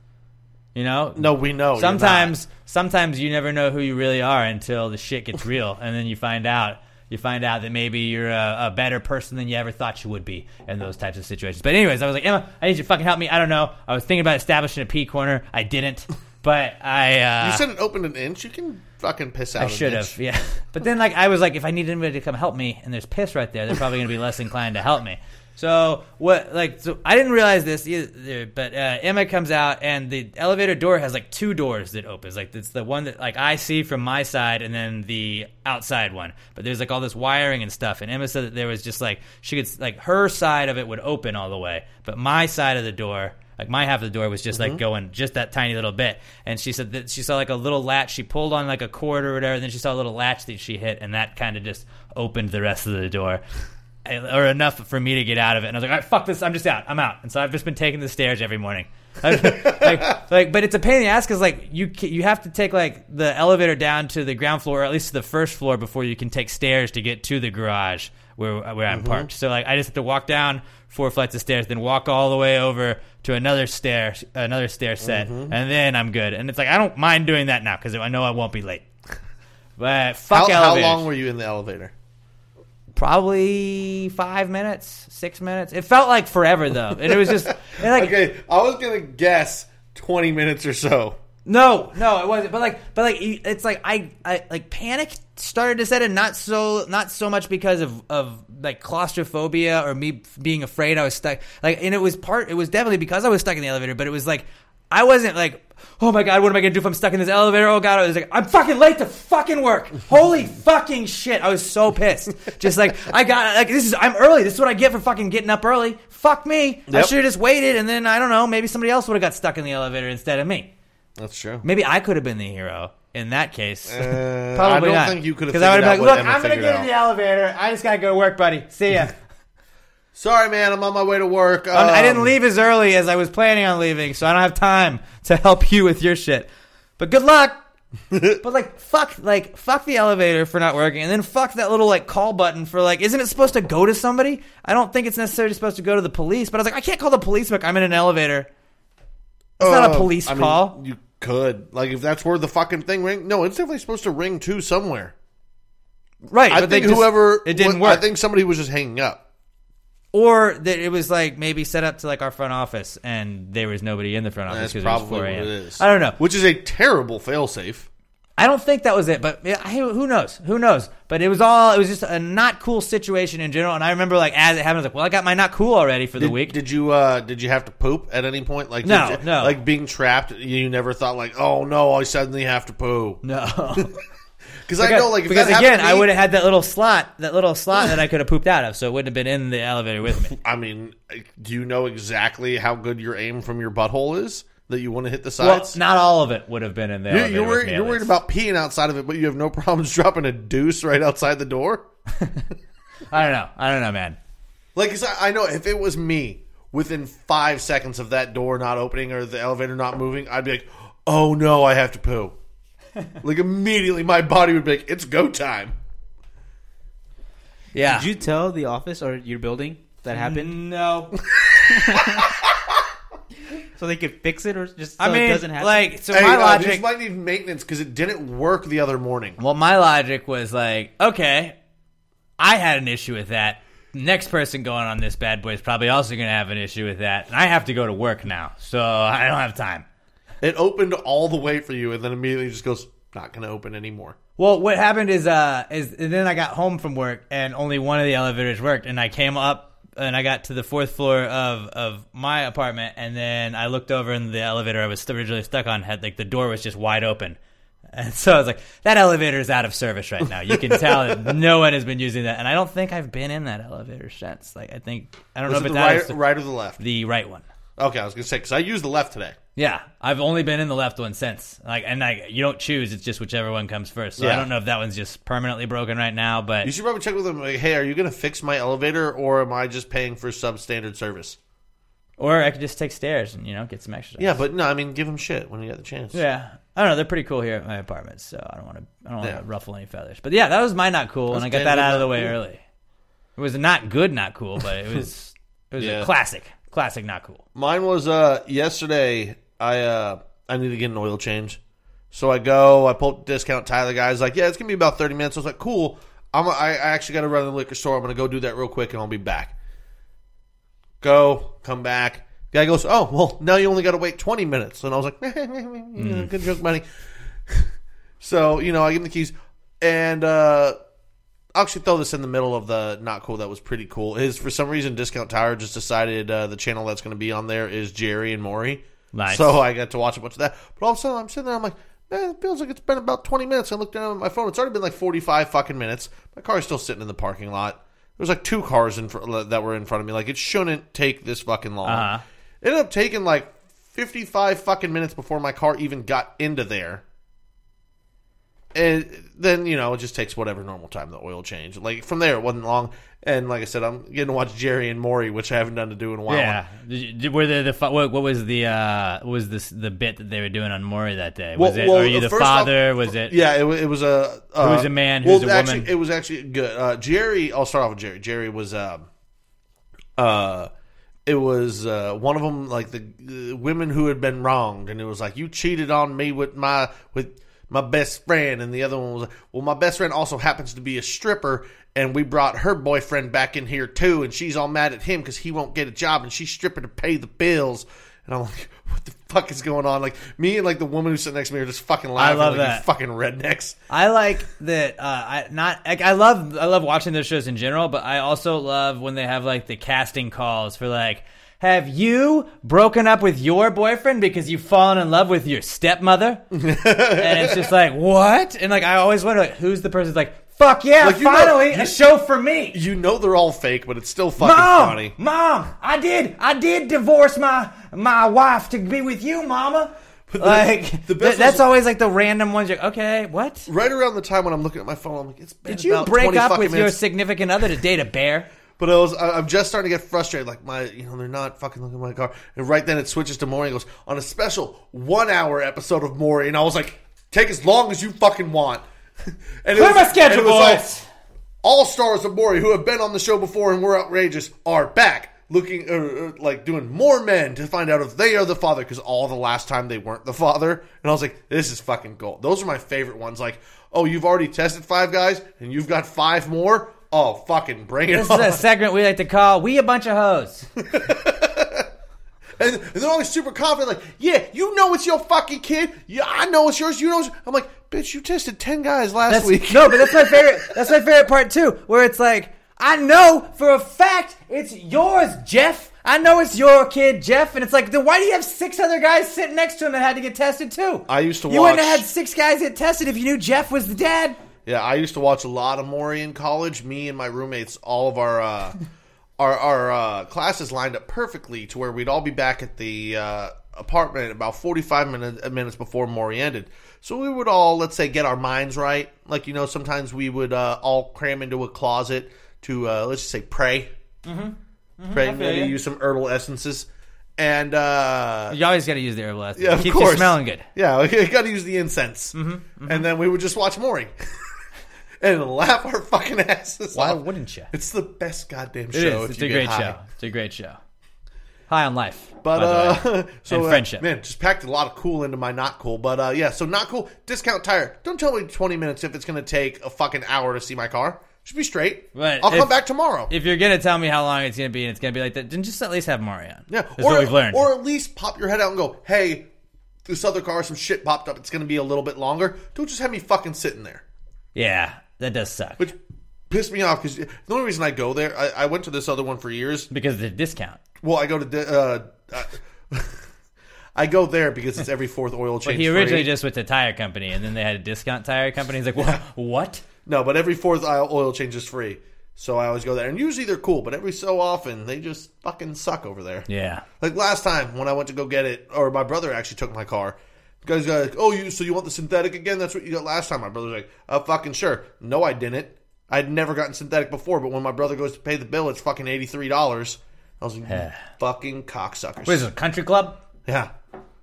M: You know?
L: No, we know. you're
M: Sometimes, sometimes you never know who you really are until the shit gets real, and then you find out. You find out that maybe you're a, a better person than you ever thought you would be in those types of situations. But anyways, I was like, Emma, I need you to fucking help me. I don't know. I was thinking about establishing a P corner. I didn't, but I. Uh,
L: not. you said it opened an inch. You can fucking piss out.
M: I
L: an
M: should
L: inch.
M: have, yeah. But then, like, I was like, if I need anybody to come help me, and there's piss right there, they're probably going to be less inclined to help me. So what? Like, so I didn't realize this either. But uh, Emma comes out, and the elevator door has like two doors that opens. Like, it's the one that like I see from my side, and then the outside one. But there's like all this wiring and stuff. And Emma said that there was just like she could like her side of it would open all the way, but my side of the door. Like my half of the door was just like
Q: Mhm.
M: going going just that tiny little bit. And she said that she saw like a little latch. She pulled on like a cord or whatever. And then she saw a little latch that she hit, and that kind of just opened the rest of the door. I- Or enough for me to get out of it, and I was like, "All right, fuck this! I'm just out. I'm out." And so I've just been taking the stairs every morning. like, like, but it's a pain in the ass because like you ca- you have to take like the elevator down to the ground floor or at least to the first floor before you can take stairs to get to the garage where where I'm
L: Mm-hmm.
Q: Mhm.
M: parked. So like I just have to walk down four flights of stairs, then walk all the way over to another stair another stair set,
L: Mhm.
M: and then I'm good. And it's like I don't mind doing that now because I know I won't be late. But
L: How,
M: fuck
L: how
M: elevators.
L: long were you in the elevator?
M: Probably five minutes, six minutes. It felt like forever though, and it was just and, like
L: okay. I was gonna guess twenty minutes or so.
M: No, no, it wasn't. But like, but like, you- it's like I, I like panic started to set in. Not so, not so much because of of like claustrophobia or me f- being afraid I was stuck. Like, and it was part. It was definitely because I was stuck in the elevator. But it was like I wasn't like, oh my god, what am I gonna do if I'm stuck in this elevator? Oh god, I was like, I'm fucking late to fucking work. Holy fucking shit! I was so pissed. Just like I got like this is I'm early. This is what I get for fucking getting up early. Fuck me. I
L: Yep.
M: should have just waited, and then I don't know. Maybe somebody else would have got stuck in the elevator instead of me.
L: That's true.
M: Maybe I could have been the hero in that case.
L: Uh,
M: probably
L: I don't
M: not.
L: think you could have
M: Because I would
L: figured
M: have
L: out
M: been
L: what
M: like, look,
L: Emma
M: I'm going to
L: figured
M: get
L: out."
M: in the elevator. I just got to go to work, buddy. See ya.
L: Sorry, man. I'm on my way to work.
M: Um, I didn't
L: Um,
M: leave as early as I was planning on leaving, so I don't have time to help you with your shit. But good luck. but like, fuck, like, fuck the elevator for not working, and then fuck that little like call button for like, isn't it supposed to go to somebody? I don't think it's necessarily supposed to go to the police, but I was like, I can't call the police. Look, I'm in an elevator. It's not a
L: Uh,
M: police
L: I mean,
M: call.
L: you could like if that's where the fucking thing ring. No, it's definitely supposed to ring too somewhere.
M: Right,
L: I
M: but they
L: think
M: just-
L: whoever
M: it didn't
L: wa- I
M: work.
L: think somebody was just hanging up.
M: or that it was like maybe set up to like our front office and there was nobody in the front office
L: That's
M: because it was 4
L: probably what
M: a.m.
L: it is.
M: I don't know,
L: which is a terrible failsafe.
M: I don't think that was it, but yeah, I- who knows? Who knows? But it was all it was just a not cool situation in general. And I remember like as it happened, I was like, well, I got my not cool already for the
L: Did-
M: week.
L: Did you uh did you have to poop at any point? Like
M: No,
L: did you-
M: no.
L: Like being trapped, you never thought like, oh no, I suddenly have to poo.
M: No.
L: Because I know, like, if
M: because
L: that
M: again,
L: happened to
M: I
L: me-
M: would have had that little slot, that little slot that I could have pooped out of, so it wouldn't have been in the elevator with me.
L: I mean, do you know exactly how good your aim from your butthole is that you want to hit the
M: Well,
L: sides?
M: not all of it would have been in the
L: you're,
M: elevator.
L: you're,
M: with
L: worried,
M: me, at
L: you're worried
M: least.
L: about peeing outside of it, but you have no problems dropping a deuce right outside the door.
M: I don't know. I don't know, man.
L: Like, 'cause I, I know if it was me, within five seconds of that door not opening or the elevator not moving, I'd be like, "Oh no, I have to poo." like immediately, my body would be like, "It's go time."
M: Yeah.
R: Did you tell the office or your building that happened?
M: No.
R: so they could fix it or just so
M: I mean,
R: it doesn't happen.
M: like, so
L: Hey, uh,
M: my
L: no,
M: logic
L: this might need maintenance because it didn't work the other morning.
M: Well, my logic was like, okay, I had an issue with that. Next person going on this bad boy is probably also going to have an issue with that, and I have to go to work now, so I don't have time.
L: It opened all the way for you, and then immediately just goes, "Not going to open anymore."
M: Well, what happened is, uh, is and then I got home from work, and only one of the elevators worked, and I came up. And I got to the fourth floor of, of my apartment, and then I looked over, and the elevator I was st- originally stuck on had like the door was just wide open, and so I was like, "That elevator is out of service right now. You can tell that no one has been using that, and I don't think I've been in that elevator since. Like, I think I don't
L: Was
M: know
L: it
M: if
L: the
M: it's out of
L: right,
M: ser-
L: right or the left?
M: the right one.
L: Okay, I was going to say because I used the left today.
M: Yeah, I've only been in the left one since. Like, and like you don't choose; it's just whichever one comes first. So I
L: Yeah.
M: don't know if that one's just permanently broken right now, but
L: You should probably check with them. Like, hey, are you going to fix my elevator, or am I just paying for substandard service?
M: or I could just take stairs and you know get some exercise.
L: Yeah, but no, I mean, give them shit when you get the chance.
M: yeah. I don't know. They're pretty cool here at my apartment, so I don't want to. I don't want
L: Yeah.
M: to ruffle any feathers. But yeah, that was my not cool, and
L: That's
M: I got
L: damn
M: that
L: good
M: out of
L: not
M: the way
L: cool.
M: early. It was not good, not cool, but it was it was
L: Yeah.
M: a classic, classic not cool.
L: Mine was uh yesterday. I uh I need to get an oil change, so I go. I pull up discount. Tyler guy's like, yeah, it's gonna be about thirty minutes. I was like, cool. I'm I, I actually got to run to the liquor store. I'm gonna go do that real quick, and I'll be back. Go, come back. Guy goes, oh well, now you only got to wait twenty minutes. And I was like, good joke, buddy. so you know, I give him the keys, and uh I'll actually throw this in the middle of the not cool that was pretty cool is for some reason discount tire just decided uh, the channel that's going to be on there is jerry and maury
M: Nice.
L: so Oh, i got to watch a bunch of that but all of a sudden i'm sitting there i'm like man it feels like it's been about 20 minutes i look down at my phone it's already been like 45 fucking minutes my car's still sitting in the parking lot there's like two cars in fr- that were in front of me like it shouldn't take this fucking long
M: Uh-huh.
L: it ended up taking like 55 fucking minutes before my car even got into there and then you know it just takes whatever normal time the oil change. Like from there, it wasn't long. And like I said, I'm getting to watch Jerry and Maury, which I haven't done to do in a while.
M: Yeah, Did you- did- were they the fa- what, what was the uh, what was this the bit that they were doing on Maury that day? Was
L: Well-
M: it
L: well, uh,
M: are you the
L: first off-
M: father? was it
L: Yeah, it, wa- it was a uh,
M: Who's a man,
L: well,
M: who's a
L: actually,
M: woman?
L: It was actually good. Uh, Jerry, I'll start off with Jerry. Jerry was, um, uh, it was uh, one of them like the uh, women who had been wronged, and it was like you cheated on me with my with my best friend, and the other one was like, well, my best friend also happens to be a stripper. And we brought her boyfriend back in here too, and she's all mad at him because he won't get a job, and she's stripping to pay the bills. And I'm like, "What the fuck is going on?" Like me and like the woman who's sitting next to me are just fucking laughing.
M: love
L: like, "You
M: that.
L: fucking rednecks.
M: I like that. Uh, I not like I love I love watching those shows in general, but I also love when they have like the casting calls for like. Have you broken up with your boyfriend because you've fallen in love with your stepmother? and it's just like what? And like I always wonder, like, who's the person? that's Like fuck yeah,
L: Like, you know-
M: finally
L: you-
M: a show for me.
L: You know they're all fake, but it's still fucking
M: mom,
L: funny.
M: mom, I did, I did divorce my my wife to be with you, mama.
L: But the-
M: like
L: the best
M: that's
L: was-
M: always like the random ones. You're, okay, what?
L: Right around the time when I'm looking at my phone, I'm like, it's been
M: Did you
L: about
M: break
L: 20
M: up
L: fucking
M: with your
L: minutes.
M: significant other to date a bear?
L: But I was, I- I'm just starting to get frustrated. Like my, you know, they're not fucking looking at my car. And right then it switches to Maury and goes on a special one hour episode of Maury, and I was like, take as long as you fucking want. and
M: Clear my schedule, boys.
L: All stars of Maury who have been on the show before and were outrageous are back. Looking uh, uh, like doing more men to find out if they are the father because all the last time they weren't the father, and I was like, "This is fucking gold." Those are my favorite ones. Like, oh, you've already tested five guys and you've got five more. Oh, fucking bring it
M: This
L: on!
M: is a segment we like to call "We a bunch of hoes."
L: And, and they're always super confident, like, yeah, you know it's your fucking kid. Yeah, I know it's yours. You know it's. I'm like, bitch, you tested 10 guys last
M: That's,
L: week.
M: no, but that's my favorite. That's my favorite part too, where it's like, I know for a fact it's yours, Jeff. I know it's your kid, Jeff. And it's like, then why do you have six other guys sitting next to him that had to get tested too?
L: I used to
M: You
L: watch.
M: wouldn't have had six guys get tested if you knew Jeff was the dad.
L: yeah, I used to watch a lot of Maury in college. Me and my roommates, all of our. Uh, Our, our uh, classes lined up perfectly to where we'd all be back at the uh, apartment about 45 minute, minutes before Maury ended. So we would all, let's say, get our minds right. Like, you know, sometimes we would uh, all cram into a closet to, uh, let's just say, pray.
M: Mm-hmm.
L: Pray, maybe use some herbal essences. And uh,
M: you always got to use the herbal essence.
L: Yeah, of
M: Keeps
L: course.
M: you smelling good. Mm-hmm,
L: Yeah, you got to use the incense. And then we would just watch Maury and laugh our fucking asses
M: Why
L: off.
M: wouldn't you?
L: It's the best goddamn show.
M: It is.
L: if
M: It's
L: you
M: a
L: get
M: great
L: high.
M: show. It's a great show. High on life,
L: But
M: by the
L: uh,
M: way.
L: so
M: and
L: uh,
M: friendship.
L: man, just packed a lot of cool into my not cool. But uh, yeah, so not cool. Discount tire. Don't tell me twenty minutes if it's going to take a fucking hour to see my car. Should be straight.
M: But
L: I'll
M: if-
L: come back tomorrow.
M: If you're gonna tell me how long it's gonna be and it's gonna be like that, then just at least have Mario on.
L: Yeah,
M: that's what we've learned.
L: Or at least pop your head out and go, hey, this other car, some shit popped up. It's going to be a little bit longer. Don't just have me fucking sitting there.
M: yeah, that does suck.
L: Which pissed me off because the only reason I go there, I, I went to this other one for years
M: because of the discount.
L: Well, I go to di- uh, I, I go there because it's every fourth oil
M: But
L: change.
M: he originally
L: free.
M: just went to tire company, and then they had a discount tire company. He's like, "What? What?
L: no, but every fourth aisle oil change is free. So I always go there, and usually they're cool. But every so often, they just fucking suck over there.
M: Yeah.
L: Like last time when I went to go get it, or my brother actually took my car. The guy's like, "Oh, you so you want the synthetic again? That's what you got last time." My brother's like, "Uh, fucking sure." No, I didn't. I'd never gotten synthetic before, but when my brother goes to pay the bill, it's fucking eighty three dollars. I was like, "You "Fucking cocksuckers!"
M: What is it, a country club?
L: Yeah,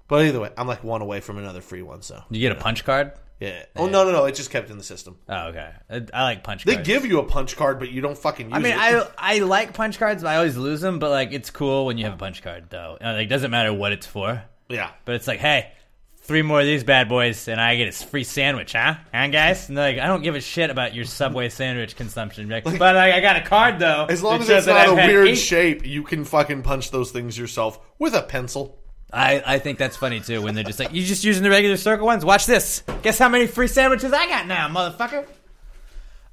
L: but either way, I'm like one away from another free one. So
M: You get a punch card?
L: yeah. Oh no, no, no! It just kept in the system.
M: Oh okay. I, I like punch.
L: They
M: cards.
L: give you a punch card, but you don't fucking. use
M: I mean,
L: it.
M: I I like punch cards, but I always lose them. But like, it's cool when you have a punch card, though. Uh, Like, doesn't matter what it's for.
L: Yeah.
M: But it's like, hey, three more of these bad boys, and I get a free sandwich, huh? Huh, guys? And they're like, I don't give a shit about your Subway sandwich consumption. Like, but like, I got a card though.
L: As long
M: that
L: as
M: shows
L: it's
M: that
L: not
M: I've
L: a
M: had
L: weird
M: eight-
L: shape, you can fucking punch those things yourself with a pencil.
M: I, I think that's funny too when they're just like, you just using the regular circle ones. Watch this. Guess how many free sandwiches I got now, motherfucker.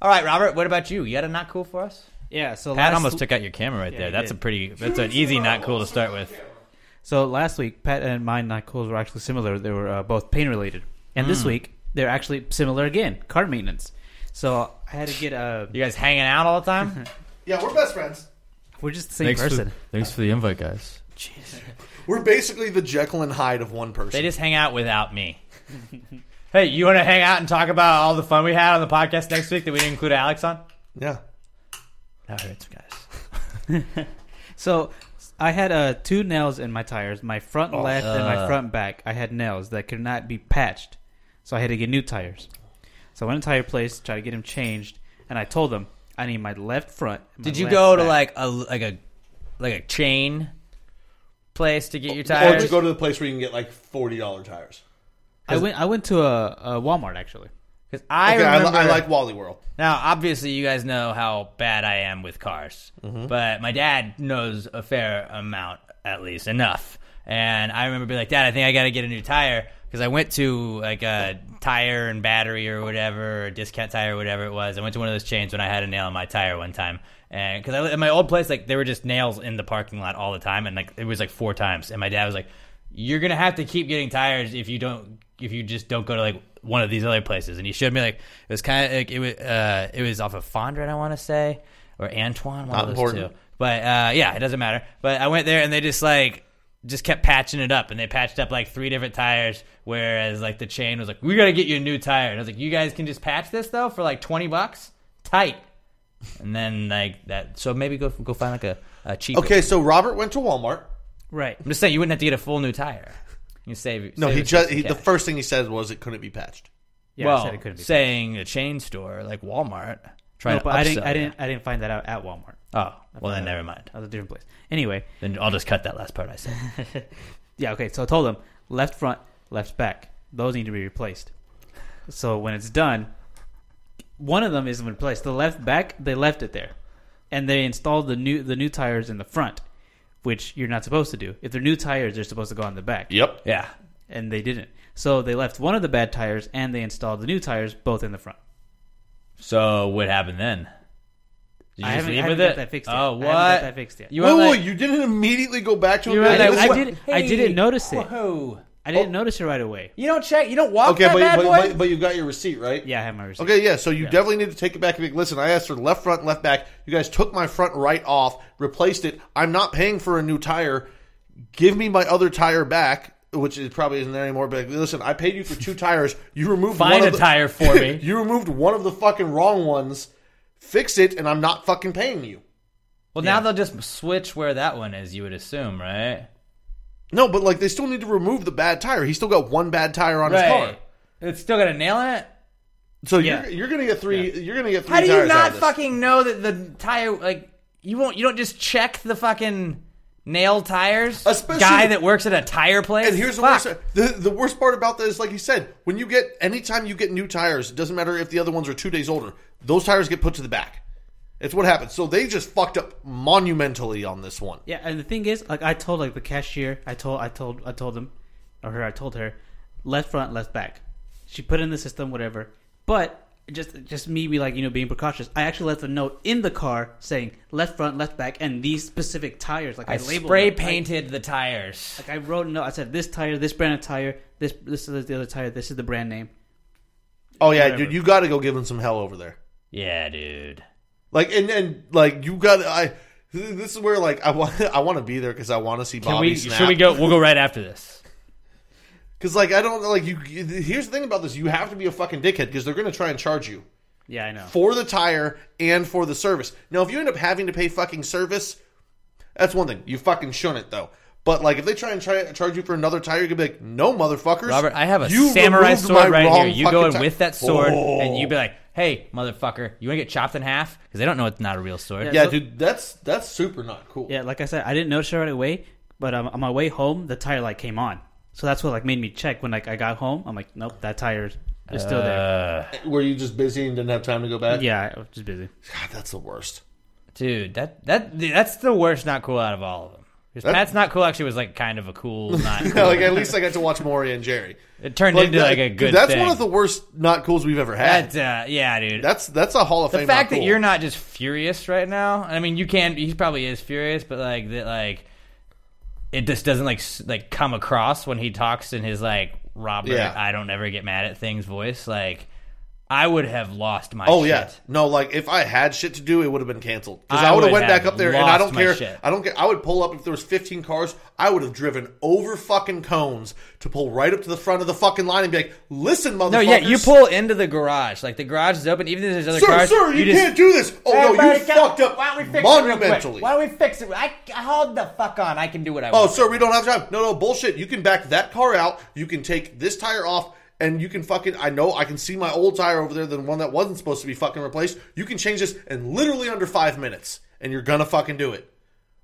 M: All right, Robert. What about you? You got a not cool for us?
R: Yeah. So
M: Pat
R: last-
M: almost took out your camera right
R: Yeah,
M: there.
R: he
M: That's
R: did.
M: a pretty. That's an easy not cool to start with.
R: So last week, Pat and my not cools were actually similar. They were uh, both pain related, and this
M: Mm.
R: week they're actually similar again. Car maintenance. So I had to get a.
M: You guys hanging out all the time?
L: Yeah, we're best friends.
R: we're just the same
M: Thanks for-
R: person.
M: thanks for the invite, guys.
L: We're basically the Jekyll and Hyde of one person.
M: They just hang out without me. hey, you want to hang out and talk about all the fun we had on the podcast next week that we didn't include Alex on?
L: Yeah.
M: That hurts, guys.
R: So I had uh, two nails in my tires, my front
M: Oh.
R: left and my
M: Uh.
R: front back. I had nails that could not be patched, so I had to get new tires. So I went to tire place, tried to get them changed, and I told them I need my left front. and my
M: Did you
R: left
M: go to
R: back.
M: like a like a like a chain place to get your
L: Or
M: tires?
L: to go to the place where you can get like forty dollar tires.
R: I went. I went to a, a Walmart actually.
M: Because I
L: Okay, I li-
M: remember,
L: I like Wally World.
M: Now, obviously, you guys know how bad I am with cars, but my dad knows a fair amount, at least enough. And I remember being like, Dad, I think I got to get a new tire because I went to like a tire and battery or whatever, or discount tire or whatever it was. I went to one of those chains when I had a nail in my tire one time. And because at my old place, like there were just nails in the parking lot all the time, and like it was like four times. And my dad was like, you're gonna have to keep getting tires if you don't if you just don't go to like one of these other places. And he showed me like it was kind of like it was uh, it was off of Fondren, I want to say, or Antoine, one
L: Not
M: of those
L: important.
M: two. But uh, yeah, it doesn't matter. But I went there and they just like just kept patching it up and they patched up like three different tires whereas like the chain was like we gotta get you a new tire and i was like you guys can just patch this though for like 20 bucks tight and then like that so maybe go go find like a, a cheap
L: Okay, so Robert went to Walmart.
M: right i'm just saying you wouldn't have to get a full new tire you save
L: No,
M: save
L: he
M: us
L: just
M: some
L: he, the
M: cash.
L: first thing he said was it couldn't be patched.
M: well, saying a chain store like walmart trying
R: No,
M: to
R: but I didn't.
M: upsell
R: I
M: it.
R: didn't. I didn't find that out at Walmart.
M: oh well then
R: Uh,
M: never mind
R: That was a different place. Anyway,
M: then i'll just cut that last part i said
R: yeah. Okay. So I told him left front, left back. Those need to be replaced. So when it's done, one of them isn't replaced. The left back, they left it there, and they installed the new the new tires in the front, which you're not supposed to do. If they're new tires, they're supposed to go on the back.
L: Yep.
M: Yeah.
R: And they didn't. So they left one of the bad tires, and they installed the new tires both in the front.
M: So what happened then? Did you
R: I
M: just
R: haven't-
M: leave
R: I
M: with
R: haven't
M: it?
R: got that fixed yet.
M: Oh,
R: I haven't
M: what?
R: got that fixed yet.
M: You
L: wait,
M: were
L: wait,
M: like,
L: you didn't immediately go back to
R: You
L: him.
R: were
L: and
R: like,
L: this
R: I
L: one-
R: didn't- I didn't notice it. I
M: Oh.
R: didn't notice it right away.
M: You don't check. You don't walk
L: Okay,
M: that
L: but,
M: bad
L: but,
M: boy.
L: but but you've got your receipt, right?
R: Yeah, I have my receipt.
L: Okay, yeah. So you definitely need to take it back and be like, listen, I asked for left front, left back. You guys took my front right off, replaced it. I'm not paying for a new tire. Give me my other tire back, which it probably isn't there anymore. But like, listen, I paid you for two tires. You removed
M: Find
L: one
M: a
L: of the-
M: tire for me.
L: you removed one of the fucking wrong ones. Fix it, and I'm not fucking paying you.
M: well, now they'll just switch where that one is. You would assume, right?
L: No, but like they still need to remove the bad tire. He's still got one bad tire on his car.
M: It's still got a nail in it.
L: So
M: Yeah.
L: you're, you're gonna get three. You're gonna get three.
M: How do you
L: tires out
M: not
L: of this.
M: fucking know that the tire like you won't? You don't just check the fucking nail tires.
L: Especially-
M: guy that works at a tire place.
L: And here's the
M: Fuck.
L: worst. The, the worst part about that is, like you said, when you get anytime you get new tires, it doesn't matter if the other ones are two days older. Those tires get put to the back. It's what happens. So they just fucked up monumentally on this one.
R: Yeah, and the thing is, like I told like the cashier, I told I told I told him or her, I told her, left front, left back. She put in the system, whatever. But just just me be like, you know, being precautious. I actually left a note in the car saying left front, left back, and these specific tires. Like I,
M: I
R: labeled
M: spray
R: them. Like-
M: painted the tires.
R: Like I wrote a note. I said this tire, this brand of tire, this this is the other tire, this is the brand name.
L: Oh yeah,
R: Whatever.
L: dude, you got to go give him some hell over there.
M: Yeah, dude.
L: Like and and like you got to I. This is where like I want I want to be there because I want to see
M: Can
L: Bobby.
M: we?
L: snap.
M: Should we go? We'll go right after this.
L: Because like I don't like you. Here's the thing about this: you have to be a fucking dickhead because they're gonna try and charge you.
R: Yeah, I know.
L: for the tire and for the service. Now, if you end up having to pay fucking service, that's one thing. You fucking shouldn't though. But like, if they try and try, charge you for another tire, you're gonna be like, "No, motherfuckers,
M: Robert, I have a
L: you
M: samurai
L: removed
M: sword
L: my
M: right here.
L: wrong
M: You go
L: fucking
M: in
L: ti-
M: with that sword,
L: Oh.
M: and you be like, "Hey, motherfucker, you want to get chopped in half?" Because they don't know it's not a real sword.
L: yeah, dude, that's that's super not cool.
R: Yeah, like I said, I didn't notice it right away, but um, on my way home, the tire light came on. So that's what like made me check when like I got home. I'm like, nope, that tire is is still there.
L: Were you just busy and didn't have time to go back?
R: Yeah, Uh, I was just busy.
L: God, that's the worst.
M: dude, that that that's the worst. Not cool out of all of them. 'Cause
L: That-
M: Pat's not cool actually was like kind of a cool not. Cool.
L: like at least I got to watch Maury and Jerry.
M: It turned into, like, a good
L: That's
M: thing.
L: one of the worst not cools we've ever had.
M: That, uh, yeah, dude.
L: That's that's a Hall of
M: the
L: Fame.
M: fact that
L: not cool.
M: you're not just furious right now. I mean, you can. He probably is furious, but like that, like it just doesn't like s- like come across when he talks in his like Robert.
L: Yeah.
M: I don't ever get mad at things voice. Like I would have lost my.
L: Oh
M: shit.
L: yeah, no. Like if I had shit to do, it would have been canceled because
M: I
L: I, would
M: would
L: have went
M: have
L: back up there, and I
M: lost
L: don't
M: my
L: care.
M: shit.
L: I don't care. I would pull up if there was fifteen cars. I would have driven over fucking cones to pull right up to the front of the fucking line and be like, "Listen, motherfucker."
M: No, yeah, you pull into the garage. Like the garage is open, even if there's other
L: sir,
M: cars.
L: sir, you,
M: just-
L: can't do this. Oh no, you
M: Everybody come-
L: fucked up
M: Why don't we fix it real
L: monumentally.
M: quick? Why don't we fix it? I, I hold the fuck on. I can do what I
L: Oh,
M: want.
L: sir, we don't have time. No, no, bullshit. You can back that car out. You can take this tire off. And you can fucking, I know, I can see my old tire over there, the one that wasn't supposed to be fucking replaced. You can change this in literally under five minutes, and you're gonna fucking do it.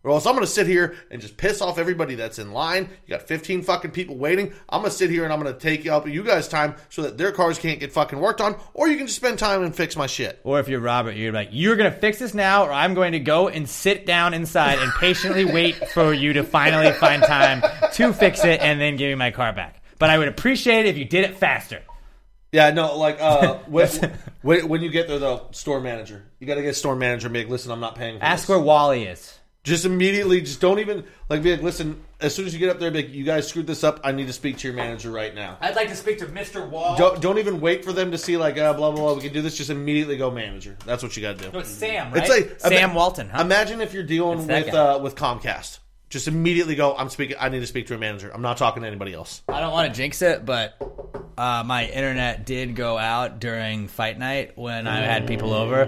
L: Or else I'm gonna sit here and just piss off everybody that's in line. You got 15 fucking people waiting. I'm gonna sit here and I'm gonna take up you guys' time so that their cars can't get fucking worked on, or you can just spend time and fix my shit.
M: Or if you're Robert, you're like, you're gonna fix this now, or I'm going to go and sit down inside and patiently wait for you to finally find time to fix it and then give me my car back. But I would appreciate it if you did it faster.
L: Yeah, no, like uh, when, when, when you get there, though, store manager, you got to get store manager. and Be like, listen, I'm not paying. For
M: Ask
L: this."
M: where Wally is.
L: Just immediately, just don't even like be like, listen. As soon as you get up there, be like, you guys screwed this up. I need to speak to your manager right now.
M: I'd like to speak to Mr. Wall.
L: Don't don't even wait for them to see like uh, blah blah blah. We can do this. Just immediately go manager. That's what you got to do.
M: Sam,
L: It's like
M: Sam
L: ima-
M: Walton, huh?
L: Imagine if you're dealing
M: It's that
L: with
M: guy.
L: uh, with Comcast. Just immediately go. I'm speaking. I need to speak to a manager. I'm not talking to anybody else.
M: I don't want to jinx it, but uh, my internet did go out during fight night when I had people over,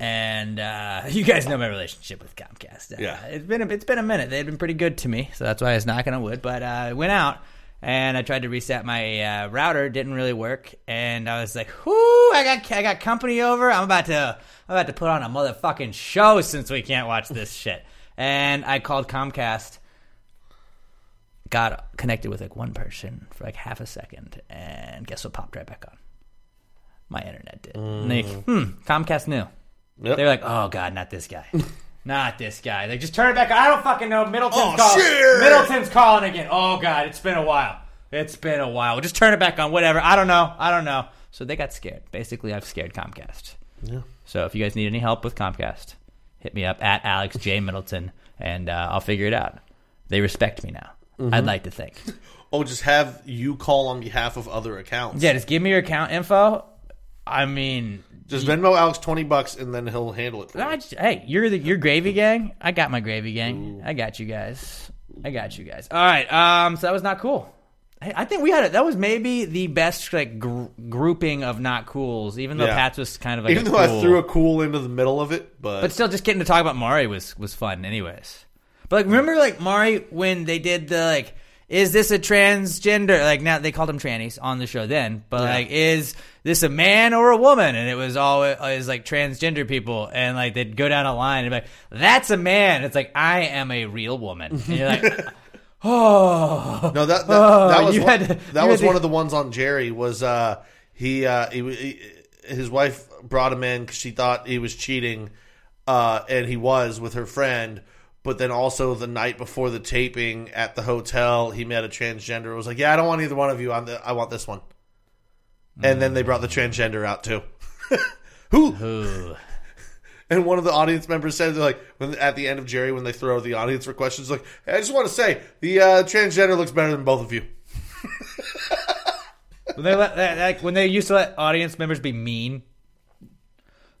M: and uh, you guys know my relationship with Comcast. Uh,
B: Yeah.
M: it's been a, it's been a minute. They've been pretty good to me, so that's why I was knocking on wood. But uh, I went out and I tried to reset my uh, router. Didn't really work, and I was like, "Whoo! I got I got company over. I'm about to I'm about to put on a motherfucking show since we can't watch this shit." And I called Comcast got connected with like one person for like half a second, and guess what popped right back on? My internet did. And they,
Q: Mm.
M: hmm, Comcast knew. They were like, oh god, not this guy, not this guy. They just turn it back. on. I don't fucking know. Middleton's
Q: Oh,
M: calling.
Q: shit!
M: Middleton's calling again. Oh god, it's been a while. It's been a while. Just turn it back on. Whatever. I don't know. I don't know. So they got scared. Basically, I've scared Comcast.
L: Yeah.
M: So if you guys need any help with Comcast, hit me up at Alex J Middleton, and uh, I'll figure it out. They respect me now.
L: Mhm.
M: I'd like to think.
L: Oh, just have you call on behalf of other accounts.
M: Yeah, just give me your account info. I mean,
L: just Venmo Alex twenty bucks, and then he'll handle it. For
M: No, I just- hey, you're the your gravy gang. I got my gravy gang. I got you guys. I got you guys. All right. Um. So that was not cool. I, I think we had it. That was maybe the best like gr- grouping of not cools. Even though
L: Yeah.
M: Pat's was kind of like
L: Even
M: a
L: though I
M: cool-
L: threw a cool into the middle of it, but,
M: but still, just getting to talk about Mari was was fun, anyways. But like, remember like Mari when they did the like, is this a transgender? Like now they called them trannies on the show then, but
Q: Yeah.
M: like, is this a man or a woman? And it was all it was like transgender people, and like they'd go down a line and be like, that's a man. It's like I am a real woman. And you're like. Oh
L: no! That that,
M: oh,
L: that was
M: you
L: one,
M: had to-
L: that
M: you
L: was
M: had to-
L: one of the ones on Jerry. Was uh, he, uh, he, he his wife brought him in because she thought he was cheating, uh, and he was with her friend. But then also the night before the taping at the hotel, he met a transgender. It was like, yeah, I don't want either one of you. I'm the, I want this one. And then they brought the transgender out too. Who?
M: Who?
L: And one of the audience members said, they're like, when, at the end of Jerry, when they throw the audience for questions, like, I just want to say, the uh, transgender looks better than both of you.
M: when they let that- like when they used to let audience members be mean.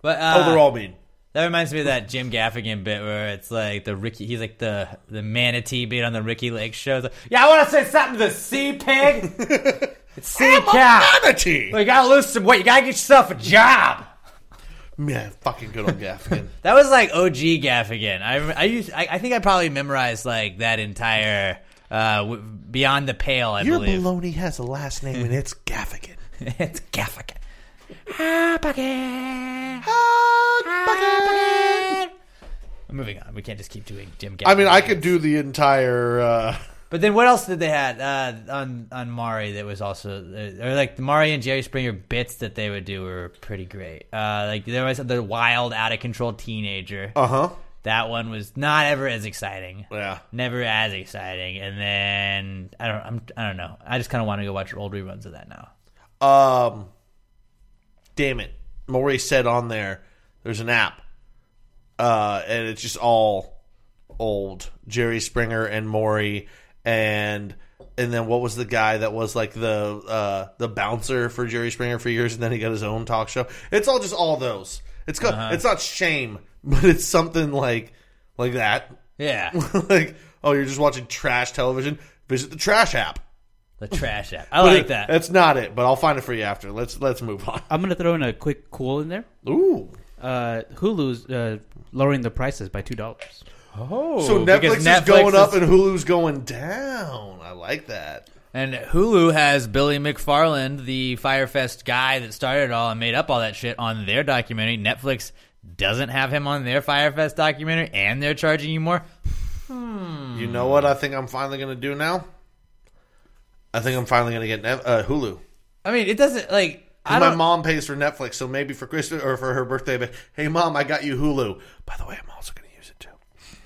M: But uh,
L: Oh, they're all mean.
M: That reminds me of that Jim Gaffigan bit where it's like the Ricky, he's like the the manatee bit on the Ricky Lake show. It's like, yeah, I want to say something to the sea pig. it's sea cow.
L: manatee.
M: Well, you gotta lose some weight. You gotta get yourself a job.
L: Man, fucking good old Gaffigan.
M: That was like OG Gaffigan. I I used, I, I think I probably memorized like that entire uh, w- beyond the pale. I
L: Your
M: believe.
L: baloney has a last name, and it's Gaffigan.
M: it's Gaffigan. Ah,
B: Hot bucket.
L: Ah,
M: Moving on. We can't just keep doing Jim Gaffigan.
L: I mean, I could do the entire. Uh,
M: But then what else did they had uh, on on Mari that was also uh, or like the Mari and Jerry Springer bits that they would do were pretty great. Uh, like there was the wild, out of control teenager.
L: Uh-huh.
M: That one was not ever as exciting.
L: Yeah.
M: Never as exciting. And then I don't I'm I don't know. I just kind of want to go watch old reruns of that now.
L: Um, damn it, Maury said on there. There's an app, uh, and it's just all old Jerry Springer and Maury, and and then what was the guy that was like the uh, the bouncer for Jerry Springer for years, and then he got his own talk show. It's all just all those. It's co-
M: Uh-huh.
L: it's not shame, but it's something like like that.
M: Yeah.
L: like oh, you're just watching trash television. Visit the trash app.
M: The trash app. I
L: But
M: like
L: it-
M: that.
L: That's not it, but I'll find it for you after. Let's let's move on.
R: I'm gonna throw in a quick cool in there.
L: Ooh.
R: Uh, Hulu's uh, lowering the prices by two dollars.
M: Oh,
L: so Netflix, is going up and Hulu's going down. I like that.
M: And Hulu has Billy McFarland, the Firefest guy that started it all and made up all that shit, on their documentary. Netflix doesn't have him on their Firefest documentary, and they're charging you more. Hmm.
L: You know what I think I'm finally going to do now? I think I'm finally going to get Net- uh, Hulu.
M: I mean, it doesn't like.
L: 'Cause
M: I
L: my
M: don't-
L: mom pays for Netflix, so maybe for Christmas or for her birthday, but hey, mom, I got you Hulu. By the way, I'm also going to use it too.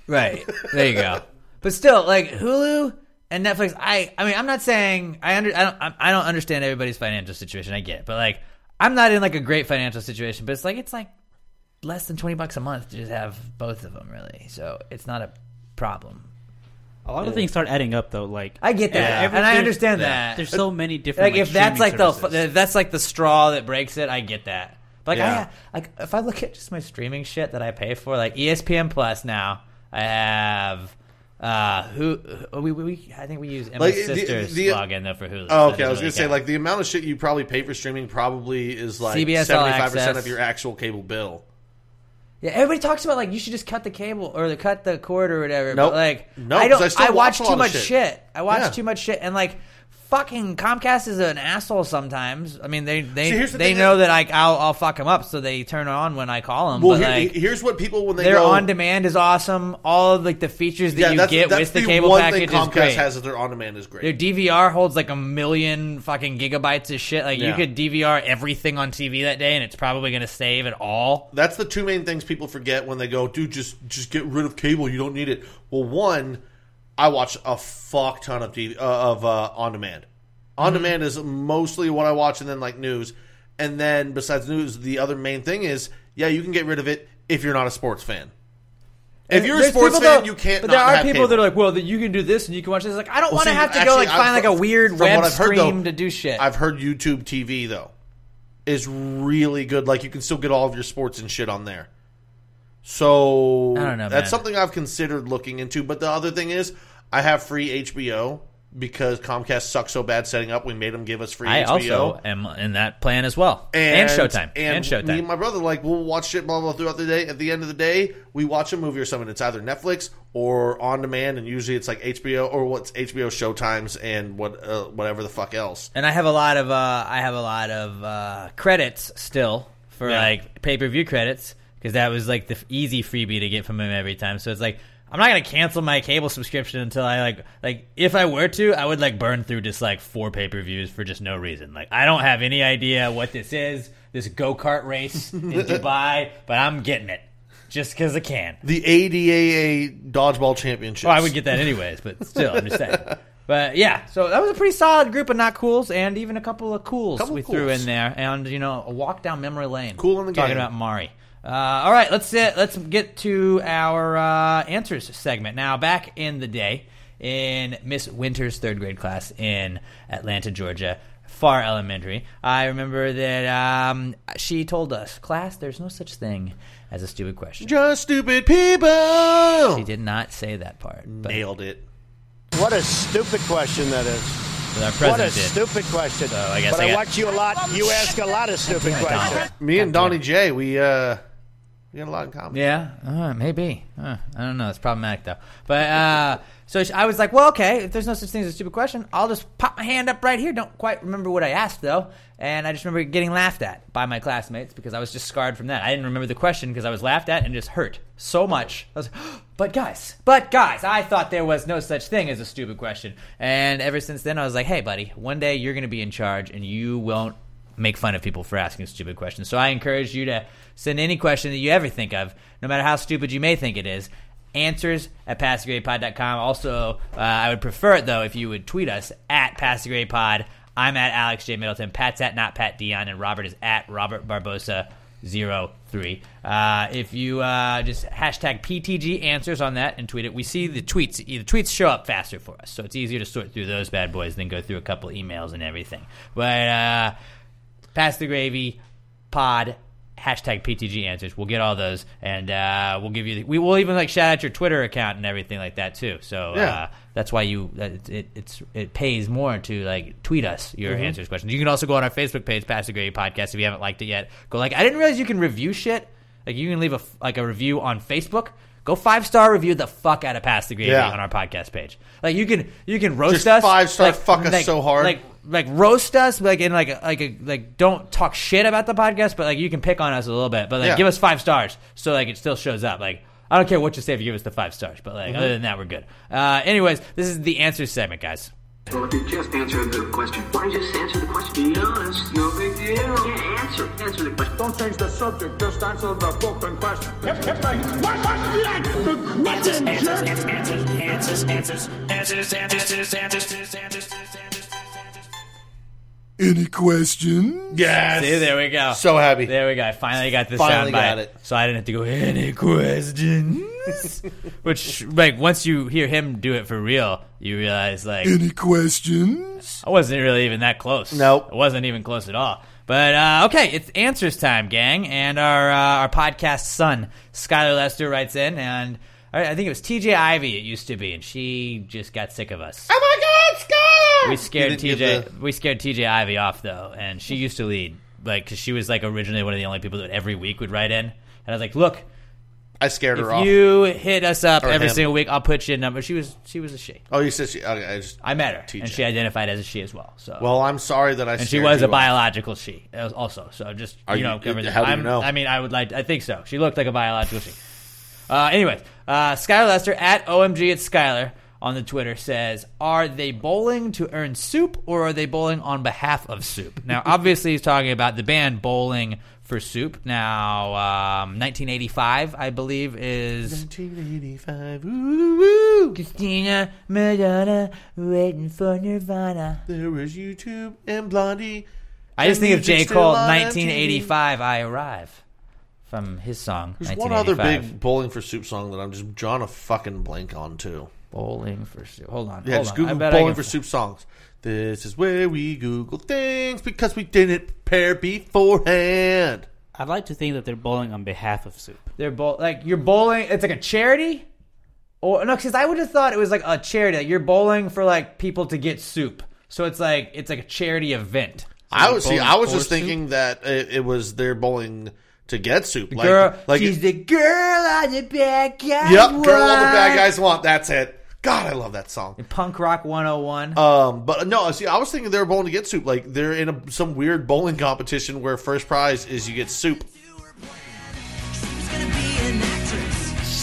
M: Right. There you go. but still, like Hulu and Netflix, I I mean, I'm not saying I under I don't I- I don't understand everybody's financial situation. I get, it. but like I'm not in like a great financial situation. But it's like it's like less than twenty bucks a month to just have both of them, really. So it's not a problem.
R: A lot of things start adding up though. Like
M: I get that,
R: Yeah.
M: and I
R: There-
M: understand
R: yeah.
M: that.
R: There's so many different,
M: Like,
R: like,
M: if that's like
R: streaming
M: the if that's like the straw that breaks it, I get that. But like
R: Yeah.
M: I like if E I look at just my streaming shit that I pay for, like ESPN Plus now, I have Uh, who uh, we, we, we I think we use Emma's
L: Like, the-
M: sister's
L: the-
M: login though for Hulu. so it
L: Oh, okay. I was
M: doesn't
L: gonna
M: really
L: say
M: count.
L: like the amount of shit you probably pay for streaming probably is like
M: CBS All
L: seventy five percent
M: Access.
L: of your actual cable bill.
M: yeah, everybody talks about like you should just cut the cable or the cut the cord or whatever.
L: Nope.
M: But, like
L: No,
M: I
L: 'cause
M: don't.
L: I
M: I,
L: still
M: watch,
L: watch a lot
M: too
L: of
M: much
L: shit.
M: shit. I watch
L: Yeah.
M: too much shit and like. Fucking Comcast is an asshole sometimes. I mean, they they
L: See, here's the
M: they
L: thing
M: know that like I'll, I'll fuck them up, so they turn on when I call them.
L: Well,
M: but,
L: here-
M: like,
L: here's what people when they
M: their
L: go-
M: on demand is awesome. All of like the features that
L: yeah,
M: you
L: that's,
M: get
L: that's
M: with the, cable
L: one
M: package
L: thing Comcast
M: is great.
L: has that their on demand is great.
M: Their DVR holds like a million fucking gigabytes of shit. Like
L: Yeah.
M: you could DVR everything on TV that day, and it's probably going to save it all.
L: That's the two main things people forget when they go, dude, just just get rid of cable. You don't need it. Well, one, I watch a fuck ton of TV, uh, of uh, on demand. On
M: Mm-hmm.
L: demand is mostly what I watch, and then like news, and then besides news, the other main thing is, yeah, you can get rid of it if you're not a sports fan. If
M: And
L: you're a
M: there's
L: sports
M: people
L: fan,
M: that-
L: you can't.
M: But there
L: not
M: are
L: have
M: people
L: cable.
M: that are like, well, that you can do this and you can watch this. Like, I don't
L: Well,
M: want to
L: see,
M: have to go
L: actually,
M: like
L: I've-
M: find like a weird
L: from
M: web
L: what I've heard,
M: stream
L: though,
M: to do shit.
L: I've heard YouTube TV though is really good. Like you can still get all of your sports and shit on there. So
M: I don't know, man.
L: That's something I've considered looking into. But the other thing is, I have free HBO because Comcast sucks so bad setting up. We made them give us free
M: I
L: HBO.
M: also am in that plan as well, and, Showtime, and,
L: Me
M: Showtime.
L: and my brother like we'll watch shit blah blah throughout the day. At the end of the day, we watch a movie or something. It's either Netflix or on demand, and usually it's like HBO or what's HBO Showtimes and what uh, whatever the fuck else.
M: and I have a lot of uh, I have a lot of uh, credits still for
L: Yeah.
M: like pay per view credits because that was like the f- easy freebie to get from him every time. So it's like I'm not gonna cancel my cable subscription until I like like if I were to I would like burn through just like four pay per views for just no reason. Like I don't have any idea what this is this go kart race in Dubai, but I'm getting it just because I can.
L: The ADAA Dodgeball Championship.
M: Well, Oh, I would get that anyways, but still, I'm just saying. But yeah, so that was a pretty solid group of not cools, and even a couple of cools
L: Couple
M: we
L: cools.
M: through in there, and you know, a walk down memory lane.
L: Cool in the
M: talking
L: game.
M: about Mari. Uh, all right, let's sit, let's get to our uh, answers segment now. Back in the day, in Miss Winter's third grade class in Atlanta, Georgia. Far elementary. I remember that um, she told us, class, there's no such thing as a stupid question.
L: Just stupid people.
M: She did not say that part. But
L: Nailed it.
U: What a stupid question that is.
M: But our
U: What
M: president
U: a
M: did.
U: stupid question.
M: I guess
U: but
M: I
U: I,
M: got-
U: watch you a lot. You ask a lot of stupid questions.
L: Me and Donnie J, we uh, we got a lot in common.
M: Yeah, uh, maybe. Uh, I don't know. It's problematic though. But uh, so sh- I was like, well, okay. If there's no such thing as a stupid question, I'll just pop my hand up right here. Don't quite remember what I asked though, and I just remember getting laughed at by my classmates because I was just scarred from that. I didn't remember the question because I was laughed at and just hurt so much. I was, but guys, but guys, I thought there was no such thing as a stupid question, and ever since then I was like, hey, buddy, one day you're gonna be in charge and you won't make fun of people for asking stupid questions. So I encourage you to send any question that you ever think of, no matter how stupid you may think it is. Answers at passthegradepod.com. Also, uh, I would prefer it though if you would tweet us at passthegradepod. I'm at Alex J Middleton. Pat's at not Pat Dion, and Robert is at Robert Barbosa zero three. Uh, if you uh, just hashtag PTG answers on that and tweet it, we see the tweets. The tweets show up faster for us, so it's easier to sort through those bad boys than go through a couple emails and everything. But uh, pass the gravy pod hashtag ptg answers we'll get all those and uh, we'll give you the, we will even like shout out your twitter account and everything like that too so
L: Yeah.
M: uh, that's why you that it, it it's it pays more to like tweet us your
L: Mhm.
M: answers questions you can also go on our facebook page pass the gravy podcast if you haven't liked it yet go like i didn't realize you can review shit like you can leave a f- like a review on facebook Go five star review the fuck out of Pass the Gravy
L: Yeah.
M: on our podcast page. Like you can you can roast
L: Just
M: us
L: five-star
M: like-
L: fuck us
M: like-
L: so hard.
M: like like roast us like in like a, like a, like don't talk shit about the podcast but like you can pick on us a little bit but like
L: Yeah.
M: give us five stars so like it still shows up like i don't care what you say if you give us the five stars but like
L: Mm-hmm.
V: Mhm.
M: other than that we're good uh anyways this is the answer segment guys
V: Well, if you just answer the question, why don't you just answer the question? Be honest, no big deal. Yeah, answer, answer the question. Don't change the subject, just answer the fucking question.
C: Answers, answers, answers, answers, answers, answers, answers, answers, answers.
H: Any questions?
L: Yes.
M: See, there we go.
L: So happy.
M: There we go. I finally got this
L: Finally
M: sound
L: got
M: bite,
L: it.
M: So I didn't have to go any questions. Which like once you hear him do it for real, you realize like
H: Any questions?
M: I wasn't really even that close. Nope. I wasn't even close at all. But uh, okay, it's answers time, gang. And our uh, our podcast son, Skylar Lester, writes in, and I think it was TJ Ivy. It used to be, and she just got sick of us.
W: Oh my God, Skylar!
M: We scared TJ. We scared TJ Ivy off though, and she used to lead like because she was like originally one of the only people that every week would write in, and I was like, look,
L: I scared
M: if
L: her off.
M: you hit us up
L: Or
M: every
L: him.
M: single week, I'll put you in number. She was she was a she.
L: Oh, you said she. Okay, I just
M: I met her, and she identified as a she as well. So
L: Well, I'm sorry that I.
M: and she
L: scared
M: was
L: you
M: a
L: off.
M: biological she as- also. So just
L: Are
M: you
L: you-
M: know, cover that.
L: how do you
M: I'm-
L: know?
M: I mean, I would like. I think so. She looked like a biological she. Uh, anyways, uh, Skylar Lester at OMG at Skylar on the Twitter says, "Are they bowling to earn soup, or are they bowling on behalf of soup?" Now, obviously, he's talking about the band Bowling for Soup. Now, um, 1985, I believe, is
L: 1985.
M: Woo woo, Christina Madonna waiting for Nirvana.
L: There was YouTube and Blondie.
M: I just think of
L: Music's
M: J.
L: still
M: Cole,
L: on
M: 1985, I Arrive, from his song.
L: There's one other
M: 1985.
L: big Bowling for Soup song that I'm just drawing a fucking blank on too.
M: Bowling for Soup. Hold on.
L: Yeah,
M: hold
L: just
M: on. I
L: Google
M: bet I
L: Bowling
M: can-
L: for Soup songs. This is where we Google things because we didn't prepare beforehand.
R: I'd like to think that they're bowling on behalf of soup.
M: They're bowl like you're bowling. It's like a charity, or no? Because I would have thought it was like a charity. Like you're bowling for like people to get soup. So it's like it's like a charity event.
L: I was see. I was just thinking that it, it was their bowling to get soup. Like,
M: girl,
L: like
M: she's the girl on the bad guy.
L: yep, girl, all the bad guys want. That's it. God, I love that song.
M: Punk rock 101.
L: Um, but no, see, I was thinking they were bowling to get soup. Like they're in a, some weird bowling competition where first prize is you get soup.
W: She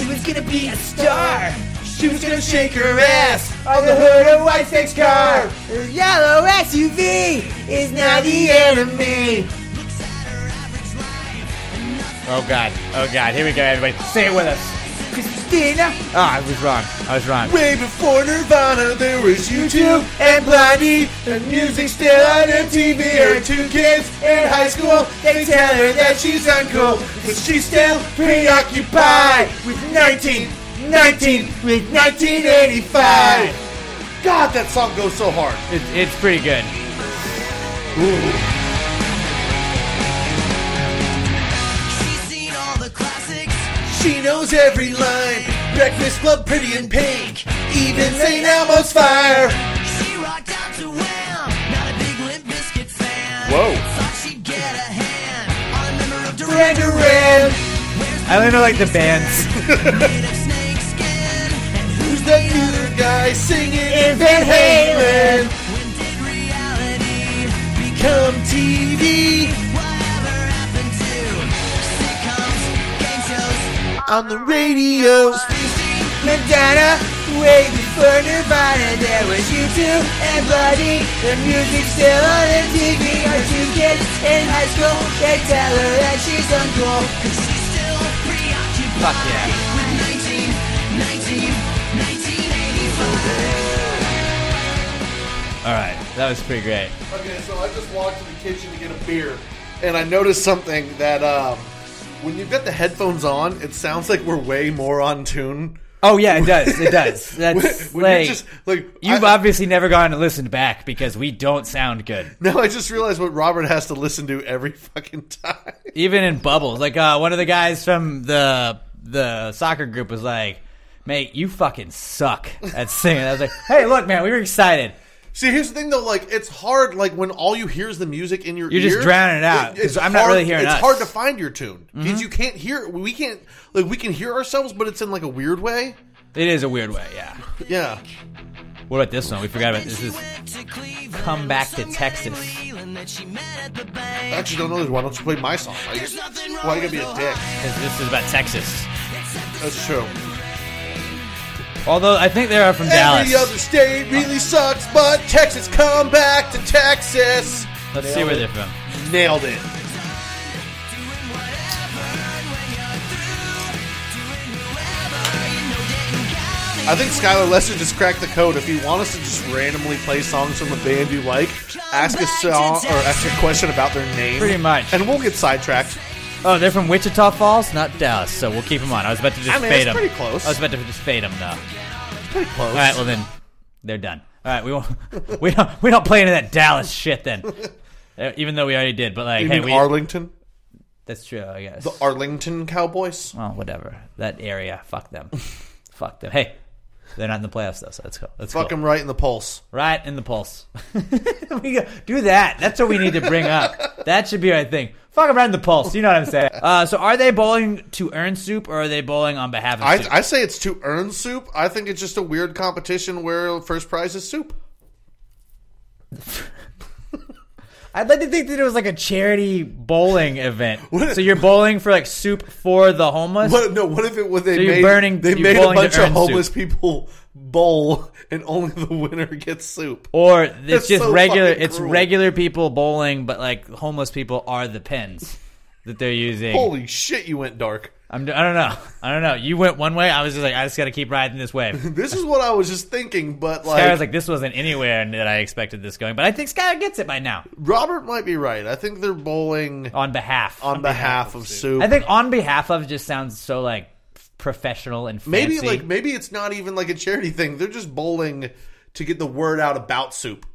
W: was gonna be a star. She was gonna shake her ass
M: on the hood of White Six car. Her yellow SUV
W: is not the enemy.
M: Oh god. Oh god. Here we go, everybody. Say it with us.
W: Christina.
M: Ah, I was wrong. I was wrong.
W: Way before Nirvana, there was YouTube and Blondie. The music still on MTV. Her two kids in high school. They tell her that she's uncool, but she's still preoccupied with 19, 19, with 1985.
L: God, that song goes so hard.
M: It, it's pretty good.
W: She knows every line. Breakfast Club, Pretty in Pink, even St. Elmo's Fire.
L: Whoa.
W: Duran Duran.
M: I only know like the bands.
W: Who's the other guy singing in Van Halen? Become TV. On the radio, Madonna waiting for Nirvana. There was YouTube and Bloody. The music still on the TV. Our two kids in high school. They tell her that she's uncool. 'Cause she's still preoccupied.
M: Fuck yeah. All right, that was pretty great.
L: Okay, so I just walked to the kitchen to get a beer, and I noticed something that um, when you've got the headphones on, it sounds like we're way more on tune.
M: Oh yeah, it does. It does. That's
L: When you're
M: like,
L: just- like,
M: you've obviously never gone and listened back because we don't sound good,
L: Now I just realized what Robert has to listen to every fucking time.
M: even in bubbles. Like uh, one of the guys from the the soccer group was like, "Mate, you fucking suck at singing." I was like, "Hey, look, man, we were excited."
L: See, here's the thing though, like it's hard, like when all you hear is the music in your
M: You're just
L: ear,
M: drowning it out, 'cause I'm not
L: hard-
M: really hearing
L: It's
M: us. Mm-hmm.
L: hard to find your tune because you can't hear. We can't like we can hear ourselves, but it's in like a weird way.
M: It is a weird way, yeah.
L: Yeah.
M: What about this one? We forgot about this. Is come back to Texas.
L: I actually don't know this. Why don't you play my song? Like, why you gotta be a dick?
M: 'Cause This is about Texas.
L: That's true.
M: Although I think they are from Dallas.
L: Every other state really sucks, but Texas, come back to Texas.
M: Let's see where they're from.
L: Nailed it. I think Skylar Lester just cracked the code. If you want us to just randomly play songs from a band you like, ask a song or ask a question about their name.
M: Pretty much.
L: And we'll get sidetracked.
M: Oh, they're from Wichita Falls, not Dallas. So we'll keep them on. I was about to just
L: I mean,
M: fade
L: it's
M: them.
L: pretty close.
M: I was about to just fade them though.
L: Pretty close.
M: All right, well then, they're done. All right, we won't. we don't. We don't play into that Dallas shit then. Uh, Even though we already did, but like,
L: You
M: hey,
L: mean
M: we,
L: Arlington?
M: That's true, I guess.
L: The Arlington Cowboys?
M: well, whatever. That area, fuck them. Fuck them. Hey, they're not in the playoffs though, so let's go. Let's
L: Fuck
M: go.
L: him right in the pulse.
M: Right in the pulse. we go, do that. That's what we need to bring up. That should be our thing. Fuck them right in the pulse. You know what I'm saying? Uh, so are they bowling to earn soup or are they bowling on behalf of?
L: I,
M: soup?
L: I say it's to earn soup. I think it's just a weird competition where first prize is soup.
M: I'd like to think that it was like a charity bowling event. so you're bowling for like soup for the homeless.
L: What, no, what if it was they
M: So you're
L: made
M: burning-
L: they
M: you're
L: made a
M: bowling to
L: bunch
M: earn
L: of homeless
M: soup.
L: people bowl and only the winner gets soup?
M: Or it's,
L: That's
M: just
L: so
M: regular.
L: fucking
M: It's
L: cruel.
M: regular people bowling, but like homeless people are the pins that they're using.
L: Holy shit, you went dark.
M: I'm, I don't know. I don't know. You went one way. I was just like, I just got to keep riding this wave.
L: This is what I was just thinking, but like,
M: Skyler's like, this wasn't anywhere that I expected this going, but I think Skyler gets it by now.
L: Robert might be right. I think they're bowling
M: on behalf
L: on, behalf, of soup.
M: I think on behalf of just sounds so like professional and fancy.
L: maybe like maybe it's not even like a charity thing. They're just bowling to get the word out about soup.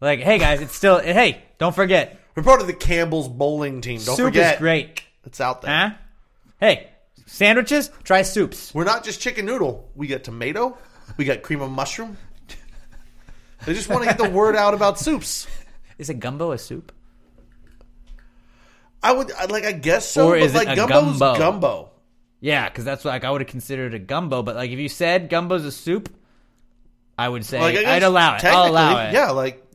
M: Like, hey guys, it's still hey, don't forget.
L: We're part of the Campbell's bowling team. Don't
M: soup
L: forget,
M: is great.
L: It's out there.
M: Huh? Hey, sandwiches, try soups.
L: We're not just chicken noodle. We got tomato. We got cream of mushroom. They just want to get the word out about soups.
M: Is a gumbo a soup?
L: I would I- like. I guess so.
M: Or
L: but
M: is it
L: like
M: a
L: gumbo's
M: gumbo?
L: gumbo?
M: Yeah, because that's what, like I would have considered a gumbo, but like if you said gumbo's a soup, I would say
L: Like, I guess
M: I'd allow it. I'll allow it.
L: technically, Yeah, like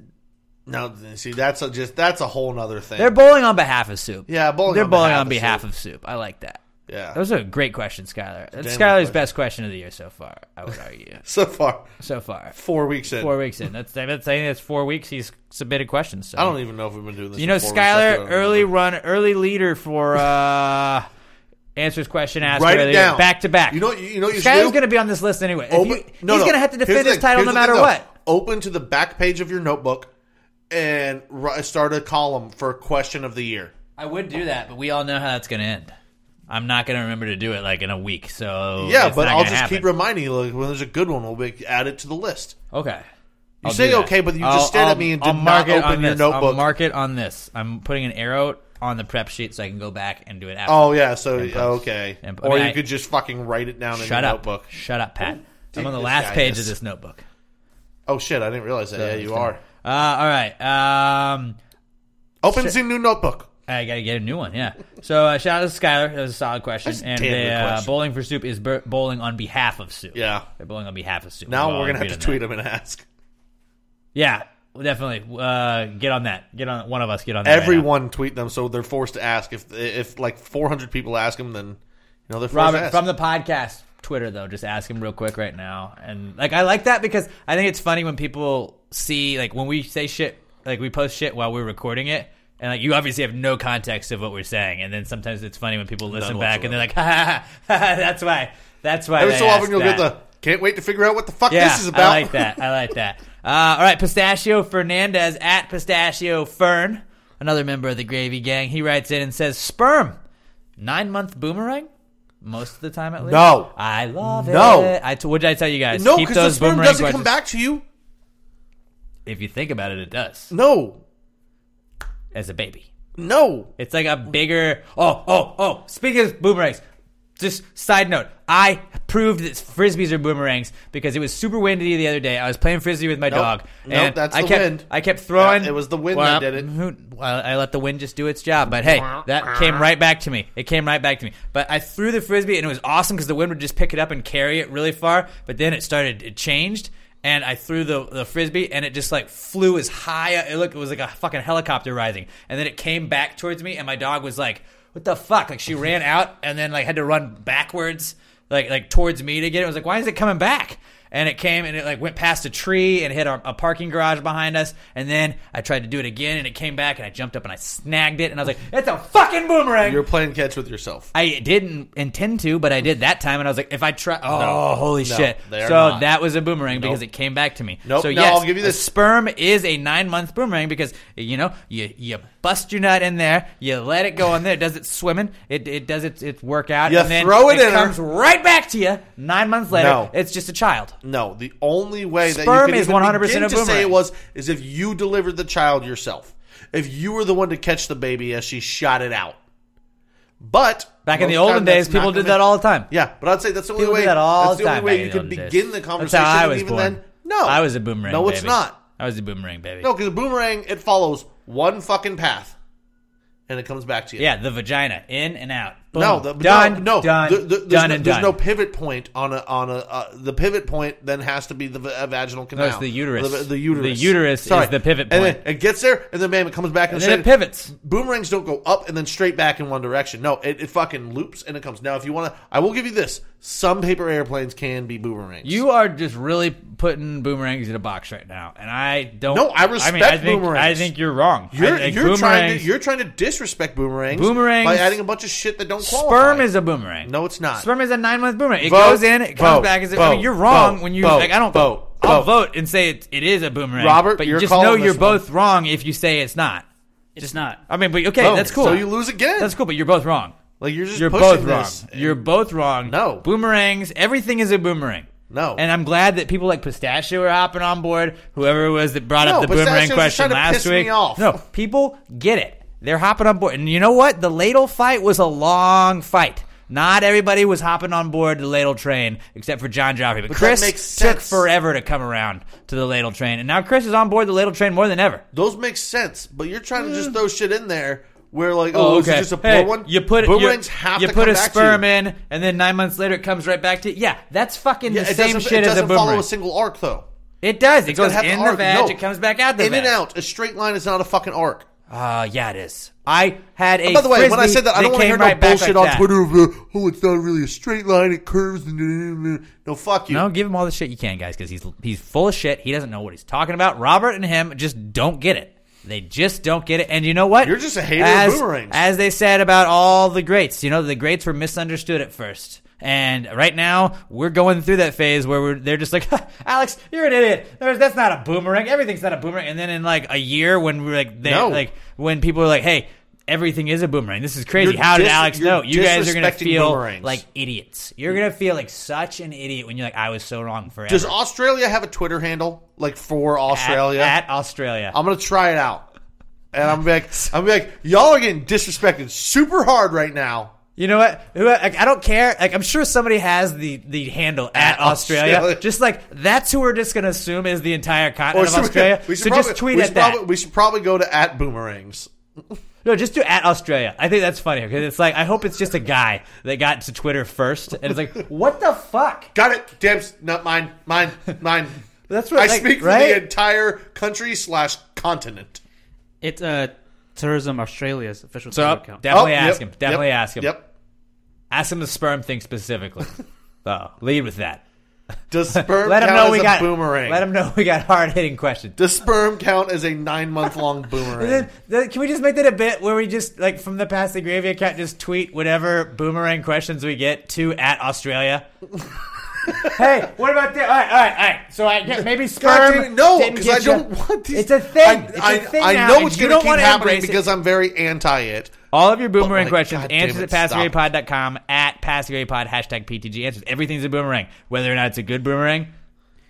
L: no. See, that's a, just that's a whole nother thing.
M: They're bowling on behalf of soup.
L: Yeah, bowling
M: They're
L: on
M: bowling
L: behalf
M: on
L: of
M: behalf
L: soup.
M: of soup. I like that.
L: Yeah.
M: Those are great questions, Skyler. That's
L: damn good
M: Skyler's
L: question.
M: best question of the year so far, I would argue.
L: so far.
M: so far.
L: Four weeks in.
M: Four weeks in. That's that's saying that's four weeks he's submitted questions. So.
L: I don't even know if we've been doing this.
M: You know,
L: for four weeks. I
M: Skyler,
L: don't
M: early run, early leader for uh, answers question asked.
L: Write it
M: earlier,
L: down.
M: back to back.
L: You know- you know what you should
M: Skyler's
L: do?
M: going to be on this list anyway. If
L: Open-
M: you-
L: no,
M: he's
L: no.
M: going to have to
L: Here's
M: defend
L: the
M: his
L: thing.
M: title
L: Here's
M: no
L: the
M: matter
L: thing, though.
M: what.
L: Open to the back page of your notebook and ri- start a column for question of the year.
M: I would do that, but we all know how that's going to end. I'm not going to remember to do it like in a week. So
L: yeah,
M: it's
L: but
M: Oh, not
L: I'll
M: gonna
L: just
M: happen.
L: keep reminding you. Like, when there's a good one, we'll be, add it to the list.
M: Okay.
L: You
M: I'll
L: say
M: do that.
L: okay, but you
M: I'll-
L: just stared
M: I'll-
L: at me and
M: I'll
L: did
M: mark
L: not
M: it
L: open
M: on
L: your
M: this. I'll
L: notebook.
M: mark it on this. I'm putting an arrow on the prep sheet so I can go back and do it after.
L: oh yeah, so
M: And post.
L: okay,
M: And- I
L: or
M: mean,
L: you
M: I-
L: could just fucking write it down in
M: Shut
L: your
M: up.
L: notebook.
M: Shut up, Pat. I'm
L: Dude,
M: on the
L: this
M: last
L: guy
M: page of
L: is-
M: this notebook.
L: Oh shit, I didn't realize that.
M: So
L: yeah,
M: it's
L: you
M: fine.
L: are.
M: Uh, all right. Um,
L: Open
M: Shit.
L: to new notebook.
M: I gotta get a new one. Yeah. So uh, shout out to Skyler. That was a solid question.
L: That's a
M: and
L: damn
M: the,
L: good
M: uh,
L: question.
M: bowling for soup is bur- bowling on behalf of soup.
L: Yeah.
M: They're bowling on behalf of soup.
L: Now
M: We've all
L: we're gonna have
M: agreed
L: to
M: on
L: tweet
M: that.
L: him and ask.
M: Yeah, well, definitely. Uh, get on that. Get on. One of us get on. That right now.
L: Everyone tweet them, so they're forced to ask. If if like 400 people ask him, then you know they're forced to
M: Robert
L: ask.
M: from the podcast Twitter though, just ask him real quick right now. And like I like that because I think it's funny when people see like when we say shit, like we post shit while we're recording it. And like you obviously have no context of what we're saying, and then sometimes it's funny when people listen
L: None
M: back and they're like, "Ha ha ha! ha, that's why, that's why."
L: Every
M: they
L: so often
M: asked
L: you'll
M: that.
L: get the can't wait to figure out what the fuck
M: yeah,
L: this is about.
M: I like that. I like that. Uh, all right, Pistachio Fernandez at Pistachio Fern, another member of the Gravy Gang. He writes in and says, "Sperm, nine month boomerang." Most of the time, at least.
L: No.
M: I love
L: No.
M: it. I t- what did I tell you guys?
L: no,
M: Keep
L: because the
M: those
L: sperm
M: boomerang
L: doesn't
M: questions.
L: come back to you.
M: If you think about it, it does.
L: No,
M: As a baby,
L: no.
M: it's like a bigger. Oh, oh, oh! Speaking of boomerangs, just side note. I proved that frisbees are boomerangs because it was super windy the other day. I was playing frisbee with my
L: Nope.
M: dog.
L: Nope,
M: and
L: that's
M: I
L: the
M: kept,
L: wind.
M: I kept throwing.
L: Yeah, it was the wind
M: Well,
L: that did it.
M: who- well, I let the wind just do its job, but hey, that came right back to me. It came right back to me. But I threw the frisbee, and it was awesome because the wind would just pick it up and carry it really far. But then it started, it changed, and I threw the, the frisbee, and it just like flew as high. It looked, it was like a fucking helicopter rising, and then it came back towards me, and my dog was like, "What the fuck?" Like she ran out, and then like had to run backwards, like like towards me to get it. I was like, "Why is it coming back?" and it came and it like went past a tree and hit our, a parking garage behind us. And then I tried to do it again and it came back and I jumped up and I snagged it and I was like, "It's a fucking boomerang."
L: You're playing catch with yourself.
M: I didn't intend to, but I did that time, and I was like, "If I try, oh,
L: No.
M: holy
L: No,
M: shit!"
L: they are
M: So
L: not.
M: that was a boomerang
L: Nope.
M: because it came back to me.
L: Nope.
M: So
L: No,
M: yes,
L: I'll give you
M: a
L: this.
M: sperm is a nine-month boomerang because you know you you bust your nut in there, you let it go in there, it does its swimming, it it does its its workout,
L: You
M: and then
L: throw it in her.
M: comes right back to you nine months later.
L: No.
M: It's just a child.
L: No, the only way that
M: Sperm
L: you could
M: is
L: even
M: 100%
L: begin
M: a
L: to say it
M: boomerang.
L: was is if you delivered the child yourself. If you were the one to catch the baby as she shot it out. But
M: Back in the
L: most
M: olden
L: time, that's
M: days, people
L: not
M: did
L: gonna-
M: that all the time.
L: Yeah, but I'd say that's the only
M: People
L: way.
M: did that all
L: that's
M: the
L: the only
M: time
L: way
M: back
L: you
M: in
L: could
M: the olden
L: begin
M: days.
L: the
M: That's how I
L: conversation. and
M: was
L: even
M: born.
L: then, no,
M: I was a boomerang.
L: No, it's
M: baby.
L: not.
M: I was a boomerang baby.
L: No, because the boomerang it follows one fucking path, and it comes back to you.
M: Yeah, the vagina in and out. Boom.
L: No, the,
M: done.
L: no, no.
M: done,
L: The- the- there's
M: done,
L: no,
M: and
L: there's
M: done.
L: no pivot point on a on a uh, the pivot point then has to be the v- uh, vaginal canal.
M: it's the uterus.
L: The, the uterus.
M: The uterus is the pivot
L: And
M: point.
L: then it gets there, and then bam, it comes back, and,
M: And then it
L: straight-
M: pivots.
L: Boomerangs don't go up and then straight back in one direction. No, it, it fucking loops and it comes. Now, if you want to, I will give you this: some paper airplanes can be boomerangs.
M: You are just really putting boomerangs in a box right now, and I don't.
L: No, I
M: mean, I
L: respect
M: think,
L: boomerangs.
M: I think you're wrong. I
L: You're,
M: think
L: you're trying
M: boomerangs-
L: to you're trying to disrespect boomerangs,
M: Boomerangs-
L: by adding a bunch of shit that don't qualify.
M: sperm is a boomerang.
L: No, it's not.
M: Sperm is a nine month boomerang. It
L: Vote,
M: goes in, it
L: vote,
M: comes back. As a, I mean,
L: vote,
M: you're wrong
L: vote,
M: when you
L: vote,
M: like. I don't
L: vote,
M: I'll
L: vote.
M: vote and say it, it is a boomerang.
L: Robert,
M: but
L: you're
M: just
L: calling
M: know you're
L: this one.
M: both wrong if you say it's not.
R: It's not.
M: I mean, but okay,
L: Vote.
M: that's cool.
L: So you lose again.
M: That's cool, but you're both wrong.
L: Like you're just
M: you're
L: pushing
M: both wrong.
L: this.
M: You're both wrong.
L: No.
M: Boomerangs, everything is a boomerang.
L: No.
M: And I'm glad that people like Pistachio are hopping on board. Whoever it was that brought
L: No,
M: up the
L: Pistachio's
M: boomerang
L: just
M: question
L: trying to
M: last
L: piss me
M: week.
L: off.
M: No, people get it. They're hopping on board. And you know what? The ladle fight was a long fight. Not everybody was hopping on board the ladle train except for John Joffrey. But,
L: But that makes
M: Chris took
L: sense.
M: forever to come around to the ladle train. And now Chris is on board the ladle train more than ever.
L: Those make sense, but you're trying to just throw shit in there where like, oh, is it just a poor
M: Eh. Hey,
L: one?
M: You put
L: boomerangs
M: you,
L: have
M: you
L: to
M: put
L: come
M: a
L: back
M: sperm
L: to you.
M: in, and then nine months later it comes right back to you. Yeah, that's fucking
L: Yeah,
M: the
L: it
M: same
L: doesn't-
M: shit
L: it
M: as a
L: doesn't follow
M: boomerang.
L: a single arc though.
M: it does. It
L: It's
M: goes
L: gonna have
M: in
L: an
M: the
L: arc.
M: vag,
L: No.
M: it comes back out the
L: in
M: vag.
L: and out. A straight line is not a fucking arc.
M: Uh, yeah, it is. I had a.
L: And Oh, by the way, when I
M: Frisbee
L: said that, I don't want to
M: came
L: hear
M: right
L: no
M: back
L: bullshit
M: like
L: on
M: that.
L: Twitter. Of, uh, oh, it's not really a straight line; it curves. and uh, No, fuck you.
M: No, give him all the shit you can, guys, because he's he's full of shit. He doesn't know what he's talking about. Robert and him just don't get it. They just don't get it. And you know what?
L: You're just a hater of
M: as,
L: boomerangs.
M: As they said about all the greats, you know, the greats were misunderstood at first. And right now, we're going through that phase where we're, they're just like, "Ha, Alex, you're an idiot. There's, that's not a boomerang. Everything's not a boomerang. And then in like a year, when we're like, they,
L: No.
M: like when people are like, hey, everything is a boomerang. This is crazy.
L: You're
M: How did
L: dis-
M: Alex
L: you're
M: know? You guys are going
L: disrespecting
M: to feel
L: boomerangs.
M: like idiots. You're gonna feel like such an idiot when you're like, I was so wrong forever.
L: Does Australia have a Twitter handle like for Australia?
M: at, at Australia?
L: I'm gonna try it out, and I'm gonna be like, I'm gonna be like, y'all are getting disrespected super hard right now.
M: you know what? Who- Like, I don't care. Like I'm sure somebody has the the handle at,
L: At
M: Australia.
L: Australia.
M: Just like that's who we're just gonna assume is the entire continent of
L: should we-
M: Australia. Oh,
L: we should
M: so
L: probably-
M: just tweet
L: we
M: at
L: should
M: that.
L: Probably, we should probably go to at boomerangs.
M: No, just do at Australia. I think that's funnier because it's like I hope it's just a guy that got to Twitter first and it's like, what the fuck?
L: Got it. Dibs. Not mine. Mine. Mine.
M: That's what
L: I
M: like,
L: speak
M: right?
L: for the entire country slash continent.
R: It's uh, Tourism Australia's official
M: So
R: Twitter account.
M: definitely
L: Oh,
M: ask
L: yep,
M: him. Definitely
L: yep,
M: ask him.
L: yep.
M: Ask him the sperm thing specifically. so lead with that.
L: Does sperm
M: Let
L: count
M: him know
L: as
M: we
L: a
M: got
L: boomerang?
M: Let him know we got hard hitting questions.
L: Does sperm count as a nine month long
M: And
L: boomerang?
M: then, then can we just make that a bit where we just like from the past the gravy account just tweet whatever boomerang questions we get to at Australia? hey, what about that? All right, all right, all right. So I yeah, maybe
L: God damn
M: sperm.
L: it, no,
M: didn't
L: because
M: get
L: I don't
M: you.
L: want these.
M: It's a thing.
L: I,
M: it's
L: I-
M: a thing
L: I
M: now,
L: know
M: and
L: it's
M: you
L: going
M: don't
L: to keep
M: wanna
L: happening
M: embrace it.
L: because I'm very anti it.
M: All of your boomerang
L: like,
M: questions,
L: God damn
M: answers
L: it,
M: at
L: stop.
M: passgarypod.com, at passgarypod, hashtag PTG answers. Everything's a boomerang. Whether or not it's a good boomerang,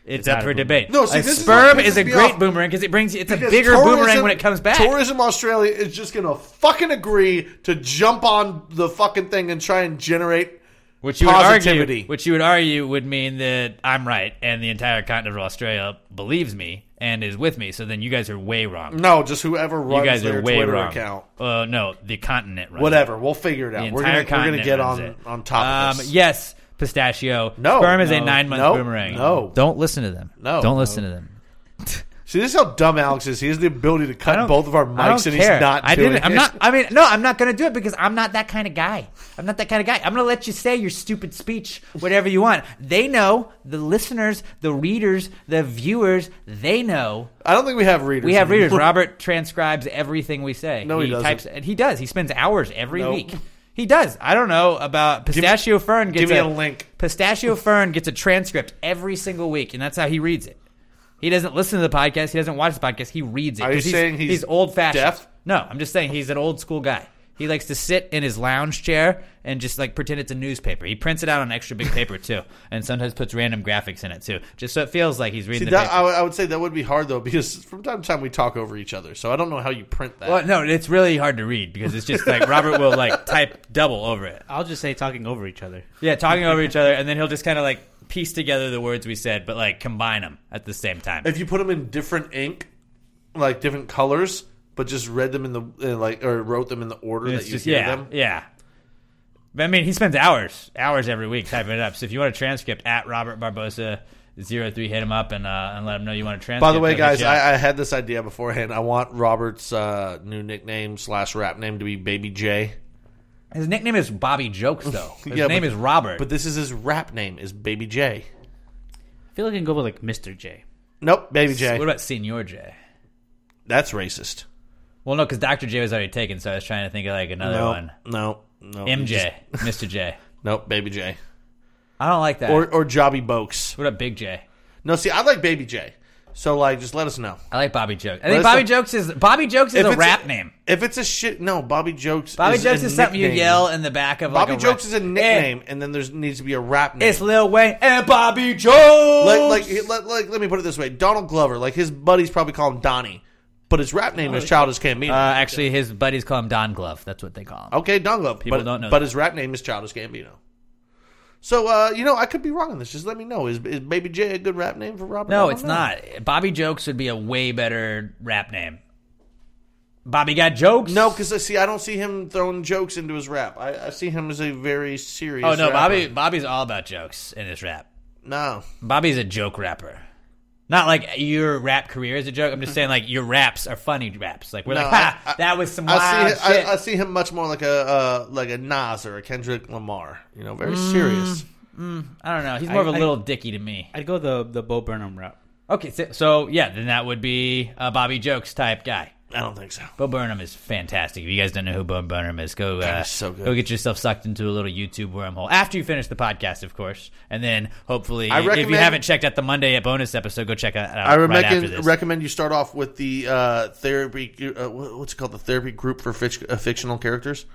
M: it's, up
R: not a
M: for
R: boomerang.
M: debate.
L: No, see,
M: a
L: this is
M: sperm
L: what pisses
M: is, a
L: me
M: great
L: off.
M: boomerang because it brings it's a
L: Because
M: bigger
L: tourism-
M: boomerang when it comes back.
L: Tourism Australia is just going to fucking agree to jump on the fucking thing and try and generate
M: which you would
L: positivity.
M: argue, which you would argue would mean that I'm right and the entire continent of Australia believes me and is with me. So then you guys are way wrong.
L: no, just whoever runs
M: you guys
L: their
M: are way
L: Twitter
M: wrong.
L: account.
M: Uh, no, the continent. Runs it.
L: Whatever, we'll figure it out.
M: The
L: We're
M: entire
L: going to
M: continent
L: get
M: runs
L: on
M: it.
L: on top of
M: Um,
L: this.
M: yes, pistachio.
L: No,
M: sperm is a
L: no,
M: nine month
L: no,
M: boomerang.
L: no.
M: don't listen to them.
L: No,
M: don't
L: no.
M: listen to them.
L: See, this is how dumb Alex is. He has the ability to cut both of our
M: I don't
L: mics, and
M: care.
L: he's not.
M: I
L: doing
M: didn't. I'm
L: it.
M: not. I mean, no, I'm not going to do it because I'm not that kind of guy. I'm not that kind of guy. I'm going to let you say your stupid speech, whatever you want. They know the listeners, the readers, the viewers. They know
L: I don't think we have readers.
M: we have readers.
L: anymore.
M: Robert transcribes everything we say.
L: No, he doesn't.
M: Types, and he does. He spends hours every
L: Nope.
M: week. He does. I don't know about pistachio fern. Gets
L: give me a link.
M: Pistachio fern gets a transcript every single week, and that's how he reads it. He doesn't listen to the podcast. He doesn't watch the podcast. He reads it.
L: Are you
M: 'cause
L: saying he's
M: old fashioned?
L: deaf?
M: No, I'm just saying he's an old school guy. He likes to sit in his lounge chair and just like pretend it's a newspaper. He prints it out on extra big paper too, and sometimes puts random graphics in it too, just so it feels like he's reading the
L: See, that,
M: paper.
L: I, would, I would say that would be hard though because from time to time we talk over each other, so I don't know how you print that.
M: well, no, it's really hard to read because it's just like Robert will like type double over it.
R: I'll just say talking over each other.
M: Yeah, talking over each other, and then he'll just kind of like piece together the words we said, but like combine them at the same time.
L: If you put them in different ink, like different colors, but just read them in the uh, like or wrote them in the order
M: It's
L: that you
M: just-
L: hear
M: yeah,
L: them.
M: yeah. But, I mean, he spends hours, hours every week typing it up. So if you want a transcript, at Robert Barbosa 03, hit him up and uh, and let him know you want a transcript.
L: By the way,
M: of
L: guys,
M: show.
L: I, I had this idea beforehand. I want Robert's uh, new nickname slash rap name to be Baby J.
M: his nickname is Bobby Jokes, though. His
L: Yeah,
M: name
L: but-
M: is Robert.
L: but this is his rap name is Baby J.
R: I feel like I can go with like Mr. J.
L: Nope, Baby J.
M: What about Senior J?
L: That's racist.
M: Well, no, because Dr. J was already taken, so I was trying to think of like another
L: No,
M: one.
L: No, no,
M: MJ, Mr. J.
L: Nope, Baby J.
M: I don't like that.
L: Or or Jobby Bokes.
M: What up, Big J?
L: No, see, I like Baby J. So like, just let us know.
M: I like Bobby Jokes. I
L: Let us
M: think Bobby
L: know.
M: Jokes is Bobby Jokes is
L: If
M: a
L: it's
M: rap name.
L: If it's a shit, no, Bobby Jokes.
M: Bobby
L: is
M: Jokes
L: a
M: is something you
L: nickname.
M: yell in the back of like a
L: Bobby Jokes
M: rap-
L: is a nickname, and then there needs to be a rap name.
M: It's Lil Wayne and Bobby Jones.
L: like, like, he- like, like, let me put it this way: Donald Glover, like his buddies probably call him Donnie, but his rap name is Childish Gambino.
M: Uh, actually, his buddies call him Don Glove. That's what they call him.
L: okay, Don Glover.
M: People
L: but,
M: don't know
L: but
M: that.
L: his rap name is Childish Gambino. So, uh, you know, I could be wrong on this. Just let me know. Is, is Baby J a good rap name for Robert? I
M: No,
L: don't
M: it's
L: know.
M: not. Bobby Jokes would be a way better rap name. Bobby got jokes.
L: No, because I see. I don't see him throwing jokes into his rap. I, I see him as a very serious.
M: Oh no,
L: rapper.
M: Bobby. Bobby's all about jokes in his rap.
L: No,
M: Bobby's a joke rapper. Not like your rap career is a joke. I'm just saying like your raps are funny raps. Like we're
L: No,
M: like, ha,
L: I- I-
M: that was some wild
L: I see.
M: shit.
L: I, I see him much more like a uh, like a Nas or a Kendrick Lamar. You know, very serious.
M: Mm, I don't know. He's more of a
R: I- I-
M: little dicky to me.
R: I'd go the the Bo Burnham route.
M: Okay, so, so yeah, then that would be a Bobby Jokes type guy.
L: I don't think so.
M: Bo Burnham is fantastic. If you guys don't know who Bo Burnham is, go uh,
L: he's so good.
M: go get yourself sucked into a little YouTube wormhole after you finish the podcast, of course, and then hopefully,
L: I
M: if
L: recommend-
M: you haven't checked out the Monday bonus episode, go check it out. uh,
L: I
M: right after
L: recommend
M: this.
L: recommend you start off with the uh, therapy. Uh, wha- what's it called? The therapy group for fic- uh, fictional characters.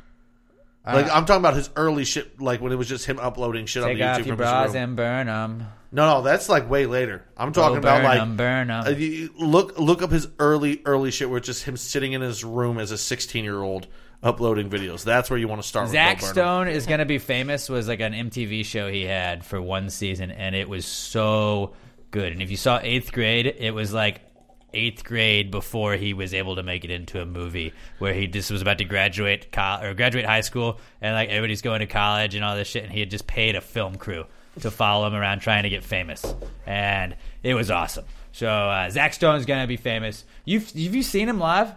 L: Like I'm talking about his early shit, like when it was just him uploading shit on
M: Take
L: the YouTube
M: off your
L: from
M: bras
L: his room.
M: and burn 'em.
L: No, no, that's like way later. I'm
M: Bo
L: talking about
M: Burnham,
L: like
M: Burnham.
L: uh, you- you look look up his early early shit where it's just him sitting in his room as a 16 year old uploading videos. That's where you want to start.
M: Zach
L: with Bo Burnham.
M: Stone is going to be famous was like an MTV show he had for one season, and it was so good. And if you saw Eighth Grade, it was like eighth grade before he was able to make it into a movie where he just was about to graduate co- or graduate high school and like everybody's going to college and all this shit and he had just paid a film crew to follow him around trying to get famous and it was awesome so uh, Zach Stone's gonna be famous you've have you seen him live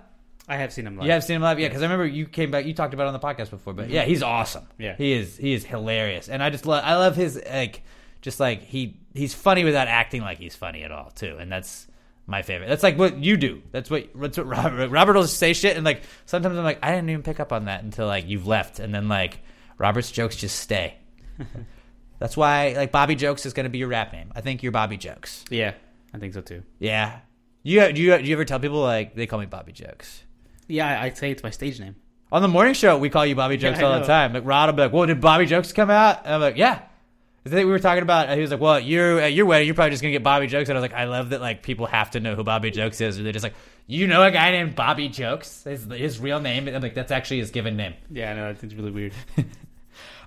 R: I have seen him live.
M: you have seen him live, yeah? Because I remember you came back, you talked about it on the podcast before, but yeah, he's awesome.
R: Yeah.
M: he is. He is hilarious, and I just love. I love his like, just like he he's funny without acting like he's funny at all too, and that's my favorite. That's like what you do. That's what that's what Robert Robert will say shit, and like sometimes I'm like I didn't even pick up on that until like you've left, and then like Robert's jokes just stay. that's why like Bobby Jokes is going to be your rap name. I think you're Bobby Jokes.
R: Yeah, I think so too.
M: Yeah. You do you do you ever tell people like they call me Bobby Jokes?
R: Yeah, I, I'd say it's my stage name.
M: On the morning show, we call you Bobby Jokes
R: Yeah, I
M: all the
R: know.
M: time. Like Rod will be like, "Well, did Bobby Jokes come out?" And I'm like, "Yeah." I think we were talking about. He was like, "Well, you're at your wedding, you're probably just gonna get Bobby Jokes." And I was like, "I love that. Like people have to know who Bobby Jokes is, or they're just like, you know, a guy named Bobby Jokes. His, his real name. And I'm like, that's actually his given name."
R: Yeah, I know that seems really weird.
M: All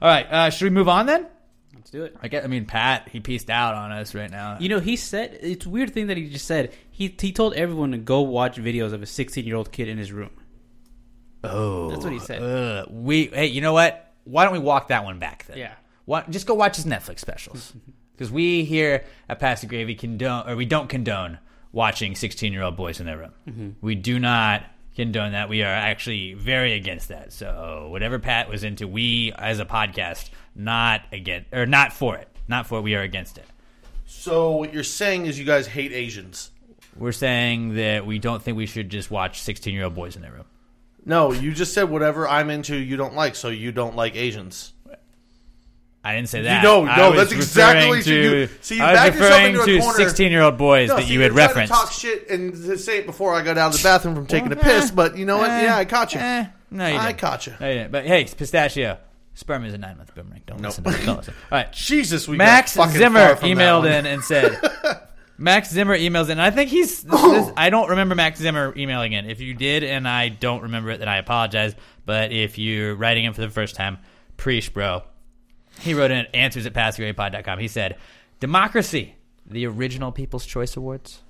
M: right, uh, should we move on then?
R: Let's do it.
M: I get. I mean, Pat, he pieced out on us right now.
R: You know, he said it's a weird thing that he just said. He he told everyone to go watch videos of a 16 year old kid in his room.
M: Oh,
R: That's what he said.
M: Ugh. we hey, you know what? Why don't we walk that one back then?
R: Yeah.
M: Why, just go watch his Netflix specials because we here at Pass the Gravy condone or we don't condone watching sixteen-year-old boys in their room. We do not condone that. We are actually very against that. So whatever Pat was into, we as a podcast not against or not for it, not for it. We are against it.
L: So what you're saying is you guys hate Asians?
M: We're saying that we don't think we should just watch sixteen-year-old boys in their room.
L: No, you just said whatever I'm into, you don't like, so you don't like Asians.
M: I didn't say
L: You
M: that.
L: know,
M: I
L: no,
M: was
L: that's
M: referring
L: exactly what you do.
M: to-
L: See, you
M: I was
L: back yourself
M: referring
L: into a
M: to
L: corner.
M: sixteen-year-old boys that
L: see,
M: you had
L: were trying
M: referenced. Uh-huh.
L: To talk shit and to say it before I got out of the bathroom from taking a piss, but you know what?
M: eh,
L: yeah, I caught you.
M: eh. No, you
L: I
M: didn't.
L: caught you.
M: No, you didn't. But hey, it's pistachio. Sperm is a nine month boomerang. Don't
L: Nope.
M: listen to Don't listen. All right.
L: Jesus, we got
M: Max
L: fucking
M: Zimmer
L: far from that
M: emailed
L: one.
M: in and said, Max Zimmer emails in. And I think he's. This, this- I don't remember Max Zimmer emailing in. If you did and I don't remember it, then I apologize. But if you're writing in for the first time, preach, bro. He wrote in answers at passgraypod.com. He said, Democracy, the original People's Choice Awards.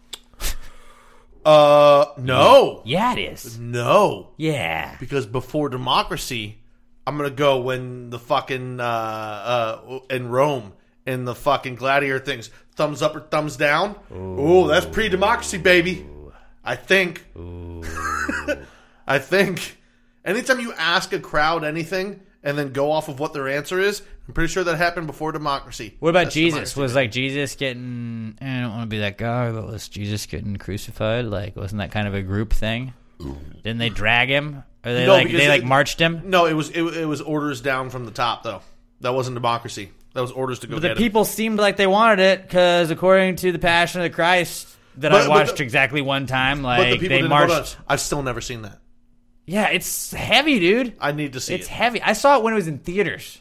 L: Uh, no.
M: Yeah, it is.
L: No.
M: Yeah.
L: Because before democracy, I'm gonna go when the fucking uh, uh in Rome and the fucking gladiator things, thumbs up or thumbs down. Ooh, that's pre-democracy, baby. I think. I think. Anytime you ask a crowd anything and then go off of what their answer is, I'm pretty sure that happened before democracy.
M: What about
L: That's
M: Jesus? Was like Jesus getting? eh, I don't want to be that guy, but was Jesus getting crucified? Like, wasn't that kind of a group thing? Didn't they drag him? Or they
L: No,
M: like
L: because
M: they
L: it-
M: like marched him?
L: No, it was it, it was orders down from the top though. That wasn't democracy. That was orders to go
M: But
L: get
M: the
L: him.
M: people seemed like they wanted it because, according to the Passion of the Christ that
L: But-
M: I
L: but
M: watched
L: the-
M: exactly one time,
L: But the
M: like
L: people
M: they
L: didn't vote
M: marched.
L: on it. I've still never seen that.
M: Yeah, it's heavy, dude.
L: I need to see
M: It's
L: it.
M: heavy. I saw it when it was in theaters.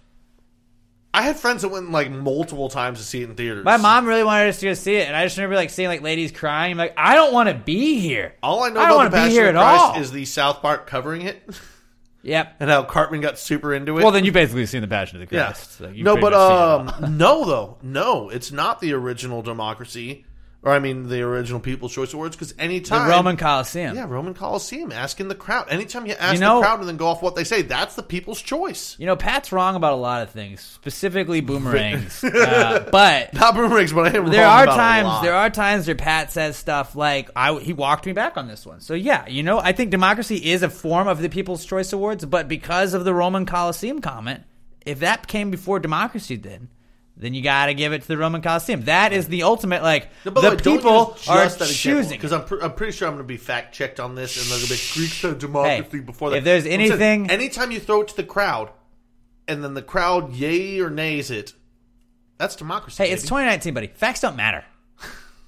L: I had friends that went like multiple times to see it in theaters.
M: My mom really wanted us to go see it, and I just remember like seeing like ladies crying. I'm like, I don't want to be here.
L: all I know
M: I don't
L: about
M: wanna
L: the
M: be
L: Passion
M: here at
L: of
M: all.
L: Christ is the South Park covering it.
M: Yep.
L: And how Cartman got super into it.
M: Well, then you basically seen the Passion of the
L: yeah.
M: Christ. Like, you've
L: no,
M: pretty
L: but
M: much seen it all.
L: um, no, though, no, it's not the original democracy, or I mean the original People's Choice Awards, because anytime
M: Roman Colosseum.
L: yeah, Roman Coliseum, asking the crowd. Anytime you ask
M: know-
L: the crowd and then go off what they say, that's the people's choice.
M: You know, Pat's wrong about a lot of things, specifically boomerangs. uh, but
L: not boomerangs, but I am.
M: there
L: wrong
M: are
L: about a
M: times
L: lot.
M: there are times where Pat says stuff like I he walked me back on this one. So yeah, you know, I think democracy is a form of the People's Choice Awards, but because of the Roman Colosseum comment, if that came before democracy then then you got to give it to the Roman Colosseum. That is the ultimate like
L: No, by
M: the
L: way, don't
M: people
L: use
M: are
L: just that
M: choosing.
L: because I'm, pr- I'm pretty sure I'm going to be fact checked on this, and they're going to be Greeks said democracy
M: Hey,
L: before that.
M: if there's
L: I'm saying,
M: anything-
L: anytime you throw it to the crowd, and then the crowd yay or nays it, that's democracy.
M: Hey, it's 2019, buddy. Facts don't matter.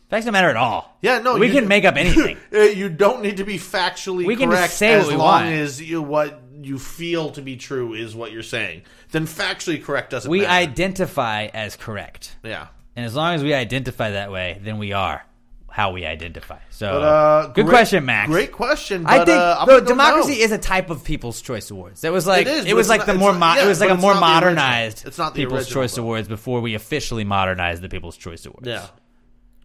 M: Facts don't matter at all.
L: Yeah, no,
M: we
L: you-
M: can make up anything.
L: Uh, you don't need to be factually
M: We can
L: correct
M: just say
L: as
M: what we
L: long
M: want.
L: as you, what you feel to be true is what you're saying. Then factually correct doesn't
M: we
L: matter.
M: identify as correct.
L: yeah.
M: And as long as we identify that way, then we are how we identify. So,
L: But, uh,
M: good
L: great-
M: question, Max.
L: Great question.
M: I
L: but,
M: think
L: uh, I'm
M: though,
L: gonna go
M: democracy
L: no.
M: is a type of People's Choice Awards. It was like
L: It
M: it,
L: is, but
M: was
L: it's
M: like
L: not-
M: the
L: it's
M: more
L: not-
M: mo-
L: yeah,
M: it was like
L: but
M: a
L: it's
M: more
L: not the original.
M: modernized
L: It's not the
M: People's
L: original,
M: Choice
L: though.
M: Awards before we officially modernized the People's Choice Awards.
L: Yeah.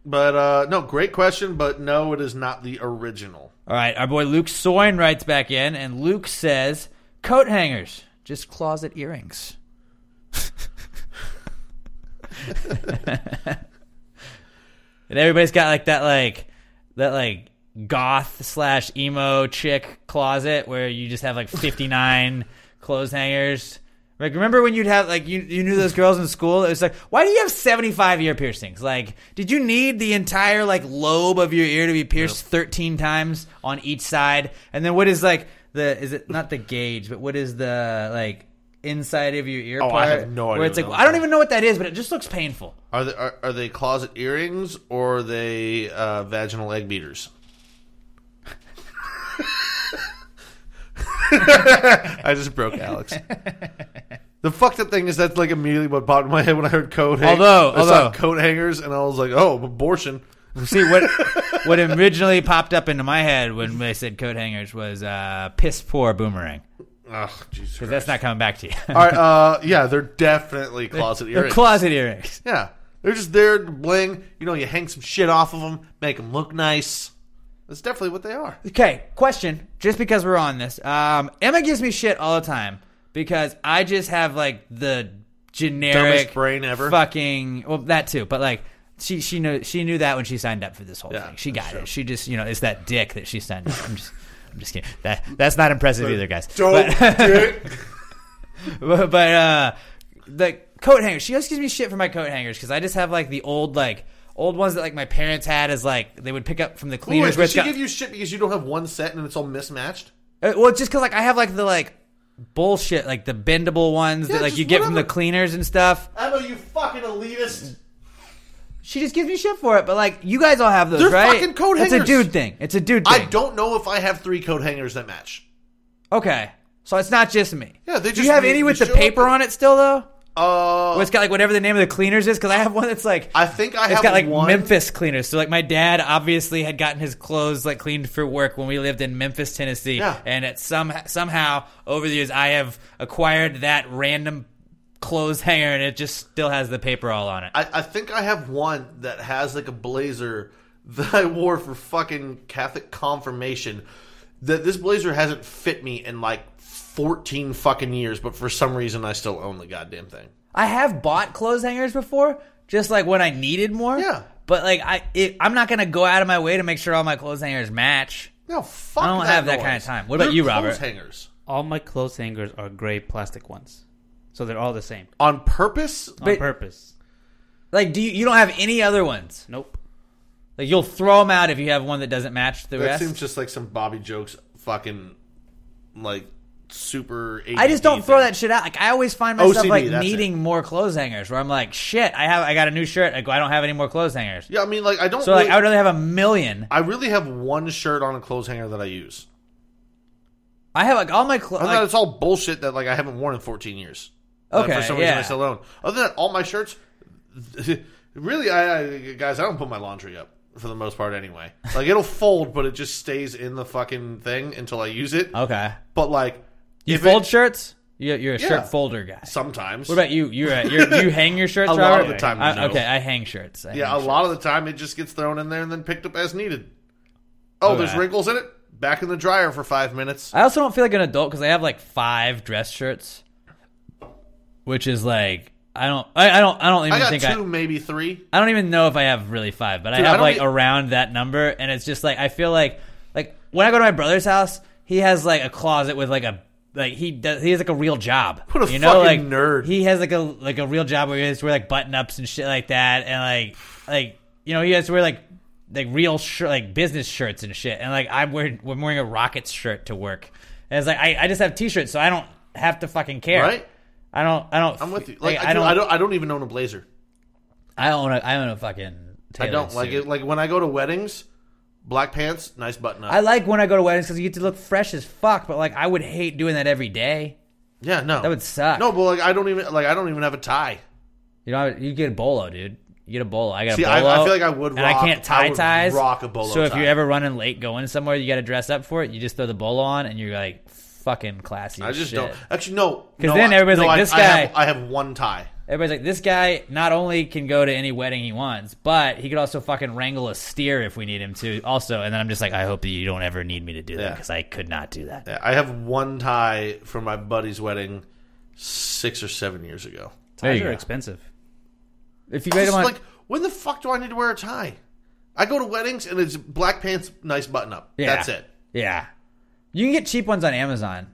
L: But uh, no, great question. But no, it is not the original.
M: All right, our boy Luke Soin writes back in, and Luke says, "Coat hangers, just closet earrings." and everybody's got like that, like that, like goth slash emo chick closet where you just have like fifty nine clothes hangers. Like, remember when you'd have like you you knew those girls in school? It was like, why do you have seventy five ear piercings? Like, did you need the entire like lobe of your ear to be pierced thirteen times on each side? And then what is like the is it not the gauge, but what is the like inside of your ear
L: Oh, I
M: part?
L: have no idea
M: Where it's
L: what
M: like
L: that
M: I don't
L: looks
M: even know what that is, but it just looks painful.
L: Are they are, are they closet earrings or are they uh, vaginal egg beaters? I just broke Alex. The fucked up thing is that's like immediately what popped in my head when I heard coat. Hang-
M: Although-
L: I saw
M: although-
L: coat hangers, and I was like, oh, abortion.
M: See what what originally popped up into my head when they said coat hangers was uh, piss poor boomerang.
L: Oh, Jesus
M: Because that's not coming back to you.
L: All right, uh, yeah, they're definitely closet
M: They're
L: earrings.
M: closet earrings.
L: Yeah, they're just there to bling. You know, you hang some shit off of them, make them look nice. That's definitely what they are.
M: Okay, question. Just because we're on this, um, Emma gives me shit all the time because I just have like the generic
L: Dumbest brain ever.
M: Fucking well, that too. But like, she she knew she knew that when she signed up for this whole
L: Yeah,
M: thing. She got
L: sure.
M: it. She just you know it's that dick that she signed. Up. I'm just I'm just kidding. That that's not impressive
L: The
M: either, guys.
L: dope
M: But-
L: dick.
M: but, but uh, the coat hanger. She always gives me shit for my coat hangers because I just have like the old like old ones that like my parents had as like they would pick up from the
L: Wait,
M: cleaners. where
L: did
M: it's
L: she
M: got-
L: give you shit because you don't have one set and it's all mismatched?
M: Uh, well, just because like I have like the like bullshit, like the bendable ones
L: Yeah,
M: that like
L: just
M: you get from the
L: whatever.
M: cleaners and stuff.
L: Emma, you fucking elitist.
M: She just gives me shit for it, but like you guys all have those,
L: They're
M: right?
L: fucking coat
M: It's a
L: hangers.
M: dude thing. It's a dude
L: I
M: thing.
L: don't know if I have three coat hangers that match.
M: okay, So it's not just me.
L: Yeah, they
M: Do
L: just
M: you have
L: made
M: any
L: you
M: with the
L: show up
M: paper on it still though?
L: Oh,
M: it's got like whatever the name of the cleaners is because I have one that's like
L: I think I
M: it's
L: have
M: got like
L: one.
M: Memphis cleaners. So like my dad obviously had gotten his clothes like cleaned for work when we lived in Memphis, Tennessee.
L: Yeah.
M: And it some somehow over the years I have acquired that random clothes hanger and it just still has the paper all on it.
L: I, I think I have one that has like a blazer that I wore for fucking Catholic confirmation. That this blazer hasn't fit me in like fourteen fucking years, but for some reason I still own the goddamn thing.
M: I have bought clothes hangers before, just like when I needed more. Yeah. But like I, it, I'm not gonna go out of my way to make sure all my clothes hangers match.
L: No, fuck.
M: I don't
L: that
M: have that
L: noise.
M: kind of time. What about you, Robert?
L: hangers.
R: All my clothes hangers are gray plastic ones, so they're all the same
L: on purpose.
R: On
M: But-
R: purpose.
M: Like, do you, you don't have any other ones?
R: Nope.
M: Like you'll throw them out if you have one that doesn't match the
L: that
M: rest.
L: seems just like some Bobby jokes, fucking like super.
M: I just
L: ADD
M: don't throw that shit out. Like I always find myself
L: OCD,
M: like
L: that's it.
M: needing more clothes hangers. Where I'm like, shit, I have, I got a new shirt. Like, I don't have any more clothes hangers.
L: Yeah, I mean, like I don't.
M: So like, I would rather have a million.
L: I really have one shirt on a clothes hanger that I use.
M: I have like all my clothes.
L: Other than that,
M: Like,
L: it's all bullshit that like I haven't worn in 14 years. That
M: Okay,
L: for some reason
M: yeah.
L: I still own. Other than that, all my shirts. really, I, I guys, I don't put my laundry up for the most part anyway. Like it'll fold, but it just stays in the fucking thing until I use it.
M: okay,
L: But like,
M: you
L: if
M: fold
L: it-
M: shirts. You're, you're a
L: Yeah.
M: shirt folder guy.
L: sometimes.
M: What about you? You're, a- you're you hang your shirts
L: a lot of
M: Robert?
L: the time.
M: I-
L: no.
M: okay, I hang shirts. I
L: yeah, a
M: hang
L: lot of the time it just gets thrown in there and then picked up as needed. Oh, there's
M: Okay.
L: wrinkles in it. Back in the dryer for five minutes.
M: I also don't feel like an adult because I have like five dress shirts, which is like I don't I, I don't I don't even
L: I got
M: think
L: two,
M: I
L: maybe three.
M: I don't even know if I have really five, but
L: Dude,
M: I
L: I
M: have
L: don't
M: like
L: e-
M: around that number, and it's just like I feel like like when I go to my brother's house, he has like a closet with like a like he does he has like a real job.
L: What a
M: you know, like
L: fucking nerd.
M: He has like a like a real job where he has to wear like button ups and shit like that, and like like you know he has to wear like like real shir- like business shirts and shit, and like I'm wearing I'm wearing a Rockets shirt to work, and it's like I, I just have t-shirts, so I don't have to fucking care.
L: Right?
M: I don't. I don't.
L: I'm with you.
M: Like,
L: Like, I, do, I don't. I don't even own a blazer.
M: I own a. I own a fucking.
L: I
M: tailored
L: don't like
M: suit.
L: it. Like when I go to weddings, black pants, nice button up.
M: I like when I go to weddings because you get to look fresh as fuck. But like, I would hate doing that every day.
L: Yeah, no,
M: that would suck.
L: no, but like I don't even like I don't even have a tie.
M: You know, you get a bolo, dude. You get a bolo. I got
L: See,
M: a
L: I- I
M: bolo.
L: feel like I would
M: and I
L: rock-
M: can't
L: I
M: tie
L: would
M: ties.
L: rock a bolo
M: So if
L: tie.
M: you're ever running late going somewhere, you got to dress up for it. You just throw the bolo on, and you're like fucking classy.
L: I
M: as
L: just
M: shit.
L: don't. Actually, no,
M: 'Cause
L: no,
M: then
L: I-
M: everybody's
L: no,
M: like,
L: I-
M: this
L: I have-
M: guy-
L: I have, one tie.
M: Everybody's like, this guy not only can go to any wedding he wants, but he could also fucking wrangle a steer if we need him to, also. And then I'm just like, I hope that you don't ever need me to do that
L: Yeah.
M: because I could not do that.
L: Yeah, I have one tie from my buddy's wedding six or seven years ago.
M: There
R: Ties
M: you
R: are
M: go.
R: expensive.
M: If you
L: I
M: made
L: was
M: him on,
L: like, when the fuck do I need to wear a tie? I go to weddings and it's black pants, nice button up.
M: Yeah.
L: That's it.
M: Yeah. You can get cheap ones on Amazon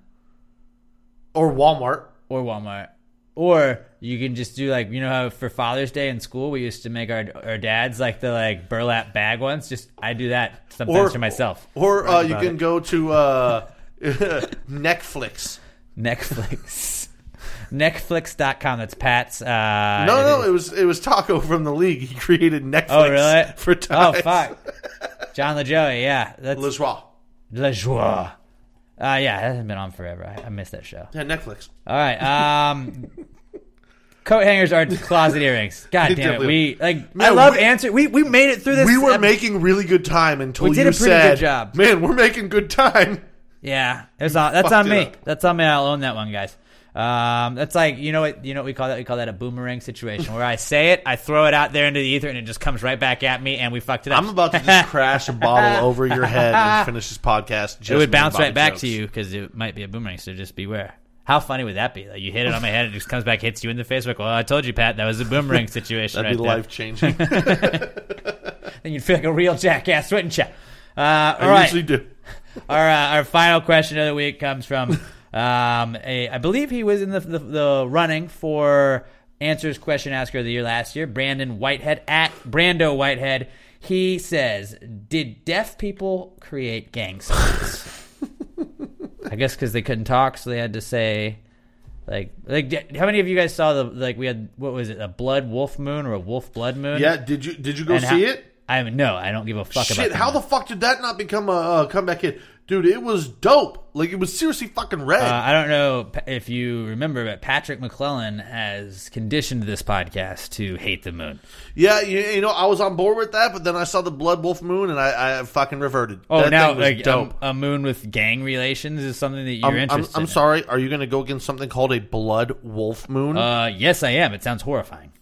L: Or Walmart.
M: or Walmart. Or you can just do like you know how for Father's Day in school we used to make our our dads like the like burlap bag ones. Just I do that sometimes
L: Or-
M: for myself.
L: Or uh,
M: Right
L: you
M: about
L: can
M: it.
L: go to uh, Netflix.
M: Netflix. Netflix.com. That's Pat's. Uh,
L: no,
M: it
L: no,
M: is-
L: it was it was Taco from the league. He created Netflix.
M: Oh really?
L: For ties.
M: Oh fuck. John LaJoie. Yeah. That's
L: Le Joie.
M: La Joie. Uh, yeah, that hasn't been on forever. I, I missed that show.
L: Yeah, Netflix.
M: All right. Um, coat hangers are closet earrings. God
L: They
M: damn it.
L: definitely
M: We
L: are.
M: like. I
L: Man,
M: love
L: we-
M: answer. We we made it through this.
L: we were
M: ep-
L: making really good time until
M: We did
L: you
M: a pretty
L: said,
M: good job.
L: "Man, we're making good time."
M: Yeah, it's on, that's on
L: Fucked it
M: me.
L: up.
M: That's on me. I'll own that one, guys. Um, that's like you know what you know what we call that. We call that a boomerang situation where I say it, I throw it out there into the ether, and it just comes right back at me, and we fucked it up.
L: I'm about to just crash a bottle over your head and finish this podcast. Just
M: it would
L: me
M: bounce
L: Bobby
M: right back
L: jokes.
M: to you because it might be a boomerang. So just beware. How funny would that be? Like you hit it on my head, it just comes back, hits you in the face. Like, well, I told you, Pat, that was a boomerang situation.
L: That'd
M: right
L: be
M: there.
L: life changing.
M: then you'd feel like a real jackass, wouldn't you? Uh, all
L: I
M: right.
L: usually do.
M: our uh, our final question of the week comes from um, a I believe he was in the, the the running for answers question asker of the year last year. Brandon Whitehead at Brando Whitehead. He says, "Did deaf people create gang signs?" I guess because they couldn't talk, so they had to say. Like, like, d- how many of you guys saw the like we had what was it a blood wolf moon or a wolf blood moon?
L: Yeah, did you did you go
M: And
L: see
M: how-
L: it?
M: I mean, no, I don't give a fuck
L: Shit,
M: about
L: how the fuck did that not become a uh, comeback hit? Dude, it was dope. Like, it was seriously fucking red.
M: Uh, I don't know p- if you remember, but Patrick McClellan has conditioned this podcast to hate the moon.
L: yeah, you, you know, I was on board with that, but then I saw the Blood Wolf Moon and I, I fucking reverted.
M: Oh,
L: that
M: now
L: thing was
M: like
L: dope.
M: a, a moon with gang relations is something that you're
L: I'm, I'm-
M: interested.
L: I'm sorry. Are you going to go against something called a Blood Wolf Moon?
M: in. Uh, yes, I am. It sounds horrifying.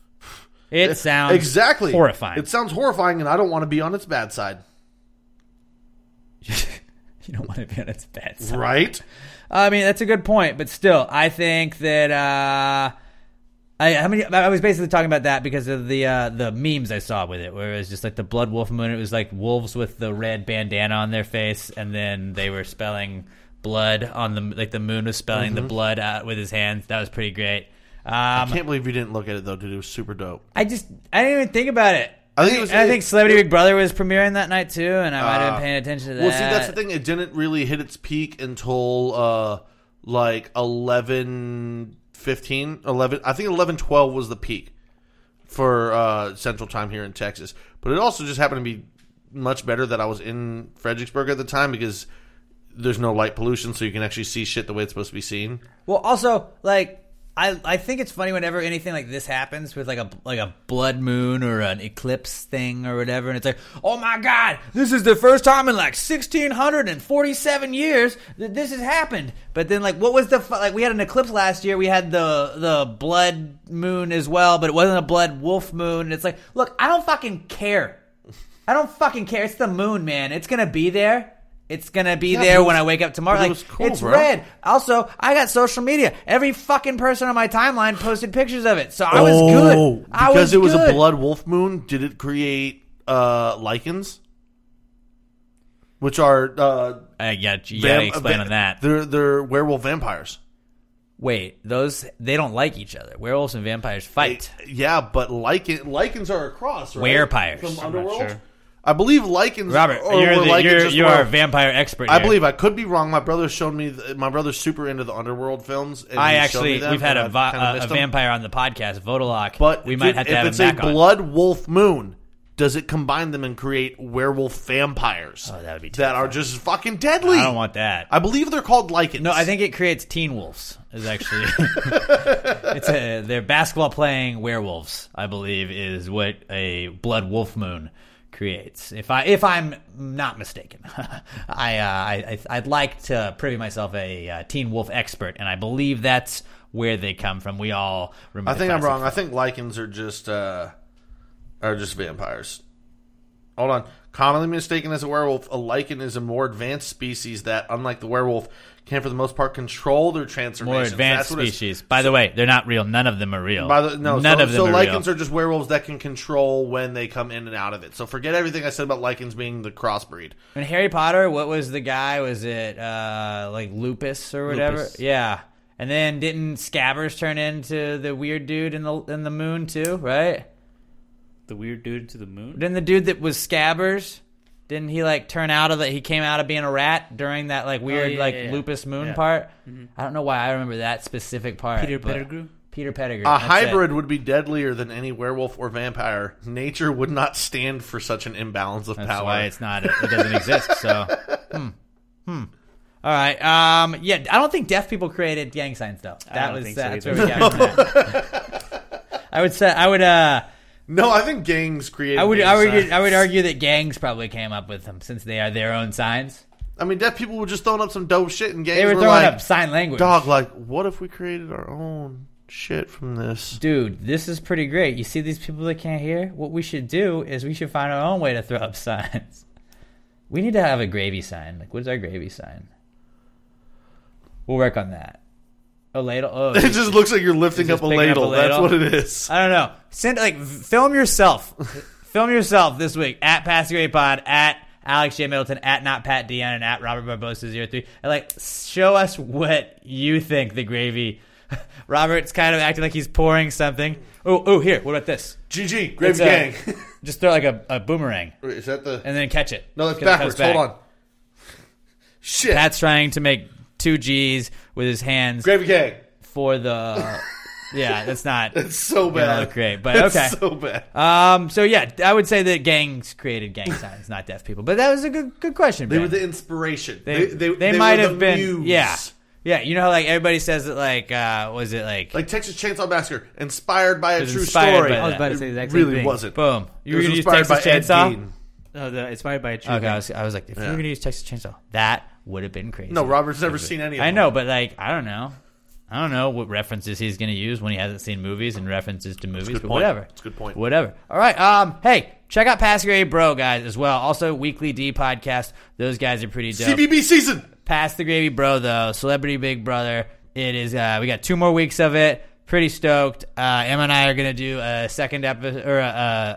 M: It sounds
L: Eh, exactly
M: horrifying.
L: It sounds horrifying, and I don't want to be on its bad side.
M: you don't want to be on its bad side.
L: Right?
M: I mean, that's a good point, but still, I think that uh, I how many I was basically talking about that because of the uh, the memes I saw with it, where it was just like the blood wolf moon. It was like wolves with the red bandana on their face, and then they were spelling blood on the like the moon was spelling the
L: Mhm.
M: blood out with his hands. That was pretty great. Um,
L: I can't believe you didn't look at it though, dude. It was super dope.
M: I just I didn't even think about it.
L: I think it was-
M: And I think Celebrity Big Brother was premiering that night too, and I might have
L: Uh,
M: been paying attention to that.
L: Well, see, that's the thing. It didn't really hit its peak until uh, like 11, 15, 11. I think 11, 12 was the peak for uh, Central Time here in Texas. But it also just happened to be much better that I was in Fredericksburg at the time because there's no light pollution, so you can actually see shit the way it's supposed to be seen.
M: Well, also like I I think it's funny whenever anything like this happens with like a like a blood moon or an eclipse thing or whatever, and it's like, oh my god, this is the first time in like sixteen hundred and forty seven years that this has happened. But then like, what was the fu- like? We had an eclipse last year. We had the the blood moon as well, but it wasn't a blood wolf moon. And it's like, look, I don't fucking care. I don't fucking care. It's the moon, man. It's gonna be there. It's gonna be
Q: Yeah,
M: there
Q: but it
M: when
Q: was-
M: I wake up tomorrow.
Q: but it
M: Like,
Q: was cool,
M: it's
Q: bro.
M: red. Also, I got social media. Every fucking person on my timeline posted pictures of it, so I was
L: Oh,
M: good. I
L: because
M: was
L: it was
M: good.
L: a blood wolf moon. Did it create uh, lichens, which are uh,
M: I got you. Gotta explain on that.
L: They're they're werewolf vampires.
M: Wait, those they don't like each other. Werewolves and vampires fight.
L: yeah, but lichen lichens are across. Right?
M: Werepires. I'm
L: from
M: not
L: underworld.
M: sure.
L: I believe lichens.
M: Robert,
L: or
M: you're
L: were
M: the-
L: lichens
M: you're-
L: just
M: you are
L: were-
M: a vampire expert
L: I
M: here.
L: believe I could be wrong. My brother showed me. th- my brother's super into the underworld films. And
M: I
L: he showed me
M: actually
L: them,
M: we've had
L: and
M: a,
L: I
M: va-
L: kinda
M: a, a
L: missed them.
M: vampire on the podcast, Vodalok.
L: But
M: we might
L: dude,
M: have to
L: if
M: have him
L: it's a
M: back on.
L: blood wolf moon, does it combine them and create werewolf vampires? Oh, that would be that are just fucking deadly.
M: I don't want that.
L: I believe they're called lichens.
M: No, I think it creates teen wolves. Is actually it's a they're basketball playing werewolves. I believe is what a blood wolf moon creates. If I if I'm not mistaken, I, uh, I I- I'd like to privy myself a uh, teen wolf expert, and I believe that's where they come from. We all remember.
L: I think I'm
M: classic
L: wrong. I think lichens are just uh, are just vampires. Hold on. Commonly mistaken as a werewolf, a lichen is a more advanced species that, unlike the werewolf, can for the most part control their transformations.
M: More advanced
L: That's what it's-
M: species. By the way, they're not real. None of them are real.
L: By the, no,
M: none
L: so,
M: of them
L: so
M: are
L: lichens
M: real.
L: are just werewolves that can control when they come in and out of it. So forget everything I said about lichens being the crossbreed.
M: In Harry Potter, what was the guy? Was it uh, like Lupus or whatever?
L: Lupus.
M: Yeah. And then didn't Scabbers turn into the weird dude in the in the moon too? Right?
R: The weird dude to the moon.
M: Didn't the dude that was Scabbers? Didn't he like turn out of that? He came out of being a rat during that like weird
R: Oh, yeah,
M: like
R: yeah, yeah.
M: Lupus moon
R: Yeah.
M: part.
R: Mhm.
M: I don't know why I remember that specific part.
R: Peter
M: but-
R: Pettigrew?
M: Peter Pettigrew.
L: A
M: that's it.
L: hybrid would be deadlier than any werewolf or vampire. Nature would not stand for such an imbalance of
M: That's
L: power.
M: why it's not. It doesn't exist. So, hmm. Hmm. All right. Um. Yeah. I don't think deaf people created gang signs though.
R: I
M: That
R: don't
M: was
R: think so
M: that's
R: either.
M: where we got it from that. I would say I would. uh
L: No, I think gangs created.
M: I would.
L: gang
M: I would.
L: signs.
M: I would argue that gangs probably came up with them since they are their own signs.
L: I mean, deaf people were just throwing up some dope shit in gangs.
M: They were
L: were
M: throwing
L: like,
M: up sign language.
L: Dog, like, what if we created our own shit from this?
M: Dude, this is pretty great. You see these people that can't hear? What we should do is we should find our own way to throw up signs. We need to have a gravy sign. Like, what is our gravy sign? We'll work on that. A ladle. Oh,
L: It just looks like you're lifting
M: It's just
L: up a
M: picking
L: ladle. That's what it is.
M: I don't know. Send like v- film yourself, film yourself this week at Pass the Great Pod at Alex J Middleton at Not Pat Dion and at Robert Barbosa 03 and like show us what you think the gravy. Robert's kind of acting like he's pouring something. Oh, oh, here. What about this?
L: GG,
M: It's
L: gravy
M: a-
L: gang.
M: just throw like a, a boomerang.
L: Wait, is that the?
M: And then catch it.
L: No, that's
M: Because it comes
L: backwards. Hold
M: back.
L: on. Shit.
M: Pat's trying to make two G's with his hands.
L: Gravy gang.
M: For the Yeah, that's not.
L: That's so
M: gonna
L: bad.
M: Look great, but
L: That's
M: okay.
L: so bad.
M: Um. So yeah, I would say that gangs created gang signs, not deaf people. But that was a good good question.
L: They
M: Ben.
L: were the inspiration.
M: They
L: they, were
M: might
L: the
M: have been.
L: muse.
M: Yeah. Yeah. You know how like everybody says that like uh was it like
L: Like Texas Chainsaw Massacre, inspired by a
M: was
L: true
M: inspired
L: story.
M: by I was about to
L: It
M: say the exact same
L: really
M: thing.
L: wasn't.
M: Boom. You
L: It
M: were
L: was
M: gonna use
L: inspired
M: Texas
L: by Ed
M: Chainsaw?
L: Gein.
X: No, Oh, the inspired by a true.
M: Okay, I
X: gang.
M: was, I was like, if you
X: Yeah.
M: were gonna use Texas Chainsaw, that would have been crazy.
L: No, Robert's never seen any of
M: I
L: them.
M: know, but like, I don't know, I don't know what references he's gonna use when he hasn't seen movies and references to movies.
L: good
M: But
L: point.
M: whatever,
L: That's a good point.
M: Whatever. All right. Um. Hey, check out Pass Grade Bro guys as well. Also, Weekly D podcast. Those guys are pretty dope.
L: CBB season.
M: Pass the gravy, bro. Though Celebrity Big Brother, it is. Uh, we got two more weeks of it. Pretty stoked. Uh, Em and I are gonna do a second episode or uh,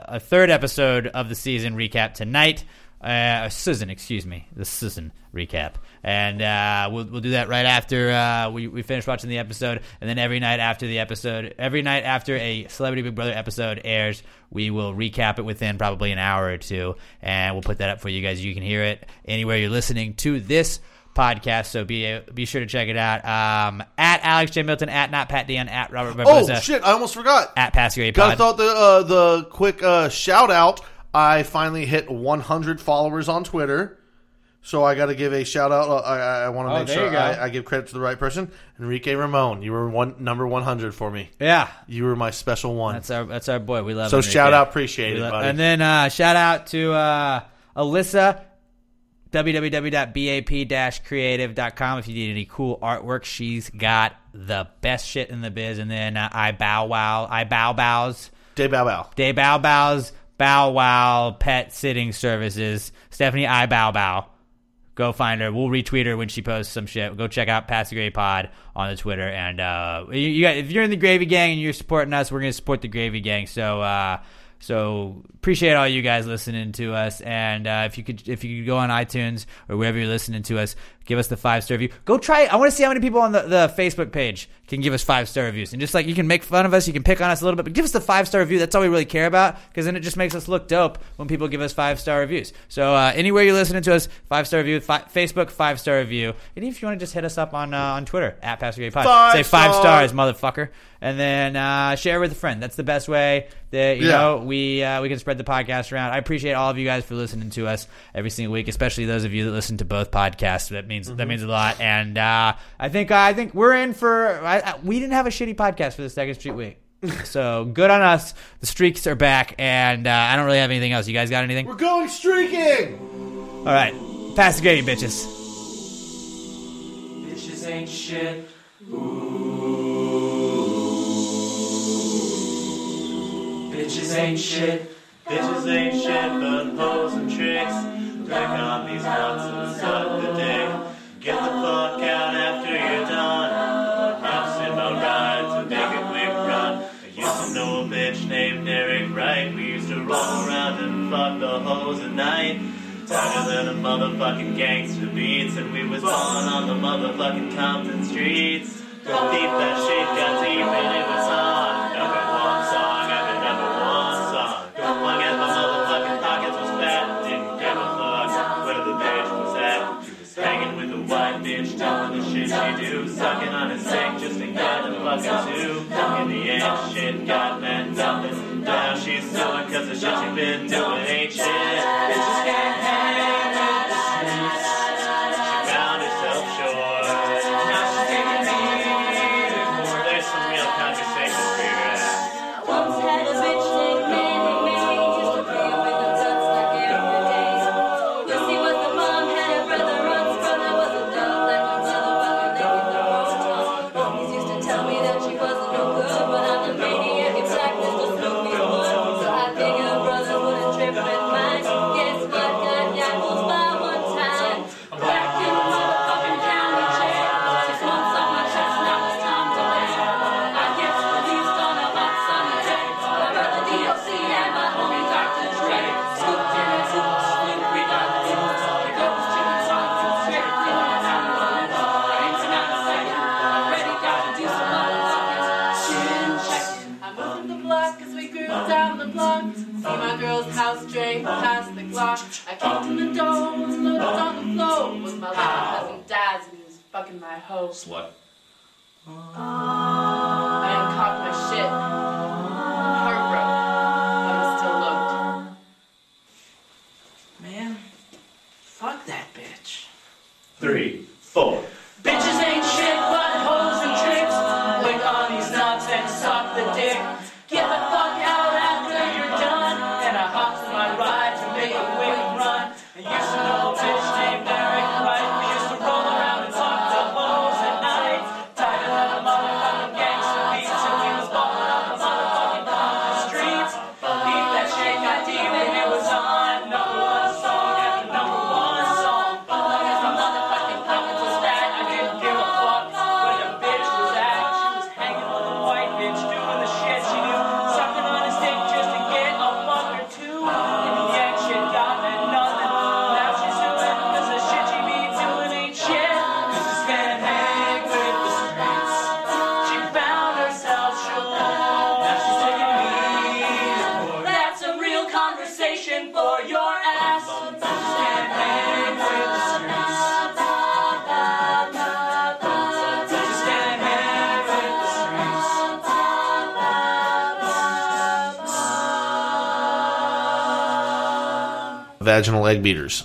M: a, a, a third episode of the season recap tonight. Uh, season, excuse me, the season recap, and uh, we'll we'll do that right after uh, we we finish watching the episode, and then every night after the episode, every night after a Celebrity Big Brother episode airs, we will recap it within probably an hour or two, and we'll put that up for you guys. You can hear it anywhere you're listening to this podcast. So be be sure to check it out. Um, at Alex J Milton, at not Pat Dion, at Robert
L: Oh
M: Barbosa,
L: shit! I almost forgot.
M: uh, at Passenger
L: Got to
M: Pod.
L: thought the uh, the quick uh, shout out. I finally hit 100 followers on Twitter, so I got to give a shout out. Uh, I, I- I want to
M: Oh,
L: make
M: there you
L: sure
M: go.
L: I, I give credit to the right person. Enrique Ramon, you were one number 100 for me.
M: Yeah,
L: you were my special one.
M: That's our that's our boy. We love
L: So
M: Enrique.
L: shout out, appreciate
M: We
L: it,
M: lo-
L: buddy.
M: And then uh, shout out to uh, Alyssa www.bap-creative.com if you need any cool artwork she's got the best shit in the biz and then uh, i bow wow i bow bows
L: day bow bow
M: day bow bows bow wow pet sitting services stephanie i bow bow go find her. We'll retweet her when she posts some shit. Go check out Pass the Gravy Pod on the Twitter. And uh, you, you got, if you're in the Gravy Gang and you're supporting us, we're going to support the Gravy Gang. So uh, so appreciate all you guys listening to us. And uh, if you could if you could go on iTunes or wherever you're listening to us, give us the five star review. Go try. it. I want to see how many people on the, the Facebook page can give us five star reviews. And just like you can make fun of us, you can pick on us a little bit, but give us the five star review. That's all we really care about because then it just makes us look dope when people give us five star reviews. So uh, anywhere you're listening to us, five star review, fi- Facebook five star review, and if you want to just hit us up on uh, on Twitter at Pastor Gay Pod,
L: Five
M: say five
L: star.
M: stars, motherfucker, and then uh, share with a friend. That's the best way that you
L: Yeah.
M: know we uh, we can spread the podcast around. I appreciate all of you guys for listening to us every single week, especially those of you that listen to both podcasts. That means that means a lot. And uh, I think I think we're in for I, I, we didn't have a shitty podcast for the second street week. so good on us. The streaks are back, and uh, I don't really have anything else. You guys got anything?
L: We're going streaking.
M: All right, pass the game, bitches.
R: Bitches ain't shit. Ooh. Bitches ain't shit. Bitches ain't shit, but hoes and tricks. Back on these nuts and suck the dick. Get the fuck out after you're done. House in my ride to make a quick run. I used to know a bitch named Eric Wright. We used to roll around and fuck the hoes at night. Tighter than a motherfucking gangster beats, and we was balling on the motherfucking Compton streets. Got deep that shit got deep, and it was on. Number one song after number one song. One at my motherfucking pockets was fat, didn't give a fuck where the bitch was at. She was hanging with a white bitch, doing the shit she do, sucking on his dick just to get the fuck out too. In the end, shit got meant nothing. Now she's suing 'cause the shit she been doing ain't shit. Bitches can't hang with the streets. She found herself short. Now she's taking me to court. There's some real conversation here. Once had a bitch named Manny Mae, used to play with the guts like every day. Lucy was the mom, had a brother, Ron's brother was a dog, like a motherfucker, thinking the wrong one. Homies used to tell me that she wasn't no good, but I'm the maniac in blackness, just knew me one. So I figured a brother wouldn't trip with mine. Guess what? Got yackles by one time. Back in the motherfucking county jail. Six months off my chest, now it's time to lay. I guess released on a hot summer day. My brother DOC and my homie Dr. Dre. Scooped in a tube, scooped we got tubes. The ghost chicken sauce is straight in the town. I ain't seen out a second. Already gotta do some motherfucking chin checking. I moved the block as we grew down the block. See my girl's house drain past the clock. I kicked in the door and looked on the floor. It Was my little cousin Daz and he was fucking my hoe. Slut. I am off my shit. Heartbroken. But I'm still loved. Man, fuck that bitch.
Y: Three, four.
R: Bitches ain't shit but hoes and tricks. Lick on these nuts and suck the dick. Get the fuck out after you're done. And I hopped on my ride to make a quick run. I used to know a bitch named Eric Wright. We used to roll around and talk to hoes at night. Tired of the motherfucking gangster beats. And we was balling on the motherfucking concrete streets. Believe that shit, goddamn it, it was on. Number one song after number one song. But long as my motherfucking pocket was fat, I didn't give a fuck where the bitch was at. She was hanging with a white bitch, doing the shit she knew. Sucking on his dick just to get a fuck or two. In the end, shit got me nothing. Now she's suing because the shit she be doing ain't shit. Cause she's been hanging with the streets. She found herself shalom. Now she's taking me to court. That's a real conversation for your ass. She's been hanging with the streets. She's been hanging with the streets.
L: Vaginal egg beaters.